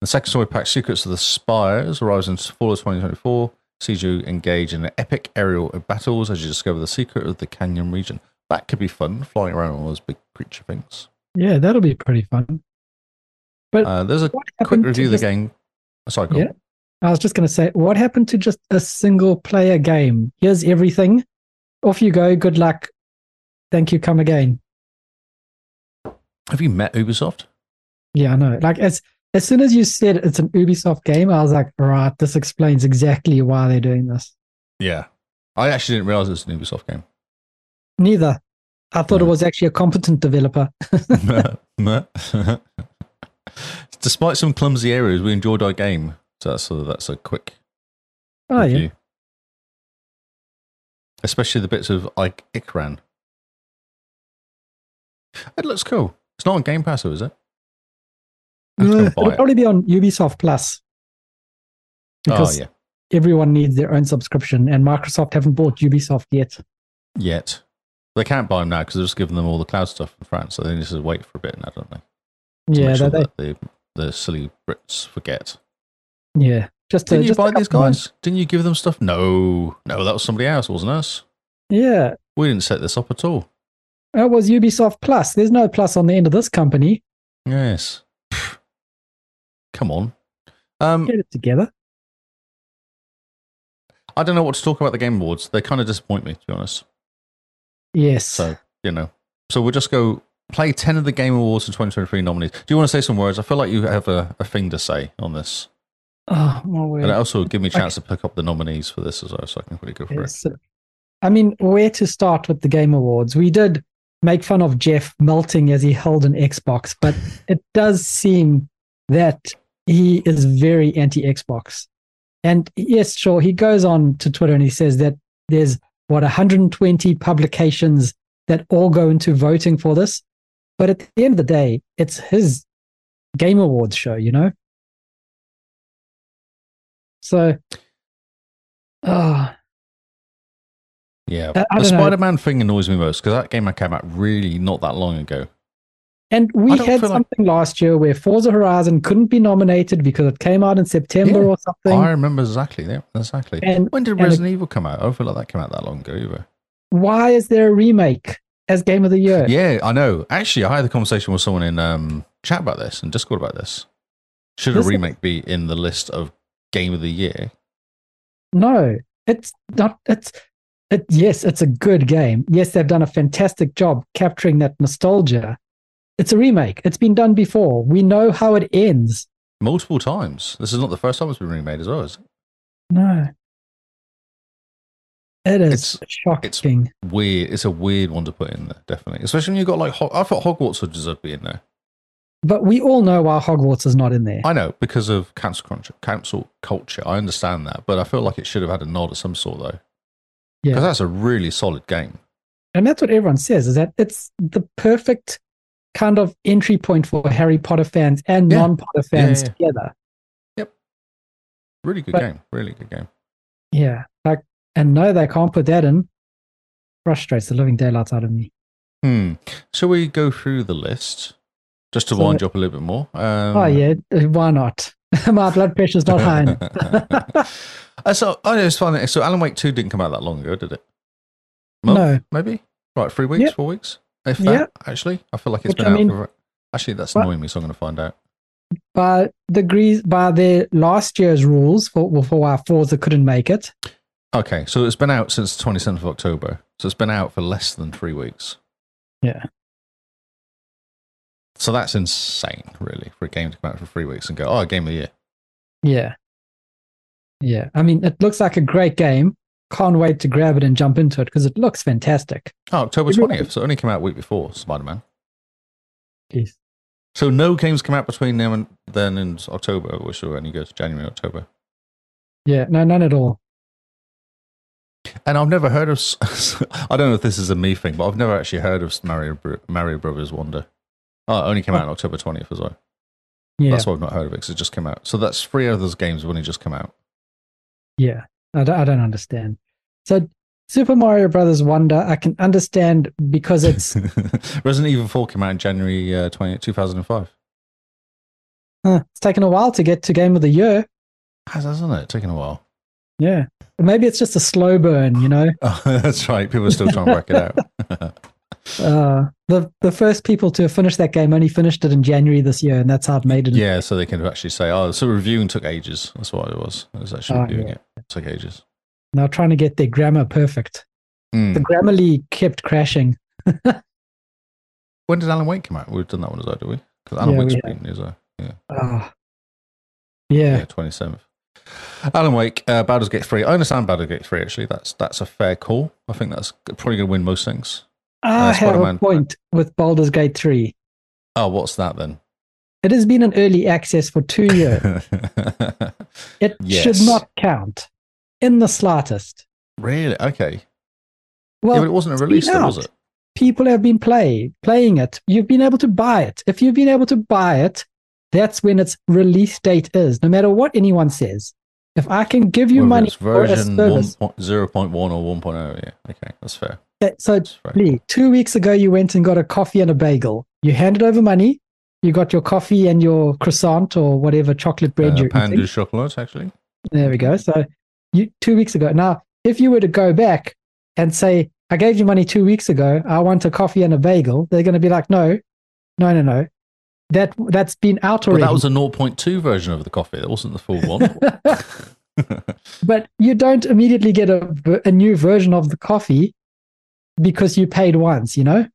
S3: the second story pack, Secrets of the Spires, arrives in fall of 2024. Sees you engage in an epic aerial battles as you discover the secret of the canyon region. That could be fun, flying around on all those big creature things.
S1: Yeah, that'll be pretty fun. But
S3: Uh, there's a
S1: what
S3: quick
S1: happened to
S3: review of the
S1: just-
S3: game. Oh, Sorry, go on.
S1: Yeah. I was just going to say, what happened to just a single player game? Here's everything. Off you go. Good luck. Thank you. Come again.
S3: Have you met Ubisoft?
S1: Yeah, I know. Like as as soon as you said it's an Ubisoft game, I was like, right, this explains exactly why they're doing this.
S3: Yeah. I actually didn't realize it was an Ubisoft game. *laughs*
S1: Neither. I thought it
S3: Yeah.
S1: was actually a competent developer.
S3: Despite some clumsy areas, we enjoyed our game. So that's a, that's a quick
S1: Oh yeah.
S3: review. Especially the bits of like Ikran. It looks cool. It's not on Game Pass, though, is it? Oh, I have to go
S1: No,
S3: and buy
S1: Uh, it'll
S3: it.
S1: probably be on Ubisoft Plus.
S3: Oh,
S1: Because
S3: yeah.
S1: everyone needs their own subscription, and Microsoft haven't bought Ubisoft yet.
S3: Yet. They can't buy them now because they've just given them all the cloud stuff in France. So they need to wait for a bit now, don't they? to
S1: Yeah,
S3: make sure
S1: they,
S3: that the, the silly Brits forget.
S1: they- yeah. Just to,
S3: Didn't you
S1: just a
S3: buy these
S1: couple
S3: guys?
S1: months.
S3: Didn't you give them stuff? No, no, that was somebody else, wasn't us.
S1: Yeah,
S3: We didn't set this up at all.
S1: that was Ubisoft Plus. There's no plus on the end of this company.
S3: Yes. *sighs* Pfft. Come on. Um,
S1: Get it together.
S3: I don't know what to talk about the Game Awards. They kind of disappoint me, to be honest.
S1: Yes.
S3: So you know, so we'll just go play 10 of the Game Awards and 2023 nominees. Do you want to say some words? I feel like you have a, a thing to say on this.
S1: Oh, more
S3: And it
S1: words.
S3: also give me a chance to pick up the nominees for this as well, so I can really go for it.
S1: Yes. uh, I mean, where to start with the Game Awards? We did make fun of Jeff melting as he held an Xbox,
S3: *laughs*
S1: but it does seem that he is very anti Xbox. And yes, sure, he goes on to Twitter and he says that there's what 120 publications that all go into voting for this. But at the end of the day, it's his Game Awards show, you know? So, ah,
S3: Yeah.
S1: I- I don't
S3: the
S1: know.
S3: Spider Man thing annoys me most because that game came out really not that long ago.
S1: And we
S3: I don't
S1: had
S3: feel like-
S1: something last year where Forza Horizon couldn't be nominated because it came out in September
S3: Yeah,
S1: or something.
S3: I remember exactly. Yeah, exactly.
S1: And-
S3: when did
S1: and-
S3: Resident Evil come out? I don't feel like that came out that long ago either.
S1: Why is there a remake as Game of the Year?
S3: Yeah, I know. Actually, I had a conversation with someone in um, chat about this and Discord about this. Should a
S1: Listen-
S3: remake be in the list of Game of the Year?
S1: No, it's not. It's it. Yes, it's a good game. Yes, they've done a fantastic job capturing that nostalgia. It's a remake. It's been done before. We know how it ends.
S3: Multiple times. This is not the first time it's been remade as well. It's
S1: No, it is
S3: It's-
S1: shocking.
S3: weird. It's a weird one to put in there, definitely. Especially when you've got like, Ho- I thought Hogwarts would deserve to be in there.
S1: but we all know why Hogwarts is not in there.
S3: I know because of council culture, council culture. I understand that, but I feel like it should have had a nod of some sort though,
S1: Yeah.
S3: because that's a really solid game.
S1: and that's what everyone says is that it's the perfect kind of entry point for Harry Potter fans and
S3: Yeah.
S1: non-Potter fans
S3: yeah, yeah.
S1: together.
S3: Really good
S1: But-
S3: game. Really good game.
S1: Yeah, like, and no, they can't put that in. Frustrates the living daylights out of me.
S3: Hmm. Shall we go through the list just to
S1: So-
S3: wind you up a little bit more? Um,
S1: oh yeah, uh, why not? *laughs* My blood pressure's not
S3: *laughs*
S1: high. enough.
S3: Uh, so oh, no, it's fine. So Alan Wake Two didn't come out that long ago, did it?
S1: No.
S3: maybe right. Three weeks,
S1: Yeah.
S3: four weeks. If
S1: Yeah.
S3: that, actually, I feel like it's
S1: Which,
S3: been
S1: I
S3: out.
S1: mean-
S3: for- actually, that's
S1: What?
S3: annoying me, so I'm going to find out.
S1: by the Greece, by their last year's rules for well, for why Forza couldn't make it.
S3: Okay, so it's been out since 27th of October. So it's been out for less than three weeks.
S1: Yeah.
S3: So that's insane, really, for a game to come out for three weeks and go, oh, game of the year.
S1: Yeah, yeah. I mean, it looks like a great game. Can't wait to grab it and jump into it because it looks fantastic.
S3: Oh, October
S1: Did you-
S3: 20th. So it only came out a week before Spider Man.
S1: Jeez.
S3: So no games come out between now and then and October, which will only go to January, October.
S1: Yeah, no, none at all.
S3: And I've never heard of. s- *laughs* I don't know if this is a me thing, but I've never actually heard of Mario, Bro- Mario Brothers Wonder. Oh, it only came out on October 20th as well.
S1: Yeah,
S3: That's why I've not heard of it because it just came out. So that's three of those games when it just come out.
S1: yeah. I don't, I don't understand. So Super Mario Brothers Wonder, I can understand because
S3: *laughs*
S1: it's
S3: Resident Evil 4 came out in January uh, 20, 2005.
S1: huh, it's taken a while to get to Game of the Year.
S3: Has, hasn't it? Taken a while.
S1: Yeah, maybe it's just a slow burn. You know,
S3: *laughs* Oh, that's right. People are still trying to work it out. *laughs*
S1: uh, the the first people to finish that game only finished it in January this year, and that's how it made it.
S3: yeah, so they can actually say, oh, so reviewing took ages. That's what it was. It was actually
S1: Oh,
S3: reviewing
S1: yeah.
S3: it. took ages.
S1: Now trying to get their grammar perfect.
S3: Mm.
S1: The Grammarly kept crashing.
S3: When did Alan Wake come out? We've done that one as well, did we? Because Alan
S1: Yeah,
S3: Wake's
S1: we
S3: been as well.
S1: Ah,
S3: Yeah,
S1: yeah,
S3: 27th. Alan Wake, uh, Baldur's Gate 3. I understand Baldur's Gate 3, actually. That's that's a fair call. I think that's probably going to win most things.
S1: I
S3: Uh,
S1: have
S3: Spider-Man.
S1: a point with Baldur's Gate three.
S3: Oh, what's that then?
S1: It has been in early access for two years. It
S3: Yes.
S1: should not count in the slightest.
S3: *laughs* really? Okay. yeah,
S1: Well,
S3: but it wasn't a
S1: it's
S3: release,
S1: been
S3: though, was
S1: out.
S3: it?
S1: people have been play, playing it. You've been able to buy it. If you've been able to buy it, that's when its release date is, no matter what anyone says. If I can give you
S3: Whether
S1: money
S3: it's
S1: for a
S3: version
S1: service,
S3: 1.0.1 or 1.0. Yeah. Okay. That's fair.
S1: that- so
S3: That's fair.
S1: Lee, two weeks ago you went and got a coffee and a bagel. You handed over money. You got your coffee and your croissant or whatever chocolate bread
S3: Uh,
S1: you're
S3: Pan
S1: eating.
S3: du chocolat, actually.
S1: There we go. So you two weeks ago. Now, if you were to go back and say, I gave you money two weeks ago, I want a coffee and a bagel, they're gonna be like, No, no, no, no. That that's been out
S3: But
S1: already.
S3: that was a 0.2 version of the coffee. That wasn't the full one.
S1: *laughs*
S3: *laughs*
S1: but you don't immediately get a, ver- a new version of the coffee because you paid once, you know?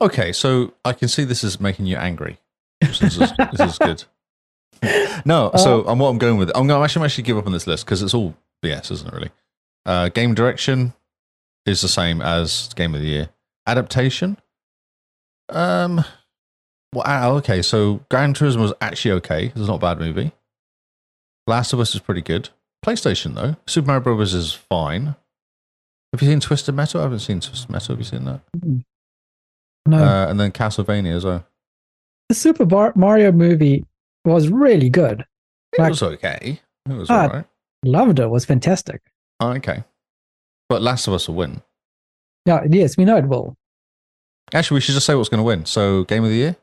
S3: Okay, so I can see this is making you angry. This is, this is good. No, so I'm what I'm going with. I'm going to actually, I'm actually give up on this list because it's all BS, isn't it? Really, uh, game direction is the same as game of the year. Adaptation, um, well, ah, okay. So Gran Turismo was actually okay. It's not a bad movie. Last of Us is pretty good. PlayStation though, Super Mario Brothers is fine. Have you seen Twisted Metal? I haven't seen Twisted Metal. Have you seen that?
S1: No,
S3: Uh, and then Castlevania as well.
S1: the Super Bar- Mario movie was really good.
S3: It
S1: Like-
S3: was okay. It was
S1: Ah.
S3: alright.
S1: Loved it. Was fantastic.
S3: Oh, okay. But Last of Us will win.
S1: Yeah, yes, we know it will.
S3: Actually, we should just say what's going to win. So, game of the year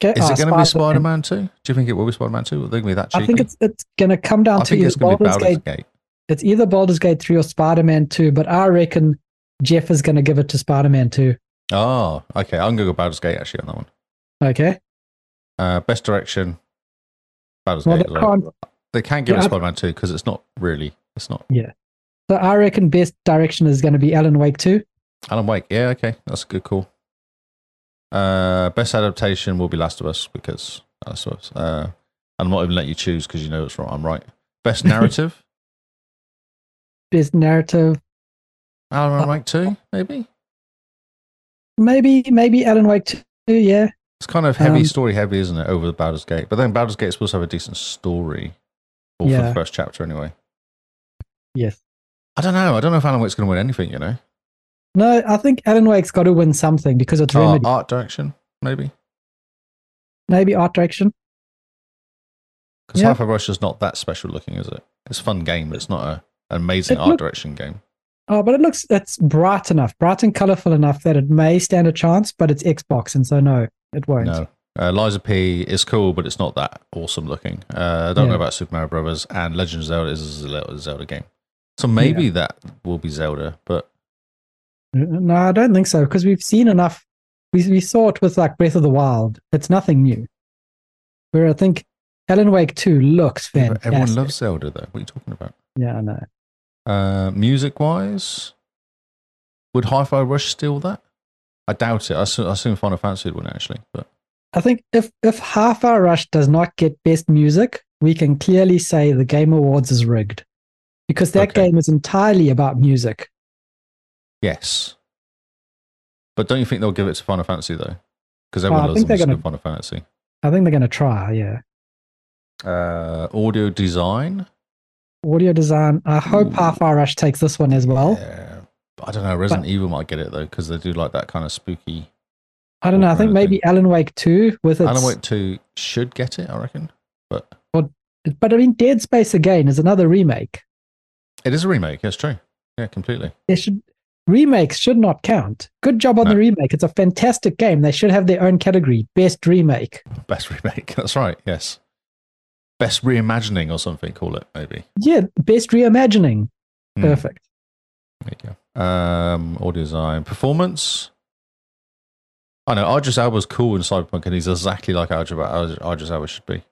S1: Ga-
S3: is
S1: ah,
S3: it going to be Spider
S1: Spider-Man.
S3: Man Two? Do you think it will be Spider Man Two? Are they going to be that cheeky?
S1: I think it's it's going to come down
S3: I
S1: to
S3: think
S1: either
S3: it's going to be
S1: Baldur's Gate.
S3: Baldur's Gate.
S1: It's either Baldur's Gate three or Spider Man two. But I reckon Jeff is going to give it to Spider Man two.
S3: Oh, okay. I'm going to go Baldur's Gate actually on that one.
S1: Okay.
S3: Uh, best direction, Baldur's
S1: Well,
S3: Gate.
S1: they
S3: as well.
S1: can't,
S3: They can't give
S1: Yeah,
S3: us
S1: I-
S3: Spider Man Two because it's not really. It's not
S1: so I reckon best direction is going to be Alan Wake two.
S3: Alan Wake. Yeah, okay, that's a good call. Uh, best adaptation will be Last of Us because Last of Us. Uh, I'm not even let you choose because you know it's wrong. I'm right.
S1: *laughs*
S3: Best narrative,
S1: Best narrative,
S3: Alan Wake Two, maybe.
S1: maybe maybe Alan Wake two. Yeah.
S3: It's kind of heavy
S1: Um,
S3: story heavy, isn't it? Over the Baldur's Gate, but then Baldur's Gate's supposed to have a decent story, or for
S1: Yeah.
S3: the first chapter anyway.
S1: Yes.
S3: I don't know. I don't know if Alan Wake's going to win anything. You know,
S1: No, I think Alan Wake's got to win something because it's
S3: Uh,
S1: Remedy.
S3: art direction maybe
S1: maybe art direction.
S3: because
S1: Yeah.
S3: Half Half Rush is not that special looking, is it? It's a fun game. but It's not a, an amazing
S1: It
S3: art
S1: look-
S3: direction game.
S1: Oh, but it looks it's bright enough, bright and colorful enough that it may stand a chance, but it's Xbox, and so no, it won't.
S3: No. Uh, Liza P is cool, but it's not that awesome looking. Uh, I don't
S1: Yeah.
S3: know about Super Mario Brothers and Legend of Zelda is a Zelda- Zelda game, so maybe that will be Zelda. But
S1: No, I don't think so because we've seen enough. We, we saw it with like Breath of the Wild. It's nothing new. Where I think Alan Wake 2 looks fantastic.
S3: everyone loves Zelda, though. What are you talking about?
S1: Yeah, I know.
S3: Uh, music wise, would Hi Fi Rush steal that? I doubt it. I assu- I assume Final Fantasy would win actually, but
S1: I think if if Half Hour Rush does not get best music, we can clearly say the Game Awards is rigged because that
S3: Okay.
S1: game is entirely about music.
S3: yes. But don't you think they'll give it to Final Fantasy though? Because
S1: I
S3: everyone loves
S1: think
S3: the
S1: they're
S3: music
S1: gonna-
S3: of Final Fantasy.
S1: I think they're going to try. Yeah,
S3: Uh, audio design.
S1: audio design. I hope Half Hour Rush takes this one as well.
S3: Yeah. I don't know. Resident Evil might get it though because they do like that kind of spooky.
S1: I don't know. I think
S3: Definitely.
S1: maybe Alan Wake 2 with its
S3: Alan Wake Two should get it, I reckon. But
S1: But I mean, Dead Space again is another remake.
S3: it is a remake. That's true. Yeah, completely.
S1: They should remakes should not count. Good job on
S3: No.
S1: the remake. It's a fantastic game. They should have their own category, best remake.
S3: Best *laughs* remake. That's right. Yes. Best reimagining or something. Call it maybe.
S1: Yeah, best reimagining.
S3: Hmm.
S1: Perfect.
S3: There you go. Um, audio design, performance. I know Idris Elba's cool in Cyberpunk, and he's exactly like Idris, Idris Elba should be.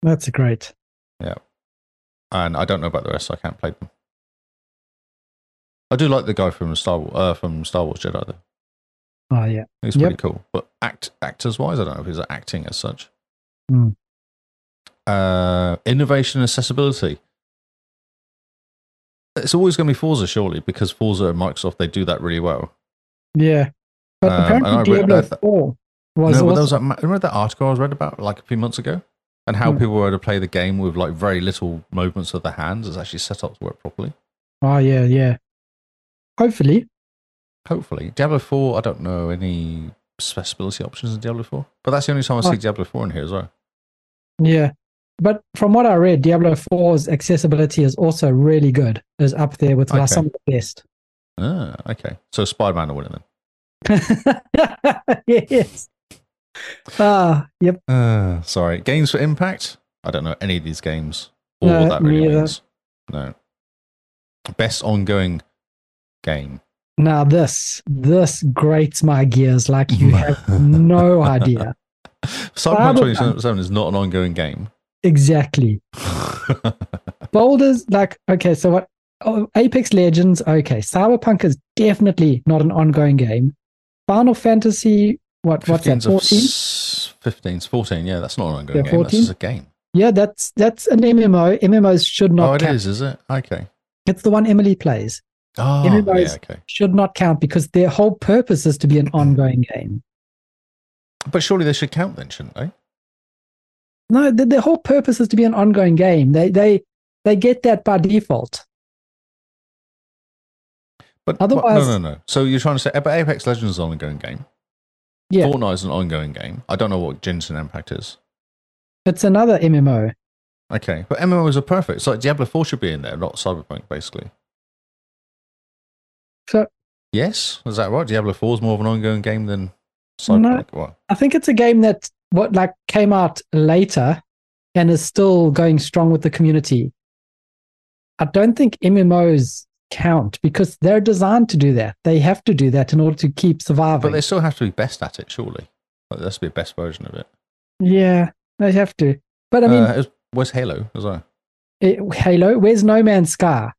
S1: That's great.
S3: And I don't know about the rest. So I can't play them. I do like the guy from Star Wars, uh, from Star Wars Jedi. Though.
S1: Oh yeah.
S3: He's
S1: Yep.
S3: pretty cool. But act actors wise, I don't know if he's acting as such.
S1: Hmm.
S3: Uh, innovation and accessibility. It's always going to be Forza, surely, because Forza and Microsoft they do that really well.
S1: Yeah. But
S3: Um, and I
S1: apparently
S3: read
S1: Diablo
S3: that-
S1: 4 was,
S3: no, but
S1: also-
S3: there was that, ma- remember that article I was read about like a few months ago, and how
S1: Hmm.
S3: people were to play the game with like very little movements of the hands. It's actually set up to work properly.
S1: Oh yeah, yeah. Hopefully.
S3: Hopefully, Diablo Four. I don't know any accessibility options in Diablo Four, but that's the only time I see
S1: Oh.
S3: Diablo Four in here as well.
S1: Yeah. But from what I read, Diablo 4's accessibility is also really good. Is up there with like
S3: Okay.
S1: some of the best. *laughs*
S3: Ah, okay. So Spider Man will win it then.
S1: yes. Ah, yep.
S3: Uh, sorry. Games for Impact? I don't know any of these games. Or
S1: No,
S3: that
S1: me
S3: really
S1: either.
S3: means. No. Best ongoing game.
S1: Now this this grates my gears like
S3: *laughs*
S1: you have no idea.
S3: Cyberpunk 2077 is not an ongoing *laughs* game.
S1: Exactly. Boulders like okay, so what oh, Apex Legends, okay. Cyberpunk is definitely not an ongoing game. Final Fantasy, what what's that?
S3: 15's of
S1: 14?
S3: s- 15's 14. Yeah, that's not an ongoing
S1: Yeah,
S3: game. That's
S1: 14?
S3: just a game.
S1: Yeah, that's that's an MMO. MMOs should not
S3: oh, it
S1: count.
S3: is, is it? Okay.
S1: It's the one Emily plays.
S3: Oh,
S1: Everybody's-
S3: yeah, okay.
S1: Should not count because their whole purpose is to
S3: *laughs*
S1: be an ongoing game.
S3: But surely they should count then, shouldn't they?
S1: No, the, their whole purpose is to be an ongoing game. They they they get that by default.
S3: But but-
S1: Otherwise-
S3: no, no, no. So you're trying to say, but Apex Legends is an ongoing game.
S1: Yeah,
S3: Fortnite is an ongoing game. I don't know what Genshin Impact is.
S1: it's another MMO.
S3: Okay, but MMOs are perfect. It's like Diablo 4 should be in there, not Cyberpunk, basically.
S1: So-
S3: Yes, is that right? Diablo 4 is more of an ongoing game than Cyberpunk. What?
S1: I think it's a game that what like came out later and is still going strong with the community. I don't think MMOs count because they're designed to do that. They have to do that in order to keep surviving.
S3: But they still have to be best at it, surely. Like, there has to be a best version of it.
S1: yeah, they have to. But I mean,
S3: uh, it was, where's Halo as well?
S1: it- Halo, where's No Man's Sky?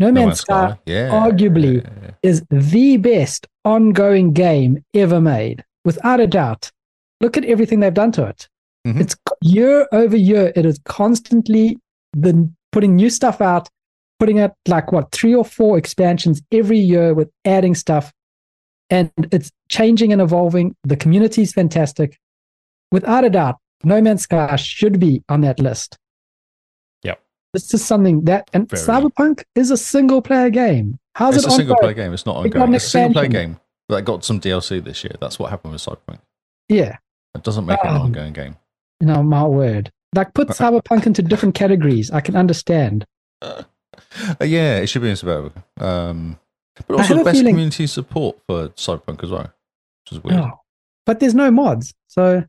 S1: No Man's, Sky
S3: yeah.
S1: arguably- is the best ongoing game ever made, without a doubt. Look at everything they've done to it.
S3: Mhm.
S1: It's co- year over year, it is constantly the, putting new stuff out, putting out like what, three or four expansions every year with adding stuff. And it's changing and evolving. The community is fantastic. Without a doubt, No Man's Sky should be on that list.
S3: Yep.
S1: This is something that, and
S3: Very.
S1: Cyberpunk is a single player game. How's
S3: It's
S1: it
S3: a single
S1: ongoing?
S3: player game. It's not
S1: It got
S3: ongoing.
S1: an
S3: It's a single player
S1: expansion.
S3: game that got some DLC this year. That's what happened with Cyberpunk.
S1: Yeah,
S3: It doesn't make it an
S1: Um,
S3: ongoing game.
S1: you know, my word. Like, put cyberpunk into different categories. I can understand.
S3: Uh, yeah, it should be in Suburban. Um,
S1: I
S3: but also
S1: have
S3: the
S1: a
S3: best
S1: feeling-
S3: community support for Cyberpunk as well, which is weird.
S1: Oh. But there's no mods, so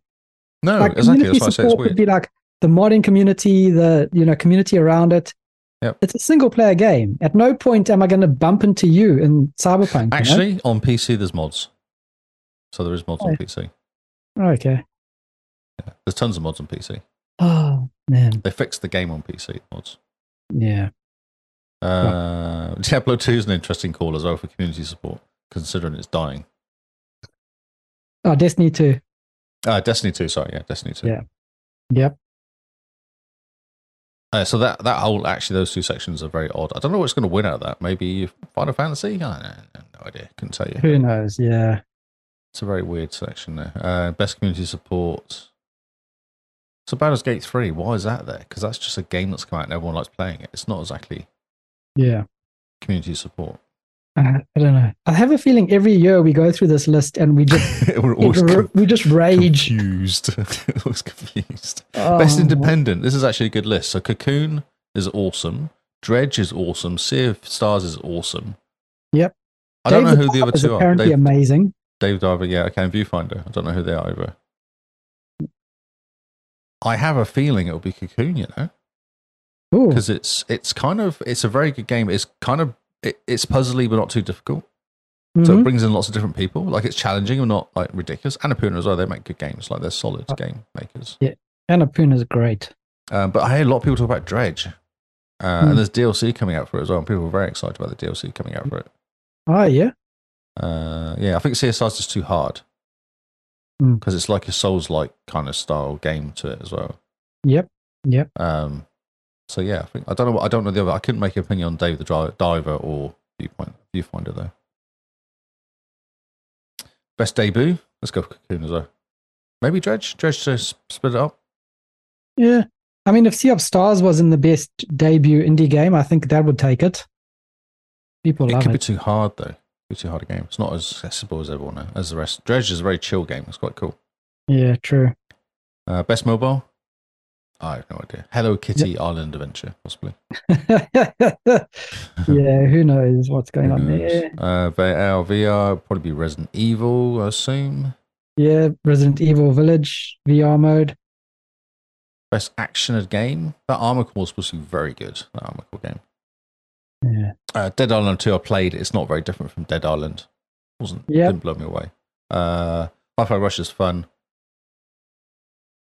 S3: no,
S1: like
S3: exactly.
S1: community
S3: That's why I say it's
S1: support would
S3: weird.
S1: be like the modding community, the you know community around it.
S3: Yep.
S1: It's a single player game. At no point am I going to bump into you in cyberpunk. you know?
S3: Actually, on PC, there's mods. So there is mods on
S1: Oh.
S3: PC.
S1: okay.
S3: There's tons of mods on PC.
S1: Oh man,
S3: They fixed the game on PC mods.
S1: yeah. Oh.
S3: Uh, *laughs* Diablo 2 is an interesting call as well for community support, considering it's dying.
S1: Oh, Destiny two.
S3: Uh, Destiny 2, sorry. Yeah, Destiny 2.
S1: Yeah. Yep.
S3: Uh, so that, that whole, actually, those two sections are very odd. I don't know what's going to win out of that. Maybe Final Fantasy? I don't know. no idea. Couldn't tell you.
S1: Who knows? Yeah.
S3: It's a very weird section there. Uh, best community support. So Baldur's Gate 3, why is that there? Because that's just a game that's come out and everyone likes playing it. It's not exactly
S1: Yeah.
S3: community support. *laughs*
S1: Uh, I don't know. I have a feeling every year we go through this list and we just
S3: We're *laughs* always com-
S1: *laughs* we just rage.
S3: confused. *laughs* always confused.
S1: Oh,
S3: Best independent. This is actually a good list. So Cocoon is awesome. Dredge is awesome. Sea of Stars is awesome.
S1: Yep.
S3: I don't
S1: Dave
S3: know who the other
S1: is
S3: two are.
S1: apparently
S3: Dave,
S1: amazing.
S3: Dave Diver, yeah, okay, and Viewfinder. I don't know who they are either. I have a feeling it'll be Cocoon, you know,
S1: Ooh.
S3: because it's it's kind of it's a very good game. It's kind of it, it's puzzly but not too difficult. So
S1: Mhm.
S3: it brings in lots of different people. Like it's challenging but not like ridiculous. And Annapurna as well. They make good games. Like they're solid
S1: Uh,
S3: game makers.
S1: Annapurna is great.
S3: Um, but I hear a lot of people talk about Dredge, uh,
S1: Hmm.
S3: and there's DLC coming out for it as well. And people are very excited about the DLC coming out for it.
S1: Oh yeah,
S3: Uh, yeah, I think CSR's just too hard
S1: Hmm.
S3: because it's like a Souls-like kind of style game to it as well.
S1: Yep, yep.
S3: Um, so yeah, I think I don't know. What, I don't know the other. I couldn't make an opinion on Dave the Dri- Diver or Viewpoint Viewfinder though. Best debut. Let's go for Cocoon as well. Maybe Dredge. Dredge to s- split it up.
S1: yeah. I mean, if Sea of Stars wasn't the best debut indie game, I think that would take it. People
S3: It
S1: love
S3: could be
S1: it.
S3: too hard though. Could be too hard a game. It's not as accessible as everyone knows- as the rest. Dredge is a very chill game. It's quite cool.
S1: yeah, true. *laughs*
S3: Uh, best mobile? I have no idea. Hello Kitty Island Adventure, possibly.
S1: yeah, who knows what's going
S3: Who
S1: on
S3: knows?
S1: there?
S3: Uh, VR, VR, probably be Resident Evil, I assume.
S1: Yeah, Resident Evil Village VR mode.
S3: Best action of game. That Armor Core was supposed to be very good. That Armor Core game.
S1: Yeah,
S3: Uh, Dead Island 2, I played. It's not very different from Dead Island. Wasn't
S1: Yeah.
S3: didn't blow me away. Uh, Hi-Fi Rush is fun.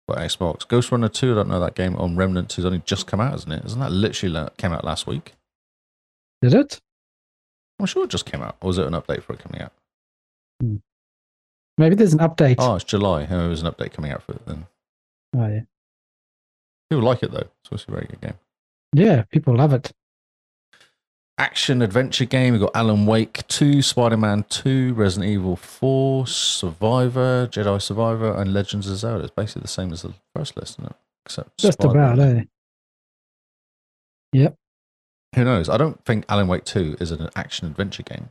S3: But Xbox Ghost Runner 2, I don't know that game on Remnant 2 's only just come out, isn't it? Isn't that literally la- came out last week?
S1: did it?
S3: I'm sure it just came out. Or was it an update for it coming out?
S1: Hmm. Maybe there's an update.
S3: Oh, it's July. Oh, there's an update coming out for it then.
S1: Oh, yeah.
S3: People like it though. It's also a very good game.
S1: Yeah, people love it.
S3: Action adventure game. We've got Alan Wake 2, Spider Man 2, Resident Evil 4, Survivor, Jedi Survivor, and Legends of Zelda. It's basically the same as the first list, isn't it? Except
S1: Just
S3: Spider-Man.
S1: about, eh?
S3: Who knows? I don't think Alan Wake 2 is an action adventure game.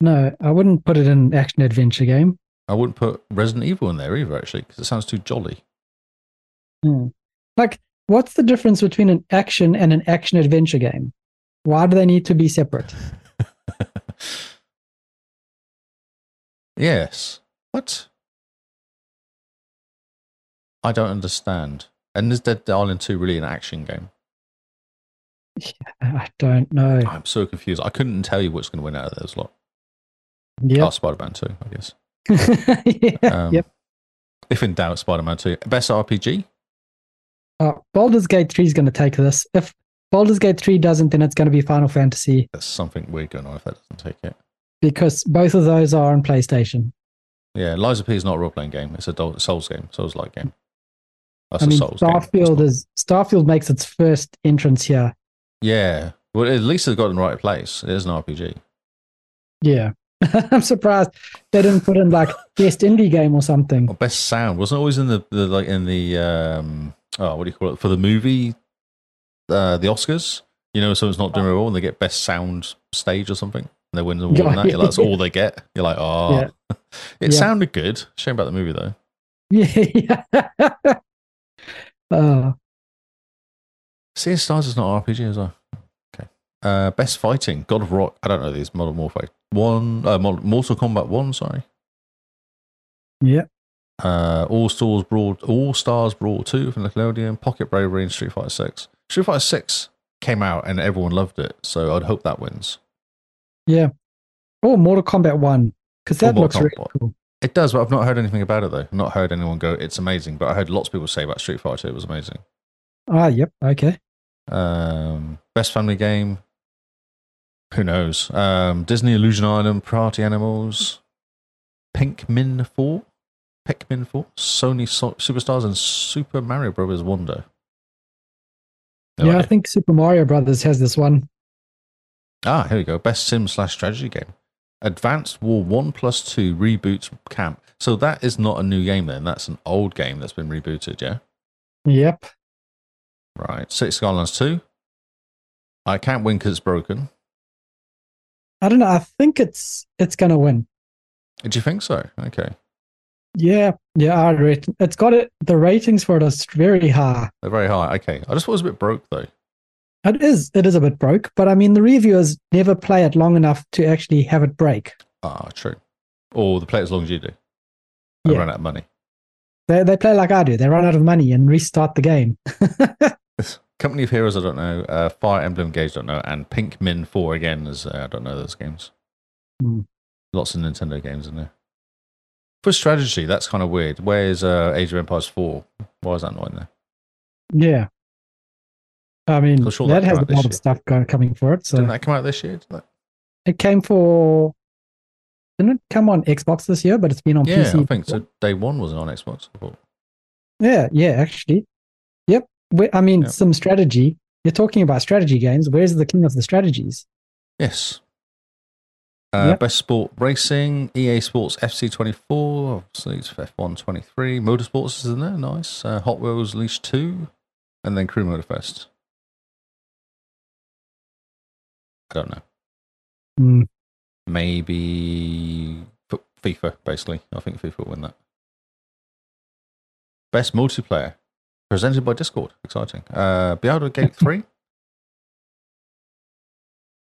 S1: No, I wouldn't put it in action adventure game.
S3: I wouldn't put Resident Evil in there either, actually, because it sounds too jolly.
S1: Hmm. Like, what's the difference between an action and an action adventure game? Why do they need to be separate?
S3: Yes. What? I don't understand. And is Dead Island 2 really an action game?
S1: Uh, I don't know.
S3: I'm so confused. I couldn't tell you what's going to win out of those lot. Oh,
S1: Yep.
S3: Spider Man 2, I guess.
S1: *laughs* yeah.
S3: Um,
S1: yep.
S3: If in doubt, Spider Man 2. Best RPG?
S1: Oh, Baldur's Gate 3 is going to take this. If Baldur's Gate 3 doesn't, then it's going to be Final Fantasy
S3: That's something weird going on if that doesn't take it.
S1: because both of those are on PlayStation.
S3: Yeah, Liza P is not a role playing game. It's a Dol- Souls game, Souls like game. That's
S1: Hmm. I mean,
S3: a Souls game. That's
S1: Starfield
S3: not-
S1: is Starfield makes its first entrance here.
S3: Yeah. Well, at least it's got it in the right place. It is an RPG.
S1: Yeah. *laughs* I'm surprised they didn't put in like best indie game or something.
S3: Or best sound wasn't it always in the, the like in the um oh what do you call it for the movie uh the Oscars you know when someone's not doing it well and they get best sound stage or something and they win the award
S1: Yeah.
S3: and that you're
S1: *laughs*
S3: like, that's all they get you're like oh
S1: Yeah.
S3: *laughs* it
S1: Yeah.
S3: sounded good shame about the movie though
S1: *laughs* Yeah. *laughs* Uh,
S3: Sea of Stars is not an RPG as well okay uh best fighting God of Rock I don't know these Modern Warfare one uh, Mod- Mortal Kombat one sorry
S1: Yeah.
S3: uh All Stars Brawl All Stars Brawl two from Nickelodeon Pocket Bravery and Street Fighter six Street Fighter six came out and everyone loved it so I'd hope that wins
S1: or oh, Mortal Kombat 1 because
S3: Or
S1: that looks
S3: Mortal
S1: really
S3: Kombat.
S1: cool.
S3: it does but I've not heard anything about it though not heard anyone go it's amazing but I heard lots of people say about Street Fighter it was amazing
S1: Ah, yep. Okay.
S3: Um, best family game. Who knows? Um, Disney Illusion Island, Party Animals, Pikmin Four, Pikmin Four, Sony so- Superstars, and Super Mario Brothers Wonder. They're
S1: yeah, I
S3: like-
S1: think Super Mario Brothers has this one.
S3: ah, here we go. Best Sim slash strategy game. Advanced War One Plus Two Reboot Camp. So that is not a new game then. That's an old game that's been rebooted. Yeah.
S1: Yep.
S3: Right. Six Skylines Two. I can't win because it's broken.
S1: I don't know. I think it's it's gonna win.
S3: Do you think so? Okay.
S1: Yeah, yeah, I rate it's got it. The ratings for it is very high.
S3: They're very high. Okay. I just thought it was a bit broke though.
S1: It is it is a bit broke, but I mean the reviewers never play it long enough to actually have it break.
S3: Ah, true. Or the play as long as you do. I
S1: Yeah.
S3: run out of money.
S1: They they play like I do. They run out of money and restart the game.
S3: Company of Heroes, I don't know. Uh, Fire Emblem Engage, don't know. And Pink Min 4 again, is uh, I don't know those games.
S1: Hmm.
S3: Lots of Nintendo games in there. For strategy, that's kind of weird. Where is uh, Age of Empires 4? Why is that not in there?
S1: Yeah. I mean,
S3: So sure
S1: that
S3: that
S1: has
S3: came out
S1: a
S3: this
S1: lot of
S3: year.
S1: stuff going, coming for it. So
S3: Didn't that come out this year? Didn't that-
S1: it came for. Didn't it come on Xbox this year? But it's been on
S3: Yeah,
S1: PC.
S3: I think so. Day one wasn't on Xbox. I thought.
S1: Yeah, yeah, actually. Yep. We- I mean,
S3: Yeah.
S1: some strategy. You're talking about strategy games. Where's the king of the strategies?
S3: Yes. Uh,
S1: Yep.
S3: Best Sport Racing, EA Sports FC24, obviously it's F1 23. Motorsports is in there, nice. Uh, Hot Wheels Leash 2, and then Crew Motorfest. I don't know.
S1: Hmm.
S3: Maybe F- FIFA, basically. I think FIFA will win that. Best Multiplayer, presented by Discord. Exciting. Uh, Baldur's Gate 3.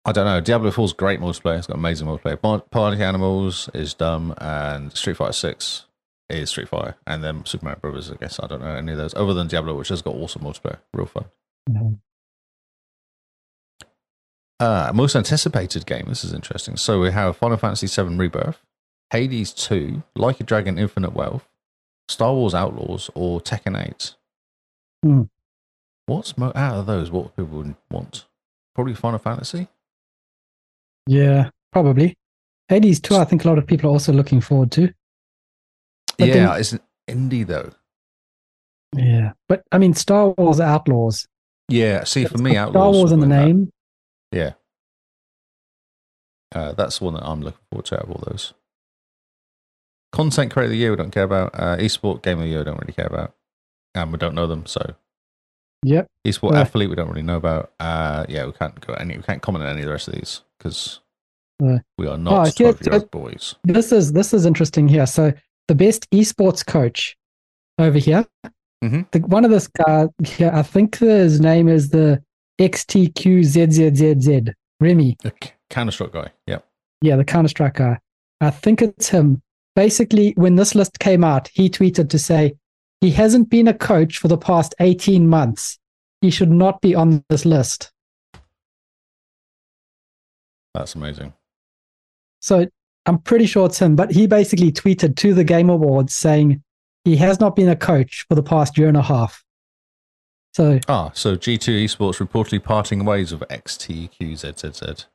S3: I don't know. Diablo 4 is great multiplayer. It's got amazing multiplayer. Bar- Party Animals is dumb, and Street Fighter 6 is Street Fighter, and then Super Mario Brothers. I guess I don't know any of those other than Diablo, which has got awesome multiplayer, real fun.
S1: Mhm.
S3: Uh, most anticipated game. This is interesting. So we have Final Fantasy VII Rebirth, Hades 2, Like a Dragon: Infinite Wealth, Star Wars Outlaws, or Tekken 8.
S1: Hmm.
S3: What's mo- out of those? What people would want? Probably Final Fantasy.
S1: Yeah, probably. Hades 2, I think a lot of people are also looking forward to. But
S3: yeah,
S1: then-
S3: it's an indie though.
S1: yeah. But I mean, Star Wars Outlaws.
S3: Yeah, see, for
S1: It's
S3: me,
S1: got
S3: Outlaws
S1: Star Wars in the
S3: something like that.
S1: name.
S3: Uh, that's the one that I'm looking forward to out of all those. Content creator of the year, we don't care about. Uh, esport game of the year, we don't really care about. And we don't know them, so
S1: Yep.
S3: esport
S1: Yeah.
S3: athlete, we don't really know about. Uh, yeah, we can't go any. We can't comment on any of the rest of these because
S1: Yeah.
S3: we are
S1: Oh,
S3: not
S1: it's-
S3: twelve year old boys.
S1: This is this is interesting here. So the best esports coach over here.
S3: Mhm.
S1: The, one of this guy here, I think his name is the XTQZZZZ Remy.
S3: The C- Counter Strike guy. Yep.
S1: Yeah, the Counter Strike guy. I think it's him. Basically, when this list came out, he tweeted to say he hasn't been a coach for the past 18 months. He should not be on this list.
S3: That's amazing.
S1: So I'm pretty sure it's him, but he basically tweeted to the Game Awards saying he has not been a coach for the past year and a half. So
S3: Ah, so G2 Esports reportedly parting ways with XTQZZZ.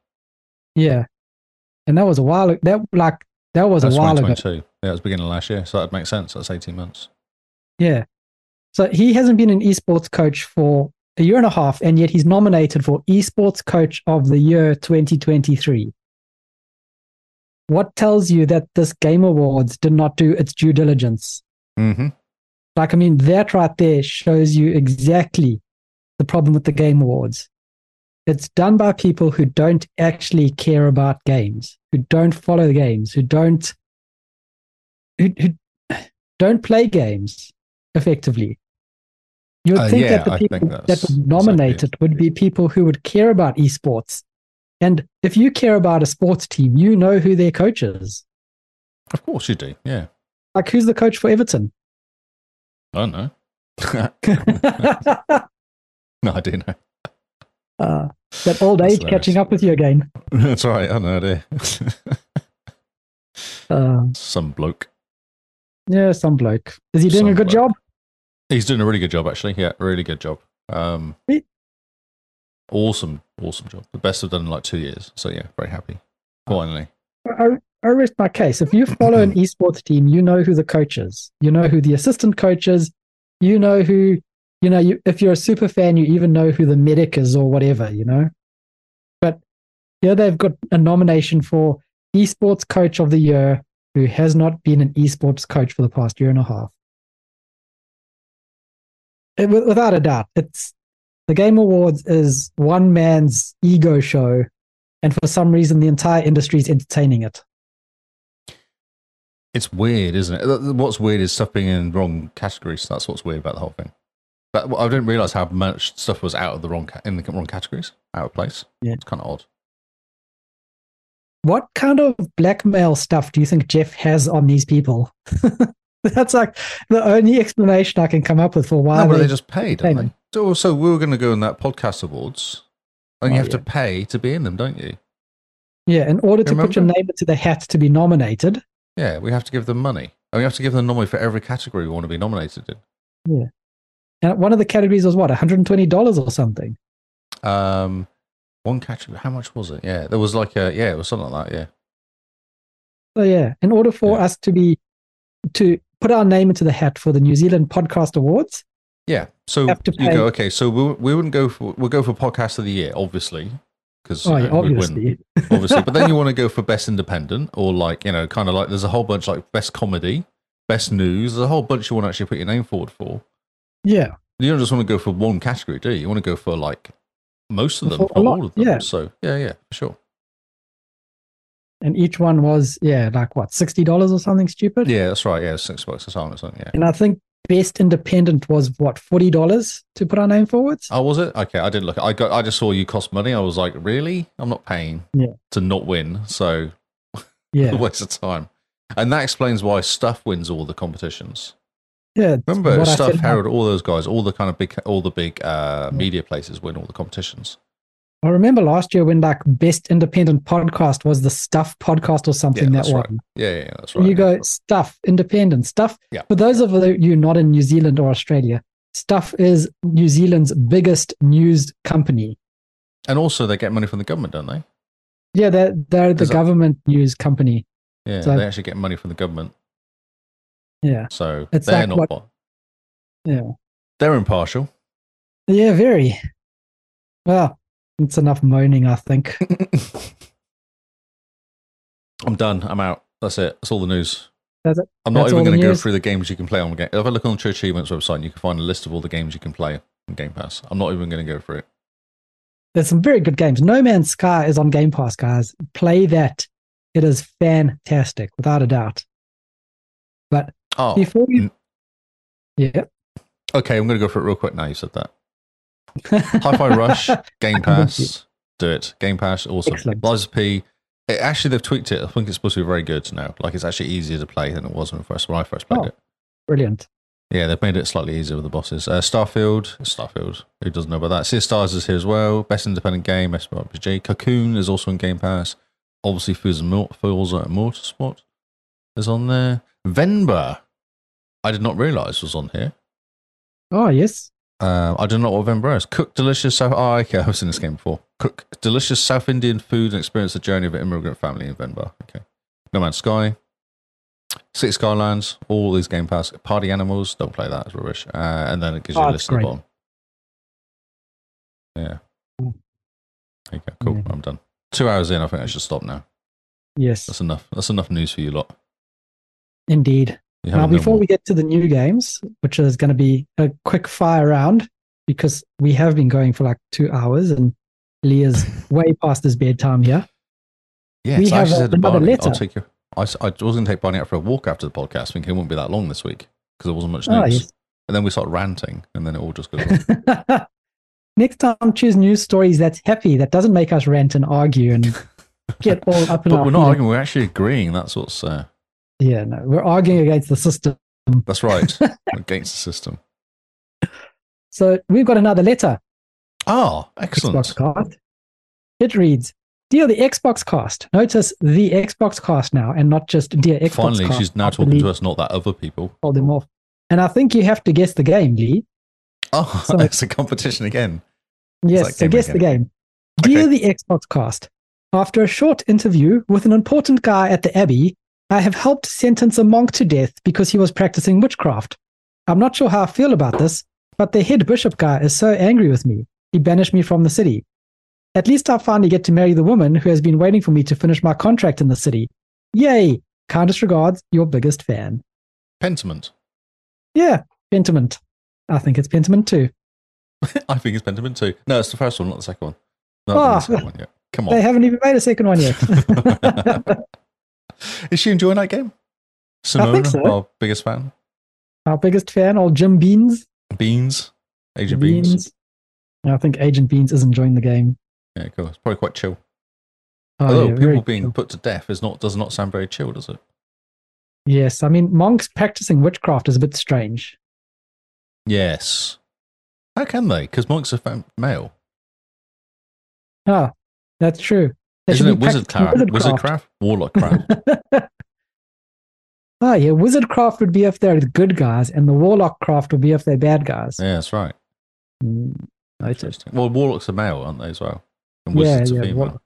S1: yeah, and that was a while. That like that was
S3: That's
S1: a while ago.
S3: 2022. Yeah, it was beginning of last year, so that would make sense. That's 18 months.
S1: Yeah. So he hasn't been an esports coach for a year and a half, and yet he's nominated for Esports Coach of the Year 2023. What tells you that this Game Awards did not do its due diligence?
S3: Mm-hmm.
S1: Like, I mean, that right there shows you exactly the problem with the Game Awards. It's done by people who don't actually care about games, who don't follow the games, who don't who, who don't play games effectively. You would
S3: Uh,
S1: think
S3: yeah,
S1: that the
S3: I think
S1: people that
S3: that's
S1: would nominate
S3: exactly-
S1: it would be people who would care about esports. And if you care about a sports team, you know who their coach is.
S3: Of course you do. Yeah.
S1: Like, who's the coach for
S3: *laughs*
S1: Everton? *laughs*
S3: I don't know. *laughs* no, I do know.
S1: Uh, that old
S3: That's
S1: age catching up with you again.
S3: That's right. I know idea.
S1: Uh,
S3: *laughs* Some bloke.
S1: yeah, some bloke. Is he doing a
S3: Some
S1: good
S3: bloke.
S1: job?
S3: He's doing a really good job, actually. Yeah, really good job. Um,
S1: He-
S3: awesome, awesome job. The best I've done in like two years. So yeah, very happy. Finally.
S1: I, I rest my case. If you follow an esports team, you know who the coach is. You know who the assistant coach is. You know who, you know, you, if you're a super fan, you even know who the medic is or whatever, you know. But here they've got a nomination for esports coach of the year who has not been an esports coach for the past year and a half. It- wi- without a doubt, it's the Game Awards is one man's ego show and for some reason the entire industry is entertaining it
S3: It's weird, isn't it? Th- th- What's weird is stuff being in wrong categories. That's what's weird about the whole thing. But well, I didn't realize how much stuff was out of the wrong ca- in the wrong categories, out of place.
S1: Yeah.
S3: it's kind of odd.
S1: what kind of blackmail stuff do you think jeff has on these people *laughs* that's like the only explanation i can come up with for why
S3: no, but
S1: they,
S3: they just paid, didn't
S1: payment.
S3: they? So, so we were going to go in that podcast awards, and
S1: Oh,
S3: you have to
S1: yeah.
S3: pay to be in them, don't you?
S1: yeah in order to put your
S3: Remember?
S1: name into the hat to be nominated
S3: Yeah, we have to give them money. And we have to give them money for every category we want to be nominated in.
S1: and one of the categories was what $120 or something
S3: Um, one category, how much was it? Yeah, there was like a, yeah, it was something like that, yeah.
S1: so yeah in order for
S3: Yeah.
S1: us to be to put our name into the hat for the new zealand podcast awards
S3: Yeah, so
S1: Have to
S3: you
S1: pay.
S3: go, okay, so we, we wouldn't go for, we'll go for podcast of the year, obviously, because
S1: oh, yeah,
S3: we win,
S1: obviously *laughs*
S3: obviously. but then you want to go for best independent or like, you know, kind of like there's a whole bunch like best comedy, best news, there's a whole bunch you want to actually put your name forward for.
S1: yeah
S3: You don't just want to go for one category, do you? You want to go for like most of them,
S1: For
S3: for
S1: a lot,
S3: all of them.
S1: yeah.
S3: So, yeah, yeah, for sure.
S1: and each one was yeah like what $60 or something stupid
S3: Yeah, that's right. Yeah, six bucks a time or something. Yeah.
S1: And I think best independent was what forty dollars to put our name forwards.
S3: Oh, was it? Okay, I didn't look. I got. I just saw you cost money. I was like, really? I'm not paying
S1: Yeah.
S3: to not win. So *laughs*
S1: yeah,
S3: a waste of time. And that explains why Stuff wins all the competitions.
S1: yeah. it's
S3: Remember,
S1: what I
S3: Stuff,
S1: said about-
S3: Harold, all those guys, all the kind of big, all the big uh,
S1: Yeah.
S3: media places win all the competitions.
S1: I remember last year when like best independent podcast was the Stuff podcast or something
S3: Yeah,
S1: that
S3: that's
S1: one.
S3: right. Yeah, yeah, yeah, that's right.
S1: You go
S3: yeah.
S1: Stuff independent Stuff.
S3: Yeah.
S1: For those of you not in New Zealand or Australia, Stuff is New Zealand's biggest news company.
S3: and also they get money from the government, don't they?
S1: Yeah, they're they're the
S3: Is it-
S1: government news company.
S3: Yeah,
S1: So-
S3: they actually get money from the government.
S1: Yeah.
S3: So
S1: It's
S3: they're
S1: like
S3: not.
S1: what-
S3: bo-
S1: Yeah.
S3: They're
S1: *laughs*
S3: impartial.
S1: Yeah, very. Well, it's enough moaning, I think.
S3: I'm done. I'm out. That's it. That's all the news.
S1: That's it.
S3: I'm not
S1: That's
S3: even
S1: all the
S3: going to go
S1: news?
S3: through the games you can play on game. If I look on True Achievements website, and you can find a list of all the games you can play on Game Pass. I'm not even going to go through it.
S1: There's some very good games. No Man's Sky is on Game Pass, guys. Play that. It is fantastic, without a doubt. But
S3: Oh,
S1: before you.
S3: mm.
S1: Yeah. *laughs*
S3: okay. I'm going to go for it real quick now. You said that. Hi-Fi
S1: *laughs*
S3: Rush, Game
S1: convinced you.
S3: Pass, do it. Game Pass, awesome.
S1: Excellent.
S3: Lies of P. It, actually, they've tweaked it. I think it's supposed to be very good now. Like it's actually easier to play than it was when, first, when I first played
S1: Oh.
S3: it.
S1: Brilliant.
S3: Yeah, they've made it slightly easier with the bosses. Uh, Starfield, Starfield. Who doesn't know about that? Sea of Stars is here as well. Best independent game, best RPG. Cocoon is also in Game Pass. Obviously, Fools and Mort- Fools and Motorsport is on there. Venba, I did not realise was on here.
S1: Oh, yes.
S3: Um, I don't know what Venbro is. Cook delicious South. Oh, okay, *laughs* I've seen this game before. Cook delicious South Indian food and experience the journey of an immigrant family in Venbar. Okay. No Man's Sky, Six Skylands, all these Game Pass. Party Animals, don't play that, it's rubbish. Uh, and then it gives you
S1: Oh, it's
S3: a list at the
S1: great.
S3: bottom. Yeah. There you go. Cool.
S1: Mm. Yeah.
S3: I'm done. Two hours in, I think I should stop now.
S1: Yes,
S3: That's enough. That's enough news for you lot.
S1: indeed.
S3: You
S1: Now,
S3: haven't done
S1: before
S3: more.
S1: we get to the new games, which is going to be a quick fire round, because we have been going for like two hours and
S3: *laughs*
S1: Leah's way past his bedtime here.
S3: Yes,
S1: we
S3: I
S1: have
S3: actually said to
S1: another
S3: Barney, I'll
S1: letter.
S3: take you. I, s- I was going to take Barney out for a walk after the podcast, thinking it wouldn't be that long this week because there wasn't much news.
S1: Ah, yes.
S3: And then we start ranting, and then it
S1: *laughs*
S3: all just goes. on.
S1: Oh, Next time, choose news stories that's happy, that doesn't make us rant and argue
S3: *laughs*
S1: and get all up in
S3: but
S1: our
S3: we're not
S1: feelings.
S3: arguing; we're actually agreeing. That's what's. Uh,
S1: Yeah, no, we're arguing against the system. *laughs*
S3: that's right. against the system.
S1: So we've got another letter.
S3: Ah, excellent.
S1: Xbox cast. It reads, Dear the Xbox cast, notice the Xbox cast now and not just Dear Xbox
S3: Finally,
S1: cast.
S3: she's now talking to us, not that other people.
S1: Hold them off. And I think you have to guess the game, Lee.
S3: *laughs* Oh,
S1: So-
S3: it's a competition again.
S1: Yes,
S3: like
S1: so
S3: game
S1: guess the game. Dear the Xbox cast, after a short interview with an important guy at the Abbey, I have helped sentence a monk to death because he was practicing witchcraft. I'm not sure how I feel about this, but the head bishop guy is so angry with me, he banished me from the city. At least I finally get to marry the woman who has been waiting for me to finish my contract in the city. Yay! Kindest regards, your biggest fan.
S3: Pentiment. *laughs*
S1: Yeah, Pentiment. I think it's Pentiment too.
S3: I think it's Pentiment too. No, it's the first one, not the second one. No, not
S1: Ah.
S3: the second one yet.
S1: *laughs*
S3: Come
S1: They
S3: on.
S1: haven't even made a second one yet.
S3: *laughs*
S1: *laughs*
S3: Is she enjoying that game? Simone,
S1: so.
S3: our biggest fan.
S1: Our biggest fan, old Jim Beans.
S3: Beans. Agent Beans.
S1: I think Agent Beans is enjoying the game.
S3: Yeah, cool. It's probably quite chill.
S1: Oh,
S3: Although
S1: yeah, very
S3: people being
S1: cool.
S3: put to death is not does not sound very chill, does it?
S1: Yes, I mean, monks practicing witchcraft is a bit strange.
S3: Yes. How can they? Because monks are fam- male.
S1: Ah, that's true. They should
S3: Isn't it
S1: be
S3: wizard
S1: practicing
S3: craft? Wizard
S1: wizardcraft.
S3: craft?
S1: *laughs*
S3: Warlock craft.
S1: Ah, yeah, wizardcraft would be if they're the good guys, and the warlock craft would be if they're bad guys.
S3: yeah, that's right.
S1: Mm, noted.
S3: Interesting. Well, warlocks are male, aren't they, as well? And
S1: Yeah,
S3: wizards are
S1: yeah.
S3: female.
S1: warlocks.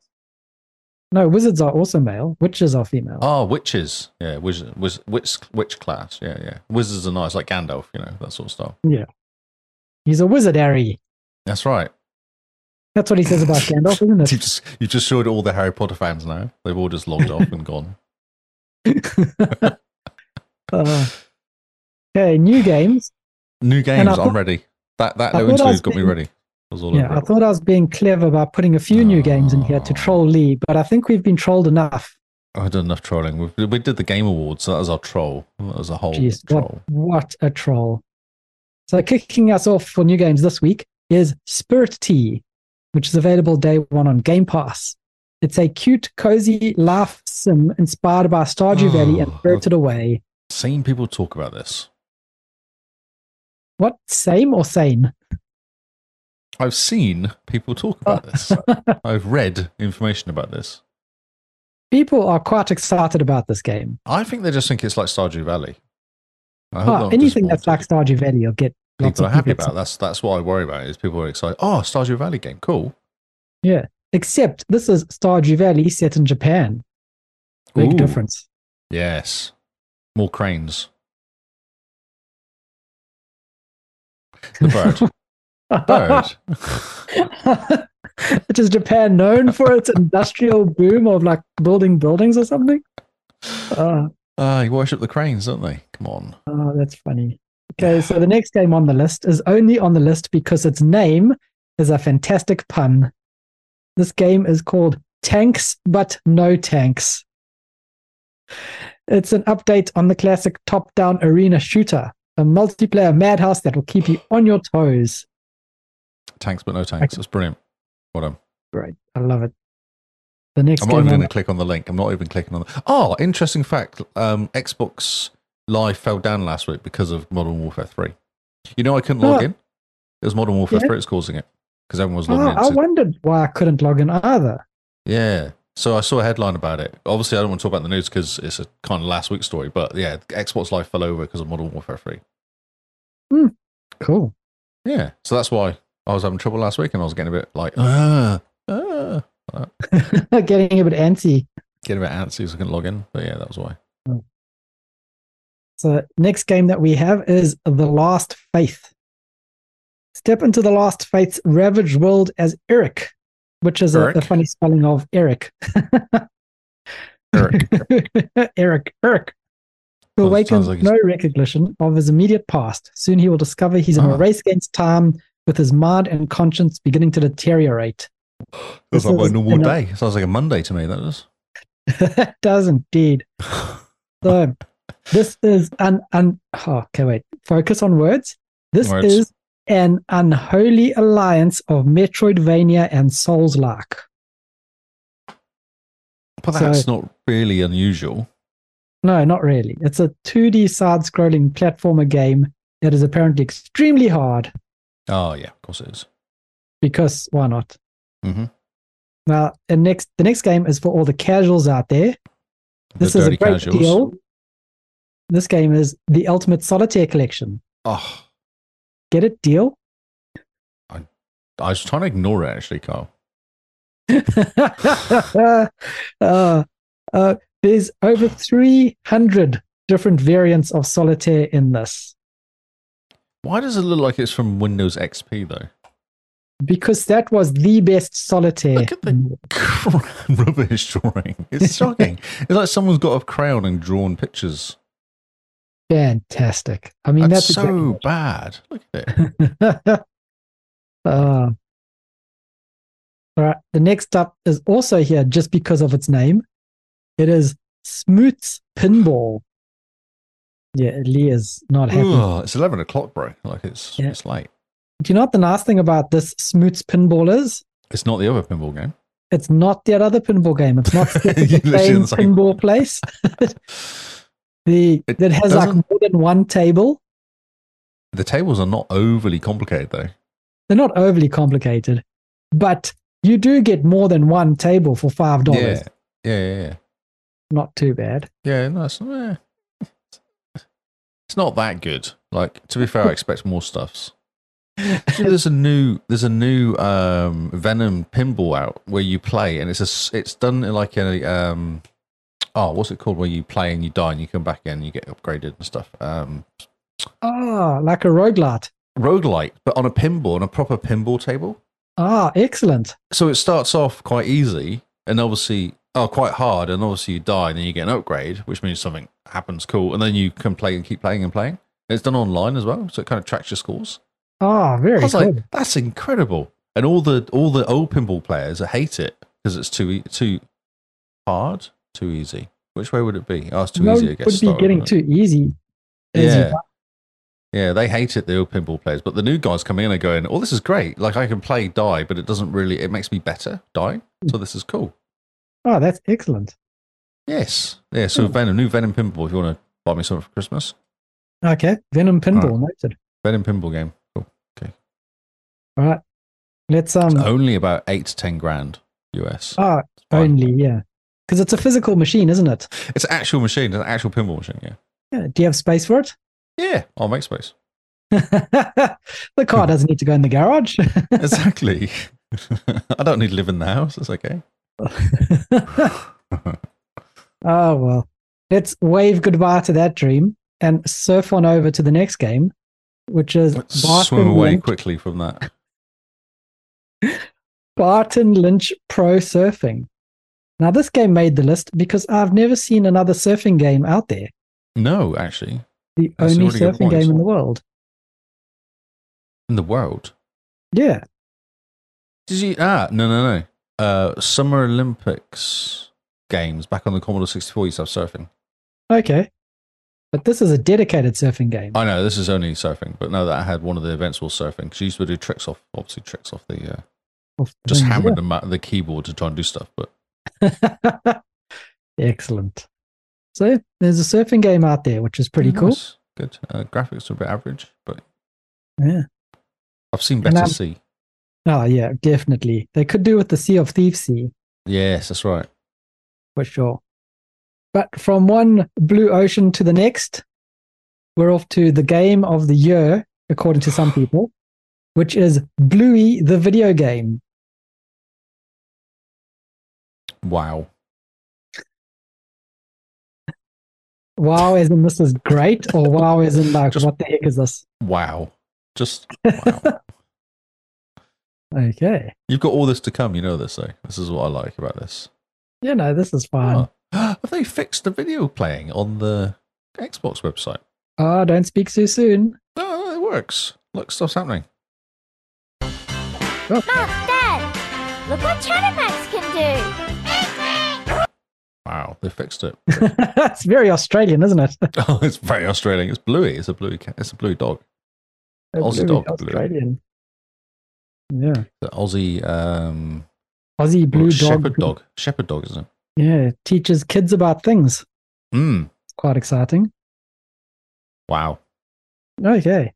S1: No, wizards are also male. Witches are female.
S3: Ah, witches. Yeah, wiz- wiz- witch, witch class. Yeah, yeah. Wizards are nice, like Gandalf, you know, that sort of stuff.
S1: He's a wizard, Harry.
S3: That's right.
S1: That's what he says
S3: *laughs*
S1: about Gandalf, isn't it?
S3: You've just, you've just showed all the Harry Potter fans now. They've all just logged off and gone.
S1: Uh, okay, new games.
S3: New games,
S1: I thought-
S3: I'm ready. That, that
S1: I
S3: little
S1: thought I
S3: interview's
S1: was
S3: got me
S1: being-
S3: ready. It was all
S1: Yeah,
S3: over Ah.
S1: I
S3: it.
S1: thought I was being clever by putting a few new games in here to troll Lee, but I think we've been trolled enough.
S3: I did enough trolling. We, we did the Game Awards, so that was our troll. That was a whole
S1: Jeez,
S3: Oh, troll.
S1: what, what a troll. So, kicking us off for new games this week is Spirit Tea, which is available day one on Game Pass. It's a cute, cozy laugh sim inspired by Stardew Valley and
S3: Oh,
S1: Spirited Away.
S3: Seen people talk about this.
S1: What? Same or sane?
S3: I've seen people talk about
S1: *laughs*
S3: this. I've read information about this.
S1: People are quite excited about this game.
S3: I think they just think it's like Stardew Valley. I hope
S1: Ah,
S3: they're not
S1: anything that's like
S3: disappointed.
S1: Stardew Valley, you'll get lots
S3: people
S1: of
S3: are happy
S1: people
S3: about. That's that's what I worry about. Is people are excited. Oh, Stardew Valley game, cool.
S1: Except this is Stardew Valley set in Japan. Big
S3: Ooh.
S1: difference.
S3: Yes, more cranes. The bird.
S1: *laughs*
S3: *laughs* bird.
S1: Which is Japan known for its industrial boom of like building buildings or something? Uh,
S3: Ah, you worship the cranes, don't they? Come on.
S1: oh, that's funny. Okay, so the next game on the list is only on the list because its name is a fantastic pun. This game is called Tanks But No Tanks. It's an update on the classic top down arena shooter, a multiplayer madhouse that will keep you on your toes.
S3: Tanks, but no tanks. That's brilliant. Well done.
S1: Great. I love it. The next
S3: I'm not
S1: game.
S3: even going
S1: on-
S3: to click on the link. I'm not even clicking on the. Oh, interesting fact. Um, Xbox Live fell down last week because of Modern Warfare 3. You know, I couldn't log
S1: Oh.
S3: in. It was Modern Warfare
S1: Yeah.
S3: 3 that's causing it because everyone was
S1: Oh,
S3: logging
S1: I
S3: in. So,
S1: wondered why I couldn't log in either.
S3: yeah. So I saw a headline about it. Obviously, I don't want to talk about the news because it's a kind of last week's story. But yeah, Xbox Live fell over because of Modern Warfare 3.
S1: Cool. *laughs*
S3: Yeah. So that's why I was having trouble last week and I was getting a bit like, ah, ah,
S1: Getting a bit antsy.
S3: getting a bit antsy because I couldn't log in. But yeah, that was why.
S1: So next game that we have is The Last Faith. Step into The Last Faith's ravaged world as Eric, which is a, a
S3: Eric?
S1: funny spelling of Eric.
S3: Eric.
S1: *laughs* Eric, Eric. Who
S3: Sounds-
S1: awakens
S3: sounds like he's-
S1: no recognition of his immediate past. Soon he will discover he's in a
S3: Ah.
S1: race against time with his mind and conscience beginning to deteriorate.
S3: That's
S1: This
S3: like my
S1: is
S3: normal
S1: in a-
S3: day. Sounds like a Monday to me, that is.
S1: it *laughs* does indeed. So this is an un oh, okay wait. Focus on words. This
S3: Words.
S1: is an unholy alliance of Metroidvania and Souls-like.
S3: But
S1: So-
S3: that's not really unusual.
S1: No, not really. It's a 2D side-scrolling platformer game that is apparently extremely hard
S3: Oh yeah, of course it is.
S1: because why not?
S3: Mhm.
S1: Now, and next, the next game is for all the casuals out there. This is a great deal. This game is the Ultimate Solitaire Collection.
S3: Oh,
S1: Get it? Deal?
S3: I was trying to ignore it actually, Kyle.
S1: *laughs* uh, uh, there's over 300 different variants of solitaire in this
S3: Why does it look like it's from Windows XP though? *laughs*
S1: because that was the best solitaire.
S3: Look at the rubbish drawing.
S1: *laughs*
S3: It's shocking. it's like someone's got a crayon and drawn pictures.
S1: Fantastic. I mean,
S3: That's
S1: that's,
S3: so bad. Look at it.
S1: exactly- Uh, all right. The next up is also here just because of its name. It is Smoots Pinball. *laughs* Yeah, Lee is not happy.
S3: Ugh, it's eleven o'clock, bro. Like it's
S1: Yeah.
S3: it's late.
S1: Do you know what the nice thing about this Smoots Pinball is?
S3: It's not the other pinball game.
S1: It's not that other pinball game. It's
S3: *laughs*
S1: not
S3: You
S1: the
S3: literally
S1: same
S3: insane.
S1: pinball place. *laughs* the
S3: It
S1: it has like
S3: doesn't-
S1: more than one table.
S3: The tables are not overly complicated though.
S1: They're not overly complicated, but you do get more than one table for five dollars.
S3: Yeah. Yeah, yeah, yeah.
S1: Not too bad.
S3: Yeah, no, it's, eh. it's not that good. Like to be *laughs* fair, I expect more stuffs. Do you know there's a new there's a new um, Venom pinball out where you play and it's a s- it's done in like a um, oh what's it called where you play and you die and you come back in and you get upgraded and stuff um,
S1: Ah, like a roguelite.
S3: roguelike but on a pinball on a proper pinball table
S1: Ah, excellent.
S3: so it starts off quite easy and obviously oh quite hard and obviously you die and then you get an upgrade which means something happens cool and then you can play and keep playing and playing it's done online as well so it kind of tracks your scores
S1: Ah,
S3: i
S1: very
S3: was
S1: cool.
S3: like that's incredible and all the all the old pinball players hate it because it's too e- too hard too easy which way would it be oh it's too
S1: no,
S3: easy it
S1: it
S3: gets
S1: would be
S3: started,
S1: getting
S3: wouldn't
S1: too easy.
S3: it?
S1: as you
S3: yeah yeah, they hate it, the old pinball players. But the new guys coming in are going, oh, this is great. Like, I can play die, but it doesn't really, it makes me better dying. So this is cool.
S1: Oh, that's excellent.
S3: Yes. Hmm. Yeah. So
S1: Yeah.
S3: Venom, new Venom Pinball. If you want to buy me something for Christmas,
S1: Okay, Venom Pinball noted.
S3: Venom Pinball game. Cool.
S1: All right, let's um.
S3: It's only about eight to ten grand US.
S1: Ah,
S3: fine.
S1: only yeah, because it's a physical machine, isn't it?
S3: It's an actual machine. It's an actual pinball machine. Yeah.
S1: Yeah. Do you have space for it? *laughs*
S3: Yeah. I'll make space. *laughs*
S1: the car doesn't need to go in the garage. *laughs*
S3: Exactly. *laughs* I don't need to live in the house. It's *laughs* okay.
S1: oh well. Let's wave goodbye to that dream and surf on over to the next game. which is
S3: Let's swim
S1: Barton
S3: away
S1: Lynch,
S3: quickly from that.
S1: Barton Lynch Pro Surfing. Now, this game made the list because I've never seen another surfing game out there.
S3: No, actually,
S1: The
S3: That's a
S1: only
S3: really good
S1: surfing
S3: point.
S1: game in the world.
S3: in the world.
S1: Yeah.
S3: Did you? Ah, no, no, no. Uh, Summer Olympics games back on the Commodore 64 used to have surfing.
S1: Okay. But this is a dedicated surfing game.
S3: I know this is only surfing, but no, that had one of the events was surfing. She used to do tricks off, obviously tricks off the uh,
S1: Of the
S3: just
S1: things,
S3: hammering the ma the keyboard to try and do stuff. But
S1: yeah. *laughs* Excellent. So there's a surfing game out there, which is pretty
S3: Yeah,
S1: cool.
S3: nice. Good uh, graphics are a bit average, but
S1: Yeah.
S3: I've seen
S1: And,
S3: better
S1: um,
S3: see.
S1: Oh yeah, definitely. They could do with the Sea of Thieves Sea
S3: Yes, that's right.
S1: for sure. But from one blue ocean to the next, we're off to the game of the year, according to
S3: *sighs*
S1: some people, which is Bluey the video game.
S3: Wow.
S1: Wow, as in this is great, or wow, as in like,
S3: Just-
S1: what the heck is this?
S3: Wow.
S1: *laughs*
S3: Just wow.
S1: Okay.
S3: You've got all this to come, you know this though. This is what I like about this.
S1: You know, this is fine.
S3: Oh. *gasps* Have they fixed the video playing on the Xbox website?
S1: Oh, don't speak too soon. *laughs*
S3: No, no, it works. Look, stuff's happening.
S7: Look, Dad! Look what Chattermax can do!
S3: Wow, they fixed it.
S1: it's very Australian, isn't it?
S3: Oh, *laughs* it's very Australian. It's bluey. It's a bluey cat. It's a blue dog. Aussie
S1: Very
S3: dog, blue.
S1: Australian. Yeah.
S3: The Aussie um
S1: Aussie blue dog.
S3: shepherd dog. Shepherd dog, isn't it?
S1: Yeah, teaches kids about things.
S3: Mm.
S1: It's quite exciting.
S3: Wow.
S1: Okay.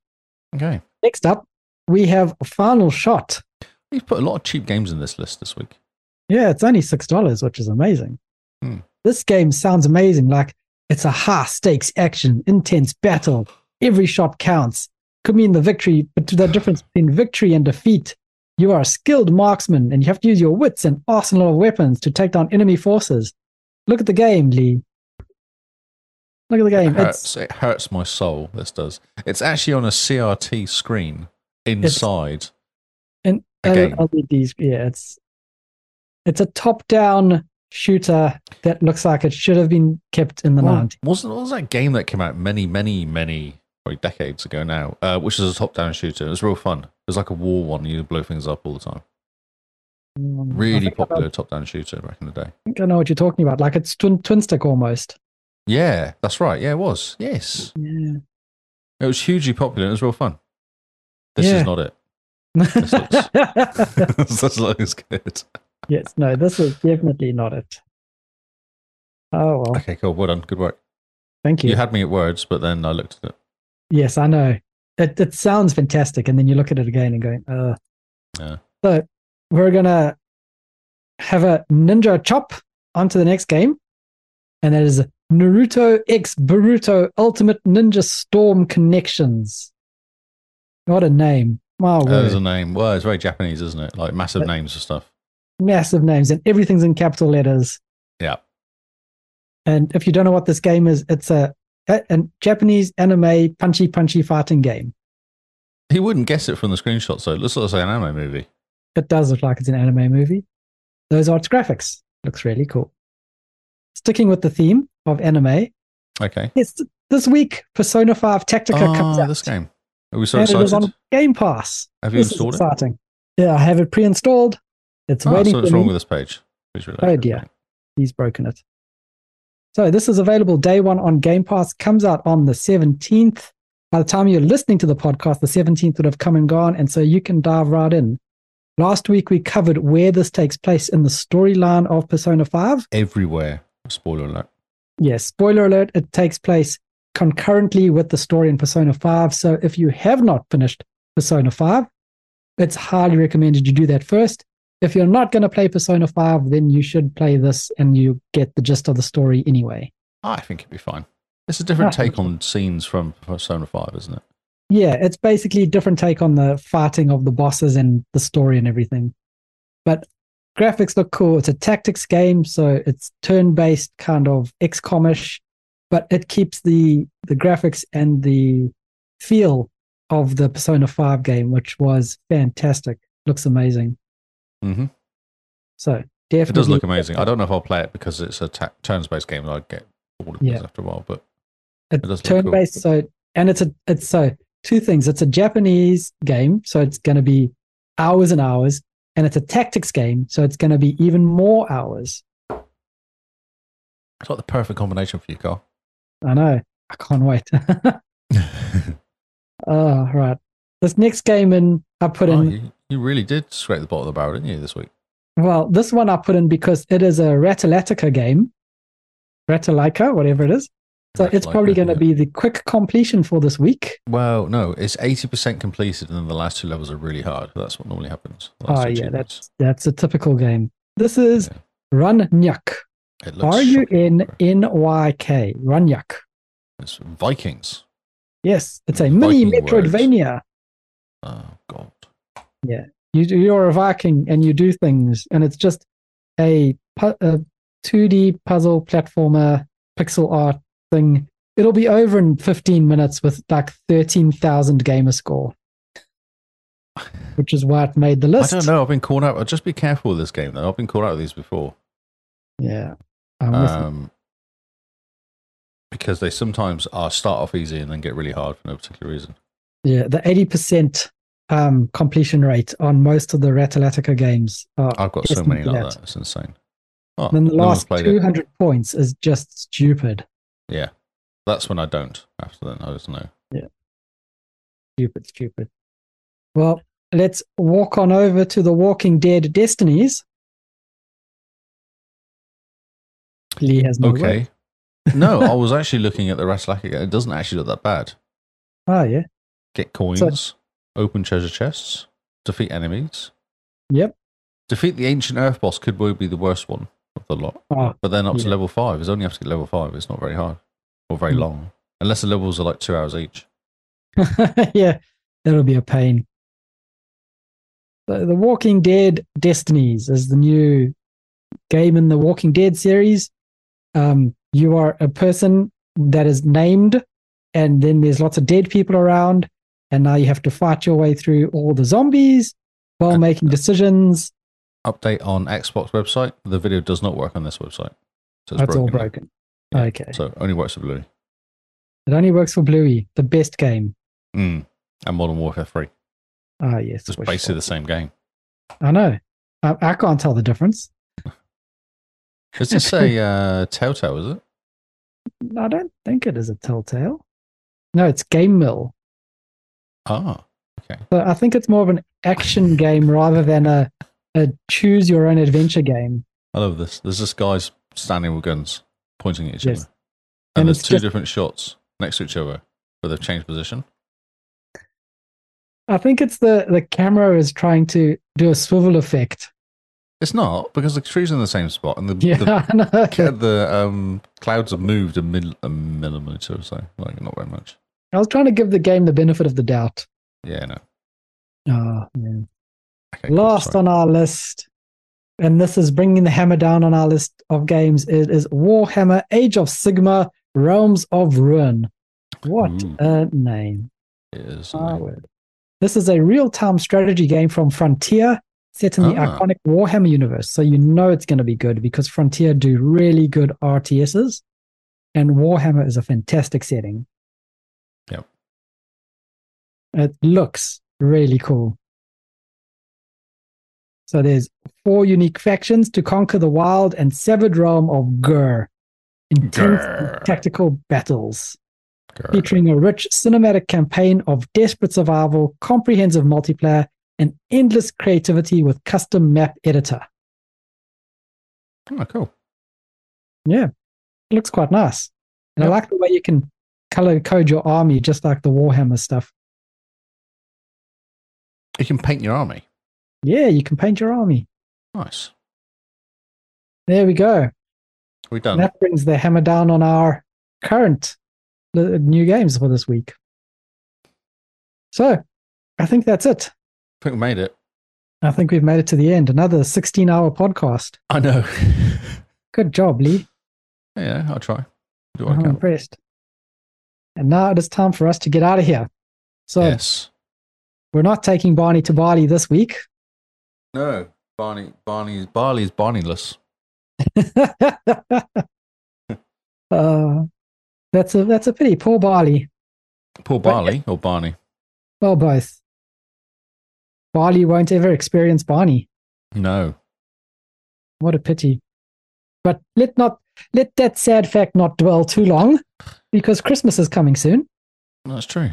S3: Okay.
S1: Next up, we have Final Shot.
S3: You've put a lot of cheap games in this list this week.
S1: Yeah, it's only $6, which is amazing.
S3: Hmm.
S1: This game sounds amazing. Like it's a high stakes action, intense battle. Every shot counts. Could mean the victory, but the difference between victory and defeat. You are a skilled marksman and you have to use your wits and arsenal of weapons to take down enemy forces. Look at the game, Lee. Look at the
S3: It
S1: game. It's,
S3: hurts, it hurts my soul, this does. It's actually on a CRT screen inside.
S1: an
S3: a game.
S1: LED. Yeah, it's it's a top-down shooter that looks like it should have been kept in the
S3: Well,
S1: 90s.
S3: wasn't what was that game that came out many, many, many probably decades ago now, uh, which is a top down shooter. It was real fun. It was like a war one, you blow things up all the time.
S1: Mm, I
S3: Really
S1: think I know-
S3: popular top down shooter back in the day.
S1: I think I know what you're talking about. Like it's twin, twin stick almost.
S3: Yeah, that's right. Yeah, it was. Yes.
S1: Yeah.
S3: It was hugely popular. It was real fun. This
S1: Yeah.
S3: is
S1: *laughs*
S3: not it. *laughs* This looks-
S1: yes,
S3: this looks good.
S1: no, this is definitely not it. Oh well,
S3: Okay, cool. Well done. Good work.
S1: thank you.
S3: You had me at words, but then I looked at it.
S1: yes, I know. It it sounds fantastic, and then you look at it again and going, uh.
S3: Yeah.
S1: So we're gonna have a ninja chop onto the next game, and that is Naruto X Boruto Ultimate Ninja Storm Connections. What a name! My word.
S3: Uh, There's a name. Well, it's very Japanese, isn't it? Like massive
S1: Oh, But-
S3: names for stuff.
S1: massive names and everything's in capital letters.
S3: Yeah.
S1: And if you don't know what this game is, it's a, a, a Japanese anime punchy punchy fighting game.
S3: He wouldn't guess it from the screenshots, though. It looks like an anime movie.
S1: It does look like it's an anime movie. Those art graphics looks really cool. Sticking with the theme of anime,
S3: Okay.
S1: it's this week Persona 5 Tactica comes
S3: Ah,
S1: out.
S3: this game. Are we so
S1: and it is
S3: excited?
S1: on Game Pass.
S3: Have you
S1: This is
S3: installed it?
S1: exciting. Yeah, I have it pre-installed. It's
S3: Ah,
S1: waiting
S3: so
S1: for
S3: what's
S1: me.
S3: wrong with this page? Please reload
S1: Oh,
S3: it.
S1: dear. he's broken it. So this is available day one on Game Pass, comes out on the 17th. By the time you're listening to the podcast, the 17th would have come and gone, and so you can dive right in. Last week we covered where this takes place in the storyline of Persona 5.
S3: Everywhere. Spoiler alert.
S1: Yes, spoiler alert, it takes place concurrently with the story in Persona 5. So if you have not finished Persona 5, it's highly recommended you do that first. If you're not going to play Persona 5, then you should play this and you get the gist of the story anyway.
S3: Ah, I think it'd be fine. It's a different
S1: Ah.
S3: take on scenes from Persona 5, isn't it?
S1: Yeah, it's basically a different take on the fighting of the bosses and the story and everything. But graphics look cool. It's a tactics game, so it's turn-based kind of XCOM-ish, but it keeps the the graphics and the feel of the Persona 5 game, which was fantastic. Looks amazing.
S3: hmm
S1: So definitely.
S3: It does look amazing. I don't know if I'll play it because it's a ta- turns-based game, and I get bored of
S1: Yeah.
S3: those after a while. But
S1: It's
S3: does look cool.
S1: turn-based, so and it's a it's so two things. It's a Japanese game, so it's going to be hours and hours, and it's a tactics game, so it's going to be even more hours.
S3: it's like the perfect combination for you,
S1: *laughs*
S3: Carl.
S1: I know. I can't wait. *laughs* oh, right. This next game in I put
S3: Oh,
S1: in
S3: you, you really did scrape the bottom of the barrel, didn't you, this week?
S1: Well, this one I put in because it is a Ratalatica game, Ratalaika, whatever it is. So it's
S3: Ratalaika,
S1: probably going to
S3: yeah.
S1: be the quick completion for this week.
S3: Well, no, it's eighty percent completed, and then the last two levels are really hard. That's what normally happens. The last
S1: Oh
S3: two
S1: yeah,
S3: achievements.
S1: that's that's a typical game. This is
S3: Yeah.
S1: Run Nyuk.
S3: It looks
S1: R U
S3: shocking,
S1: N
S3: bro.
S1: N Y K. Run Nyuk.
S3: It's Vikings.
S1: Yes, it's a
S3: Viking
S1: mini
S3: words.
S1: Metroidvania.
S3: Oh god.
S1: You you're a Viking and you do things, and it's just a, pu- a 2D puzzle platformer pixel art thing. It'll be over in 15 minutes with like 13,000 gamer score, which is why it made the list.
S3: I don't know. I've been called out. Just be careful with this game, though. I've been called out with these before.
S1: Yeah. I'm with you.
S3: um, because they sometimes are start off easy and then get really hard for no particular reason.
S1: yeah. The 80% um, completion rate on most of the Ratalatica games. Are,
S3: I've got so
S1: Listen
S3: many
S1: to
S3: like
S1: that.
S3: that. It's insane. Oh,
S1: then the
S3: no one's
S1: last
S3: played it.
S1: 200 points is just stupid.
S3: Yeah, that's when I don't. After then, I just know.
S1: Stupid, stupid. Well, let's walk on over to the Walking Dead Destinies. Lee has no work.
S3: Okay. no,
S1: *laughs*
S3: I was actually looking at the Ratlaka again. It doesn't actually look that bad.
S1: Oh yeah.
S3: Get coins, open treasure chests, defeat enemies.
S1: Yep.
S3: Defeat the ancient earth boss could well be the worst one of the lot.
S1: Oh,
S3: But then up to
S1: Yeah.
S3: level five, it's only have to get level five. It's not very hard or very
S1: Hmm.
S3: long, unless the levels are like two hours each.
S1: *laughs* yeah. That'll be a pain. The, the Walking Dead Destinies is the new game in the Walking Dead series. Um, you are a person that is named, and then there's lots of dead people around, and now you have to fight your way through all the zombies while
S3: And-
S1: making decisions.
S3: Update on Xbox website. The video does not work on this website. So it's
S1: That's all
S3: broken.
S1: broken.
S3: Yeah.
S1: Okay.
S3: So only works with Bluey.
S1: It only works for Bluey, the best game.
S3: Mm. And Modern Warfare 3.
S1: Ah, yes.
S3: It's
S1: which-
S3: basically the same game.
S1: I know. I, I can't tell the difference.
S3: Is
S1: *laughs*
S3: this a uh, Telltale, is it?
S1: I don't think it is a Telltale. No, it's Game Mill.
S3: Ah.
S1: So I think it's more of an action game rather than a, a choose your own adventure game.
S3: I love this. There's this guy's standing with guns pointing at each
S1: Yes.
S3: other. And,
S1: And
S3: there's
S1: it's
S3: two
S1: just-
S3: different shots next to each other where they've changed position.
S1: I think it's the, the camera is trying to do a swivel effect.
S3: It's not because the tree's in the same spot and the,
S1: Yeah, *laughs*
S3: the,
S1: I know.
S3: ca- the um, clouds have moved a, mil- a millimeter or so. Like, not very much.
S1: I was trying to give the game the benefit of the doubt.
S3: Yeah, no.
S1: Oh, man.
S3: Okay, cool,
S1: Last
S3: sorry.
S1: on our list, and this is bringing the hammer down on our list of games, it is Warhammer Age of Sigma Realms of Ruin. What
S3: Ooh.
S1: a name.
S3: It is,
S1: Ah, word. This is a real time strategy game from Frontier set in the
S3: Ah.
S1: iconic Warhammer universe. So you know it's going to be good because Frontier do really good RTSs, and Warhammer is a fantastic setting.
S3: Yep.
S1: It looks really cool. So there's four unique factions to conquer the wild and severed realm of Gur. Intense
S3: Gur.
S1: tactical battles
S3: Grr.
S1: featuring a rich cinematic campaign of desperate survival, comprehensive multiplayer, and endless creativity with custom map editor.
S3: Oh, cool.
S1: It looks quite nice. And I
S3: Yep.
S1: like the way you can color code your army just like the Warhammer stuff.
S3: You can paint your army.
S1: Yeah, you can paint your army.
S3: Nice.
S1: There we go.
S3: We done.
S1: That brings the hammer down on our current uh, new games for this week. So I think that's it.
S3: I think we made it.
S1: I think we've made it to the end. Another 16 hour podcast.
S3: I know. *laughs*
S1: Good job, Lee.
S3: yeah, I'll try. Do what I
S1: I'm
S3: can.
S1: impressed. And now it is time for us to get out of here. So
S3: yes.
S1: we're not taking Barney to Bali this week. *laughs*
S3: No, Barney. Barney's Barley is Barneyless.
S1: uh, that's a that's a pity. Poor Barley.
S3: Poor
S1: But-
S3: Barley or Barney.
S1: Well, both. Barley won't ever experience Barney.
S3: No.
S1: What a pity. But let not let that sad fact not dwell too long, because Christmas is coming soon,
S3: That's true.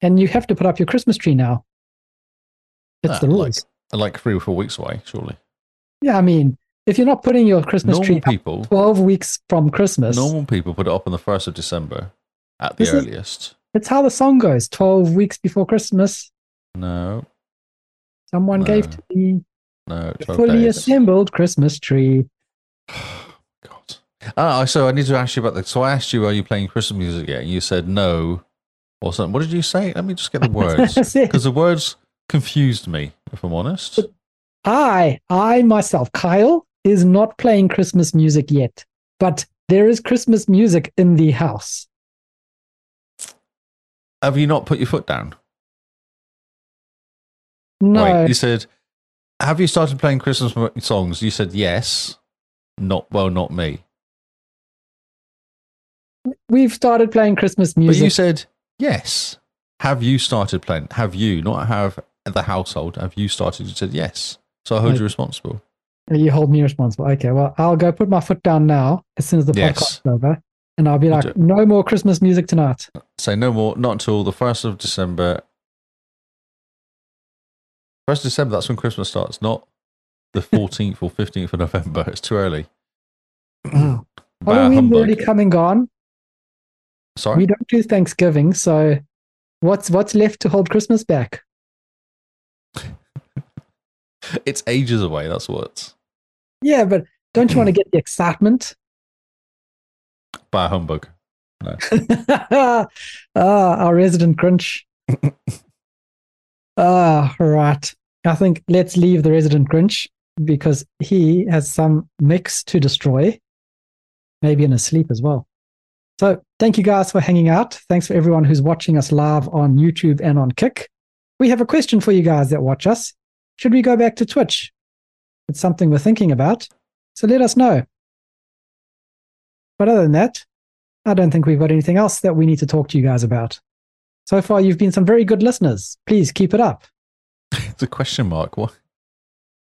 S1: and you have to put up your Christmas tree now. It's
S3: Ah,
S1: the
S3: like-
S1: rules.
S3: Like three or four weeks away, surely.
S1: Yeah, I mean, if you're not putting your Christmas
S3: normal
S1: tree up
S3: people,
S1: 12 weeks from Christmas,
S3: normal people put it up on the first of December, at the
S1: This is-
S3: earliest.
S1: that's how the song goes 12 weeks before Christmas,
S3: No,
S1: someone gave
S3: No.
S1: to me
S3: no,
S1: a
S3: twelve
S1: fully
S3: days.
S1: assembled Christmas tree.
S3: God. Ah, so I need to ask you about the. So I asked you, are you playing Christmas music yet? And you said no, or something. What did you say? Let me just get the
S1: *laughs*
S3: words
S1: That's it.
S3: because the words confused me. If I'm honest,
S1: I, I myself, Kyle, is not playing Christmas music yet, but there is Christmas music in the house.
S3: have you not put your foot down?
S1: No,
S3: Wait, you said, have you started playing Christmas mo- songs? You said yes. Not well, not me.
S1: we've started playing Christmas
S3: But
S1: music.
S3: you said yes. Have you started playing? Have you not have the household? Have you started? You said yes. So I hold
S1: I-
S3: you responsible.
S1: You hold me responsible. Okay, well, I'll go put my foot down now as soon as the
S3: Yes.
S1: podcast's over, and I'll be
S3: You
S1: like, no more Christmas music tonight.
S3: Say no more. Not until the first of December. First of December. That's when Christmas starts. Not
S1: *laughs*
S3: the fourteenth or fifteenth of November. It's too early.
S1: Wow.
S3: Bah,
S1: Halloween's
S3: humbug.
S1: already come and gone.
S3: Sorry.
S1: We don't do Thanksgiving, so what's what's left to hold Christmas back?
S3: *laughs* It's ages away. That's what.
S1: Yeah, but don't you want to get the excitement?
S3: By humbug.
S1: *laughs* ah, our resident Grinch. ah, right. I think let's leave the resident Grinch because he has some mix to destroy, maybe in his sleep as well. So, thank you guys for hanging out. Thanks for everyone who's watching us live on YouTube and on Kick. We have a question for you guys that watch us. Should we go back to Twitch? It's something we're thinking about. So, let us know. But other than that, I don't think we've got anything else that we need to talk to you guys about. So far, you've been some very good listeners. Please keep it up.
S3: It's a question mark. What?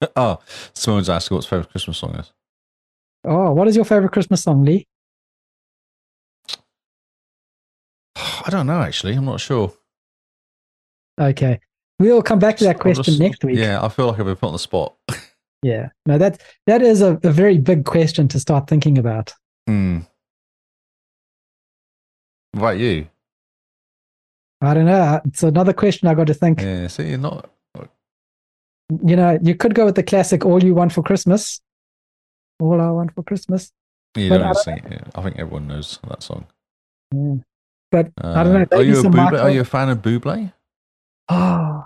S3: *laughs* oh, someone's asking what's favorite Christmas song is. *sighs*
S1: Oh, what is your favorite Christmas song, Lee?
S3: I don't know. Actually, I'm not sure.
S1: Okay. We'll come back to that
S3: I'll
S1: question
S3: just-
S1: next week.
S3: Yeah, I feel like I've been put on the spot.
S1: Yeah. No, that that is a, a very big question to start thinking about.
S3: Hmm. What about you?
S1: I don't know. It's another question I got to think.
S3: Yeah, see, you're not.
S1: You know, you could go with the classic "All You Want for Christmas." All I want for Christmas.
S3: You
S1: But
S3: don't
S1: I
S3: need to sing it. yeah. I think everyone knows that song.
S1: Yeah. But I don't know.
S3: Uh, Are
S1: maybe
S3: you, a
S1: some
S3: Buble?
S1: Michael-
S3: are you a fan of Buble?
S1: Oh,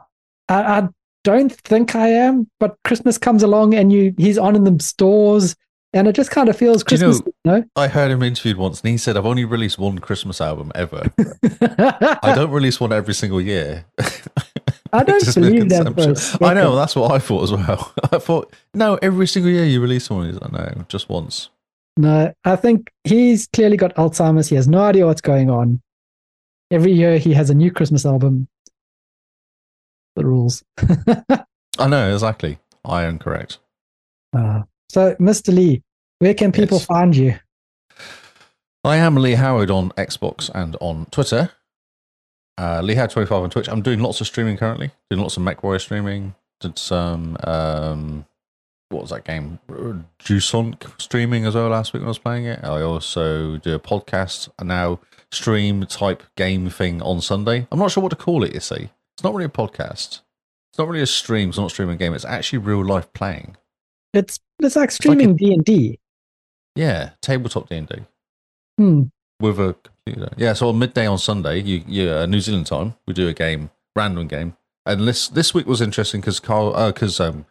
S1: I, I don't think I am, but Christmas comes along and you he's on in the stores and it just kind of feels
S3: Do you know-
S1: Christmas. no?
S3: I heard him interviewed once, and he said, "I've only released one Christmas album
S1: *laughs*
S3: ever. I don't release one every single year." *laughs*
S1: I don't
S3: Just make
S1: believe that.
S3: consumption.
S1: for a
S3: I know.
S1: second.
S3: That's what I thought as well. *laughs* I thought, no, every single year you release one. He's like, no, just once.
S1: *laughs* No, I think he's clearly got Alzheimer's. He has no idea what's going on. Every year he has a new Christmas album. The rules.
S3: I know exactly. I am correct.
S1: Uh, so, Mr. Lee, where can people
S3: Yes.
S1: find you?
S3: I am Lee Howard on Xbox and on Twitter. Uh, Lee Howard 25 on Twitch. I'm doing lots of streaming currently. Doing lots of MechWarrior streaming. Did some, um, what was that game? Uh, Jusonk streaming as well last week when I was playing it. I also do a podcast and now stream type game thing on Sunday. I'm not sure what to call it, you see. It's not really a podcast. It's not really a stream. It's not streaming a game. It's actually real life playing.
S1: It's it's like
S3: like a-
S1: streaming D and D.
S3: Yeah, tabletop D&D.
S1: Hmm.
S3: with a computer. Yeah, so on midday on Sunday, you, you uh, New Zealand time, we do a game, random game. And this this week was interesting because Carl because um,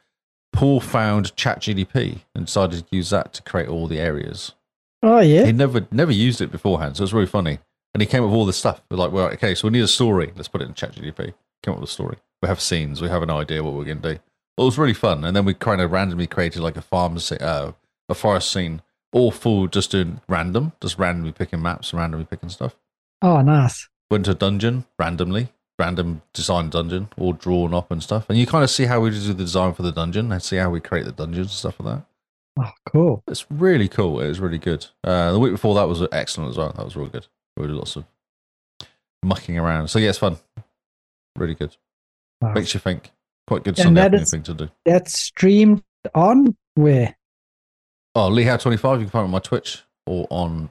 S3: Paul found ChatGDP and decided to use that to create all the areas.
S1: Oh yeah.
S3: He never never used it beforehand, so it's really funny. And he came up with all this stuff. We're like, well, okay, so we need a story. Let's put it in ChatGPT. Came up with a story. We have scenes. We have an idea what we're going to do. It was really fun. And then we kind of randomly created like a farm, sce- uh, a forest scene, all full just doing random, just randomly picking maps and randomly picking stuff.
S1: Oh, nice.
S3: Went to a dungeon randomly, random design dungeon, all drawn up and stuff. And you kind of see how we do the design for the dungeon and see how we create the dungeons and stuff like that.
S1: Oh, cool.
S3: It's really cool. It was really good. Uh, the week before that was excellent as well. That was real good. We did lots of mucking around. So yeah, it's fun. Really good.
S1: Wow.
S3: Makes you think. Quite good
S1: And
S3: Sunday
S1: that
S3: afternoon
S1: is-
S3: thing to do.
S1: That's streamed on where?
S3: Oh, Leehow twenty five. You can find it on my Twitch or on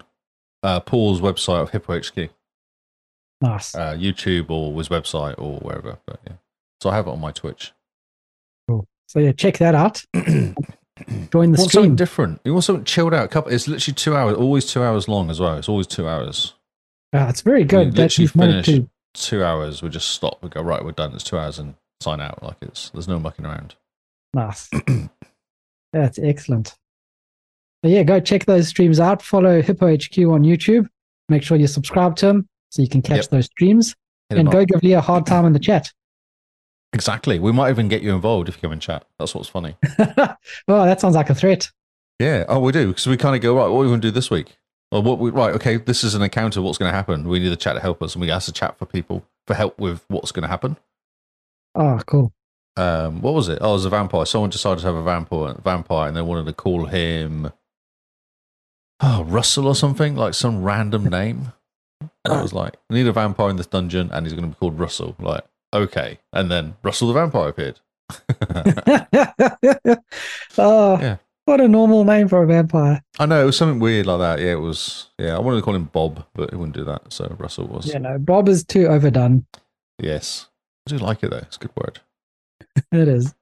S3: uh, Paul's website of Hippo HQ,
S1: Nice.
S3: uh, YouTube or his website or wherever. But yeah, so I have it on my Twitch.
S1: So yeah, check that
S3: *clears throat*
S1: out. Join the
S3: You want something
S1: stream.
S3: different. You want something chilled out. Couple. It's literally two hours. Always two hours long as well. It's always two hours.
S1: Oh, it's very
S3: You
S1: good that
S3: literally
S1: you've managed
S3: finish.
S1: to.
S3: Two hours. We just stop. We go right. We're done. It's two hours and sign out. Like it's there's no mucking around.
S1: Nice. That's excellent. So yeah, go check those streams out. Follow Hippo HQ on YouTube. Make sure you subscribe to him so you can catch
S3: Yep.
S1: those streams.
S3: Hit 'em
S1: and
S3: up.
S1: go give Lee a hard time in the chat. *laughs*
S3: Exactly. We might even get you involved if you come and chat. That's what's funny.
S1: oh, that sounds like a threat.
S3: *laughs* Yeah. Oh, we do because we kind of go right. What are we going to do this week? Or what? We, right. Okay. This is an encounter. What's going to happen? We need a chat to help us, and we ask the chat for people for help with what's going to happen.
S1: Oh, cool. *laughs*
S3: Um, what was it? Oh, it was a vampire. Someone decided to have a vampire, vampire, and they wanted to call him oh Russell or something like some random name. And I was like, I need a vampire in this dungeon, and he's going to be called Russell. Like, okay. And then Russell the vampire appeared. *laughs*
S1: oh,
S3: Yeah.
S1: what a normal name for a vampire.
S3: I know it was something weird like that. Yeah, it was. Yeah, I wanted to call him Bob, but he wouldn't do that. So Russell was.
S1: You know, Bob is too overdone.
S3: Yes, I do like it though. It's a good word.
S1: It is.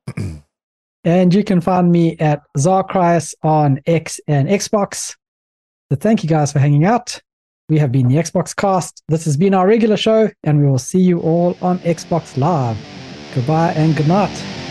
S1: and you can find me at Zarkrius on X and Xbox. So thank you guys for hanging out. We have been the Xbox cast. This has been our regular show, and we will see you all on Xbox Live. Goodbye and good night.